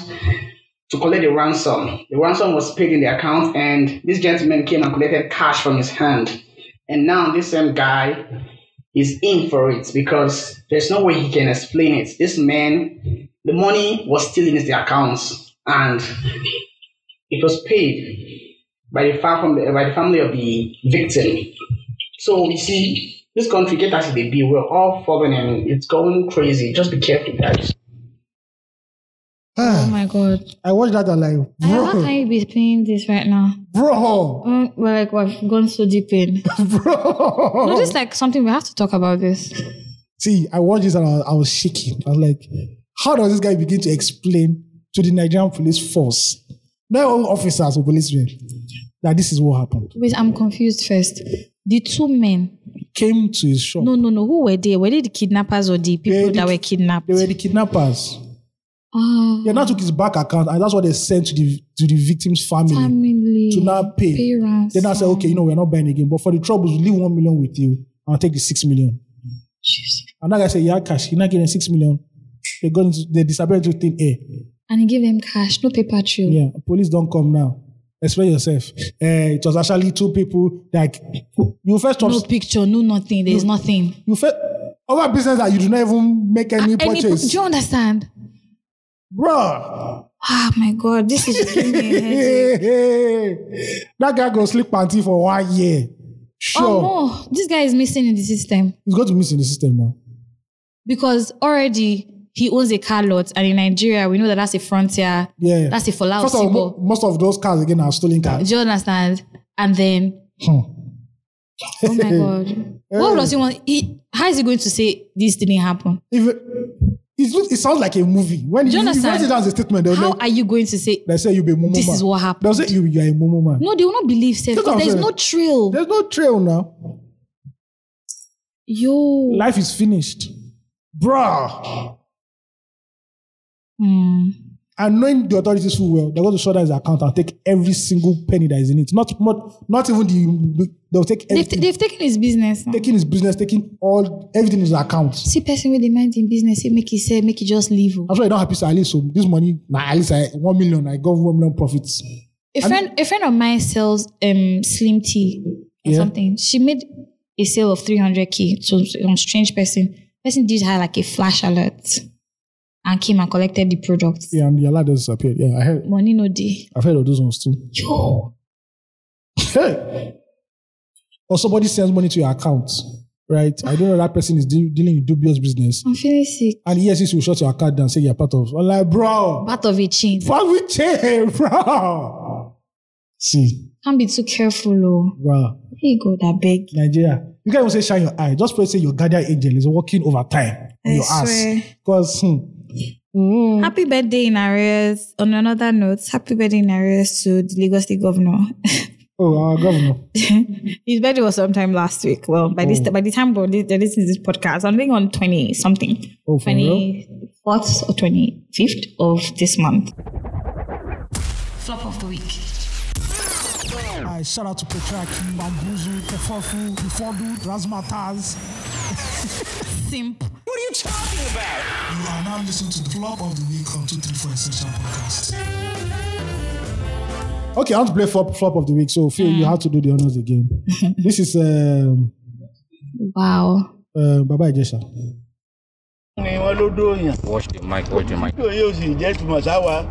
to collect the ransom. The ransom was paid in the account and this gentleman came and collected cash from his hand. And now this same guy is in for it because there's no way he can explain it. This man, the money was still in his accounts and it was paid by the, fam- from the, by the family of the victim. So you see, this country, get as it may be, we're all falling and it's going crazy. Just be careful, guys.
Oh
Ah,
my god.
I watched that and like,
I- How can
bro,
you be playing this right now?
bro,
Um, we're like we've gone so deep in.
bro.
No, this is like something we have to talk about this.
See, I watched this and I was, I was shaking. I was like, how does this guy begin to explain to the Nigerian police force, not all officers or policemen, that this is what happened?
Wait, I'm confused first. The two men.
Came to his shop.
No, no, no. Who were they? Were they the kidnappers or the people
were the
that were
ki-
kidnapped?
They were the kidnappers.
Ah,
They now took his bank account and that's what they sent to the to the victim's family.
family.
to now pay.
Parents.
They now say, okay, you know, we're not buying again, but for the troubles, we'll leave one million with you and I'll take the six million. And that guy said, yeah, cash. He now gave them six million. They got into, they disappeared into thin air.
And he gave them cash, no paper trail.
Yeah, police don't come now. Explain yourself. Uh, it was actually two people. Like you first,
No picture, no nothing. There's nothing.
you first over business that you do not even make any
Ah, Any po-
purchase,
do you understand?
Bruh.
Oh my god, this is giving me a headache.
Hey, hey. That guy go sleep panty for one year. Sure,
Oh no, this guy is missing in the system
he's going to miss in the system now.
because already he owns a car lot, and in Nigeria we know that that's a frontier.
Yeah,
That's a Folau
First of all, mo-
Sibo.
most of those cars again are stolen
Do
cars.
you understand? And then,
Hmm.
oh my god, what does he want? He, how is he going to say this didn't happen?
If it, it, it sounds like a movie. When
Do
you
you
write
understand?
it down as a statement, they'll,
How
like,
are you going to say
they'll say you'll be a momo
this
man.
is what happened?
They'll say you, you're a momo man.
No, they will not believe safe
That's what
because
I'm
there's
saying.
no trail.
There's no trail now.
Yo,
Life is finished. Bruh.
Hmm.
And knowing the authorities full well, they're going to shut down his account and take every single penny that is in it. Not not, not even the they'll take
they've,
everything.
they've taken his business. Now.
taking his business, taking all everything in his account.
See, person with the mind in business, say make he say make he just leave. oh.
I'm sure you're not happy, so at least so this money, nah, at least I one million, I got one million profits.
A friend, a friend of mine sells um slim tea or
Yeah.
something. She made a sale of 300k to some strange person. Person did her like a flash alert and came and collected the product.
Yeah, and the lad has disappeared. Yeah, I heard
Money no day.
I've heard of those ones too. Hey. Or somebody sends money to your account, right? I don't know that person is de- dealing with dubious business.
I'm feeling sick.
And ESCC will shut your account down and say you're part of. I'm like, bro,
Part of a chain.
fuck with change, bro. See,
Can't be too careful, oh.
bro,
Here you go, that beg.
Nigeria. You can't even say shine your eye. Just pray say your guardian angel is working overtime on
I
your
swear.
ass. Because hmm,
Happy birthday in arrears. On another note, happy birthday in arrears to the Lagos State Governor.
oh our governor.
His birthday was sometime last week. Well, by
Oh.
this by the time bro, this, they're listening to this podcast, I'm think on twenty something,
Oh, for
twenty fourth or twenty fifth of this month.
Flop of the week.
I shout out to Petraki, Bambuzu, Kefofu, Ifodu, Razmataz.
Simp.
You are now listening to the flop of the week on 234 Essential Podcast. Okay, I want to play flop, flop of the week. So, Phil, you have to do the honors again. this is um,
Wow.
uh, Baba Ijesha.
ni wọ́n ló dóòyàn
Watch the mic, watch the mic.
tí òye òsì jẹ́ tùmọ̀ sáwa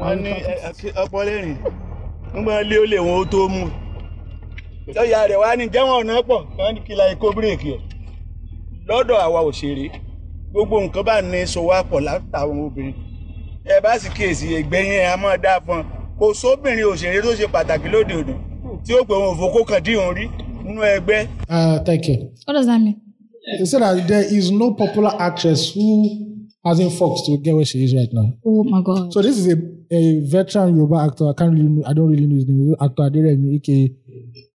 wọ́n ní ọpọlẹ́rìn nígbà lé ó lè wọn ó tó mú lọ́ọ̀yà rẹ̀ wá ní jẹ́wọ̀n ọ̀nà pọ̀ wọ́n ní kìlà ikó bírèkì ẹ̀ lọ́dọ̀ àwa òṣèré gbogbo nǹkan bá ní so wá pọ̀ látàwọn obìnrin ẹ bá sì kíyèsí ẹgbẹ́yìn ẹ̀ á mọ̀ dáa fún ọ kò sóbìnrin òṣèré tó ṣe pàtàkì lóde òní tí ó pè wọn òfò kó kàn dín òun rí nínú ẹgbẹ́
Uh, thank you.
What does that mean?
They said that there is no popular actress who hasn't foxed to get where she is right now.
Oh my god.
So, this is a, a veteran Yoruba actor. I can't really know, I don't really know his name. Actor Aderemi, aka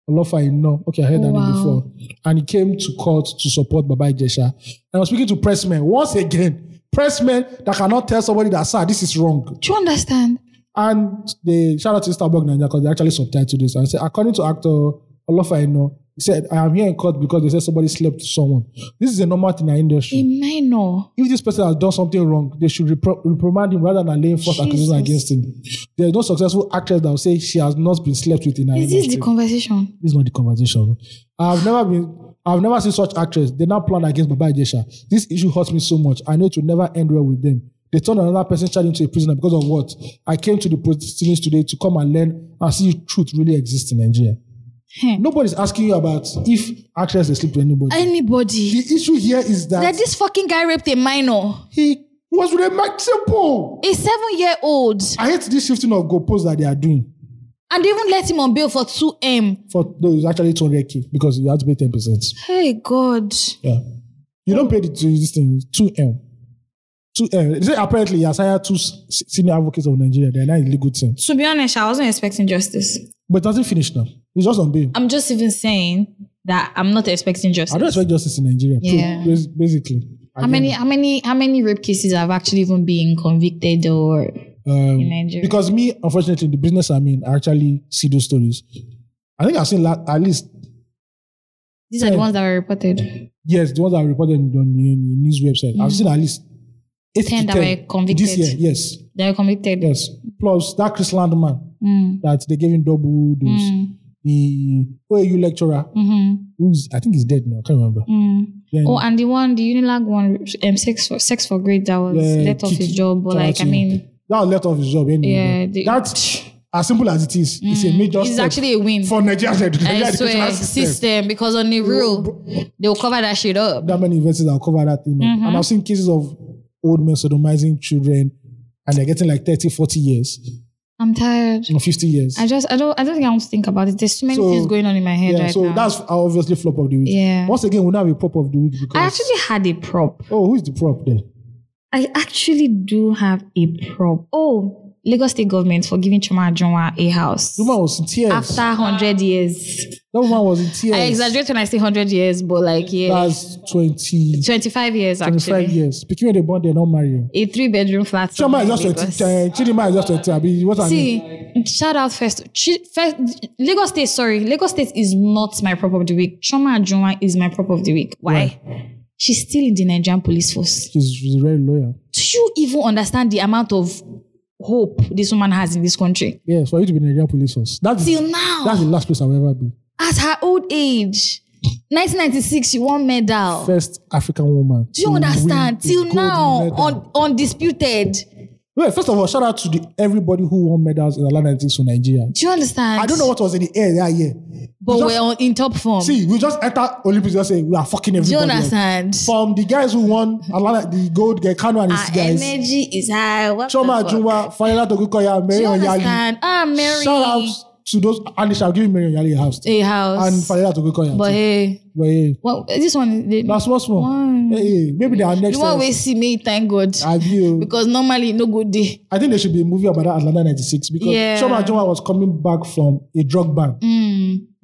Olofa Ino. Okay, I heard that
Oh, Wow.
name before. And he came to court to support Baba Ijesha. And I was speaking to pressmen once again. Pressmen that cannot tell somebody that, sir, this is wrong.
Do you understand?
And they shout out to Starbucks Nigeria because they actually subtitled this. And said, according to actor Olofa Ino, he said, I am here in court because they said somebody slept with someone. This is a normal thing in our industry.
A minor.
if this person has done something wrong, they should repro- reprimand him rather than laying false accusations
Jesus.
against him. There is no successful actress that will say she has not been slept with in her
Is this
industry.
the conversation?
this is not the conversation. I've never been, I've never seen such actress. They now plan against Baba Ijesha. This issue hurts me so much. I know it will never end well with them. They turned another person's child into a prisoner because of what? I came to the proceedings today to come and learn and see if truth really exists in Nigeria.
Hmm.
Nobody's asking you about if actress they sleep with anybody.
Anybody?
the issue here is that
That this fucking guy raped a minor.
he was remarkable.
A seven year old.
I hate this shifting of goalposts that they are doing.
And they even let him on bail for 2M.
For no, it's actually 200k because you have to pay 10%.
Hey, God.
Yeah. You don't pay the two, this thing, 2M. 2M. They say apparently, Yasaya, two s- senior advocates of Nigeria, they're not a legal team.
To be honest, I wasn't expecting justice.
But it doesn't finish now. It's just on bail.
I'm just even saying that I'm not expecting
I
justice.
don't expect justice in Nigeria. too,
Yeah.
bas- basically. I
How
don't-
many how many how many rape cases have actually even been convicted or
um,
in Nigeria?
Because me, unfortunately, the business I'm in, I actually see those stories. I think I've seen la- at least,
these are the
Yeah.
ones that were reported.
yes, the ones that are reported on the, on the news website. I've seen at least eight
Mm. Ten
to
that were convicted.
This year, yes.
They were convicted. Mm.
Yes. Plus, that Chris Landman that they gave him double dose. The OAU lecturer, who's I think he's dead now, I can't remember. Then,
Mm-hmm. Oh, and the one, the Unilag one, um, sex for sex for grade that was
Yeah,
let off
Kiki
his job, but like I
Tarachi.
mean,
that was left off his job anyway.
Yeah, they-
That's as simple as it is. It's a major
it's
step
actually a win.
for Nigeria's edu- Nigeria
I
educational
swear,
system.
system, because on the real, they'll cover that shit up.
That many universities that will cover that thing. up.
Mm-hmm.
And I've seen cases of old men sodomizing children and they're getting like 30, 40 years,
I'm tired.
or 50 years.
I just I don't I don't think I want to think about it. There's too many
So,
things going on in my head
yeah,
right
so
now.
that's our obviously flop of the week.
Yeah.
Once again, we now have a prop of the week because
I actually had a prop.
oh, who's the prop there?
I actually do have a prop. Oh, Lagos State government for giving Chuma Ajonwa a house
The woman was in tears.
after hundred years.
That woman was in tears.
I exaggerate when I say hundred years, but like yeah,
That's 20,
twenty five years
25
actually.
years. Speaking of the bond, they're not marrying.
A three bedroom flat.
Chama is
somewhere
just
in
20.
Lagos.
Chidima is just 20. I mean, what I mean.
See, shout out first. Chi- first Lagos State, sorry. Lagos State is not my prop of the week. Choma Ajuma is my prop of the week. Why? She's still in the Nigerian police force.
She's, she's very loyal.
Do you even understand the amount of hope this woman has in this country?
Yes, for you to be Nigerian police force. That's,
Till now.
that's the last place I'll ever be.
At her old age, 1996, she won medal.
First African woman.
Do you understand? Till now, un- undisputed.
Well, first of all, shout out to the, everybody who won medals in the Atlanta Olympics for Nigeria.
Do you understand?
I don't know what was in the air that year.
But
We just-
we're on, in top form.
See, we just enter Olympics and say we are fucking
Do you
everybody. up.
understand?
From the guys who won Atlanta, the gold, Gekano and his
Our
guys.
energy is high. Ah, What
Choma
the fuck?
Ajunwa, Fayela Togukoya,
Do
Mary
you
Onyali.
understand? Ah, Mary.
Shout out to those, and they shall give Mary Onyali a house.
A house.
And Fayela Togukoya.
but
too.
hey,
But hey,
well, this one, they,
that's what's wrong. Hey, hey, maybe they are next.
you always
year's-
see me. Thank God,
Have you?
because normally no good day.
oh. I think there should be a movie about that Atlanta 96 because
Yeah. Mm.
Choma Ajunwa was coming back from a drug ban.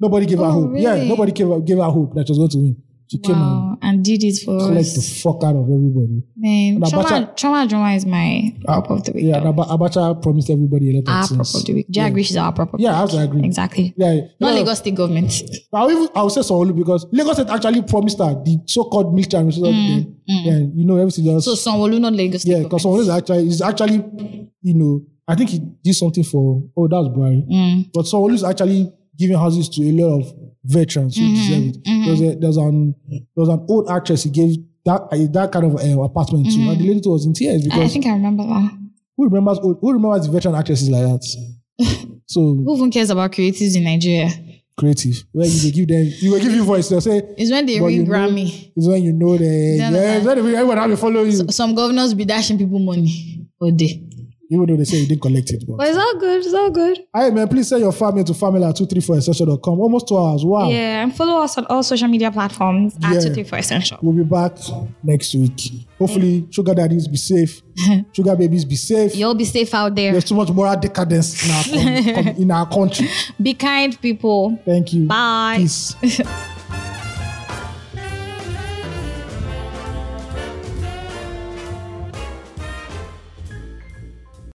Nobody gave her
Oh,
hope. Yeah,
really?
nobody gave her, gave her hope that she was going to win. She came and
Wow, and did it for
collect the
us.
fuck out of everybody.
Man,
And
trauma,
Abacha-
trauma, drama is my prop of the week.
Yeah,
though.
and Aba- Abacha promised everybody a lot
our
of
prop
things.
of the week. Do you agree? She's our prop of the
Yeah, I
week?
also agree.
Exactly.
Yeah,
Not
yeah.
Lagos State government.
I'll even I'll say Sawolu because Lagos State actually promised her the so-called military mm, Yeah, you know everything else.
So Sanwo-Olu, not Lagos State
yeah, because Sawolu is actually is actually you know I think he did something for oh that was Buhari,
Hmm,
but Sawolu is actually giving houses to a lot of veterans
Mm-hmm,
who deserve it. There's a, there's an there's an old actress he gave that uh, that kind of uh, apartment to, and the lady was in tears
Mm-hmm. I
because
think I remember that.
who remembers old, who remembers veteran actresses like that. So
Who even cares about creatives in Nigeria?
creative. Where you they give them, you will give you voice. They'll say,
It's when they
But
ring
you know-
Grammy.
it's when you know that,
Then
yeah, it's when everyone have to follow you.
Some governors be dashing people money all day.
Even though they say you didn't collect it. But.
But it's all good. It's all good.
Hey man, please send your family to family at 234essential.com. Almost two hours. Wow.
Yeah, and follow us on all social media platforms at
Oh. Yeah.
234 Essential.
We'll be back next week. Hopefully, sugar daddies be safe. sugar babies be safe.
You'll be safe out there.
There's too much moral decadence in our, con- com- in our country.
Be kind, people.
Thank you.
Bye.
Peace.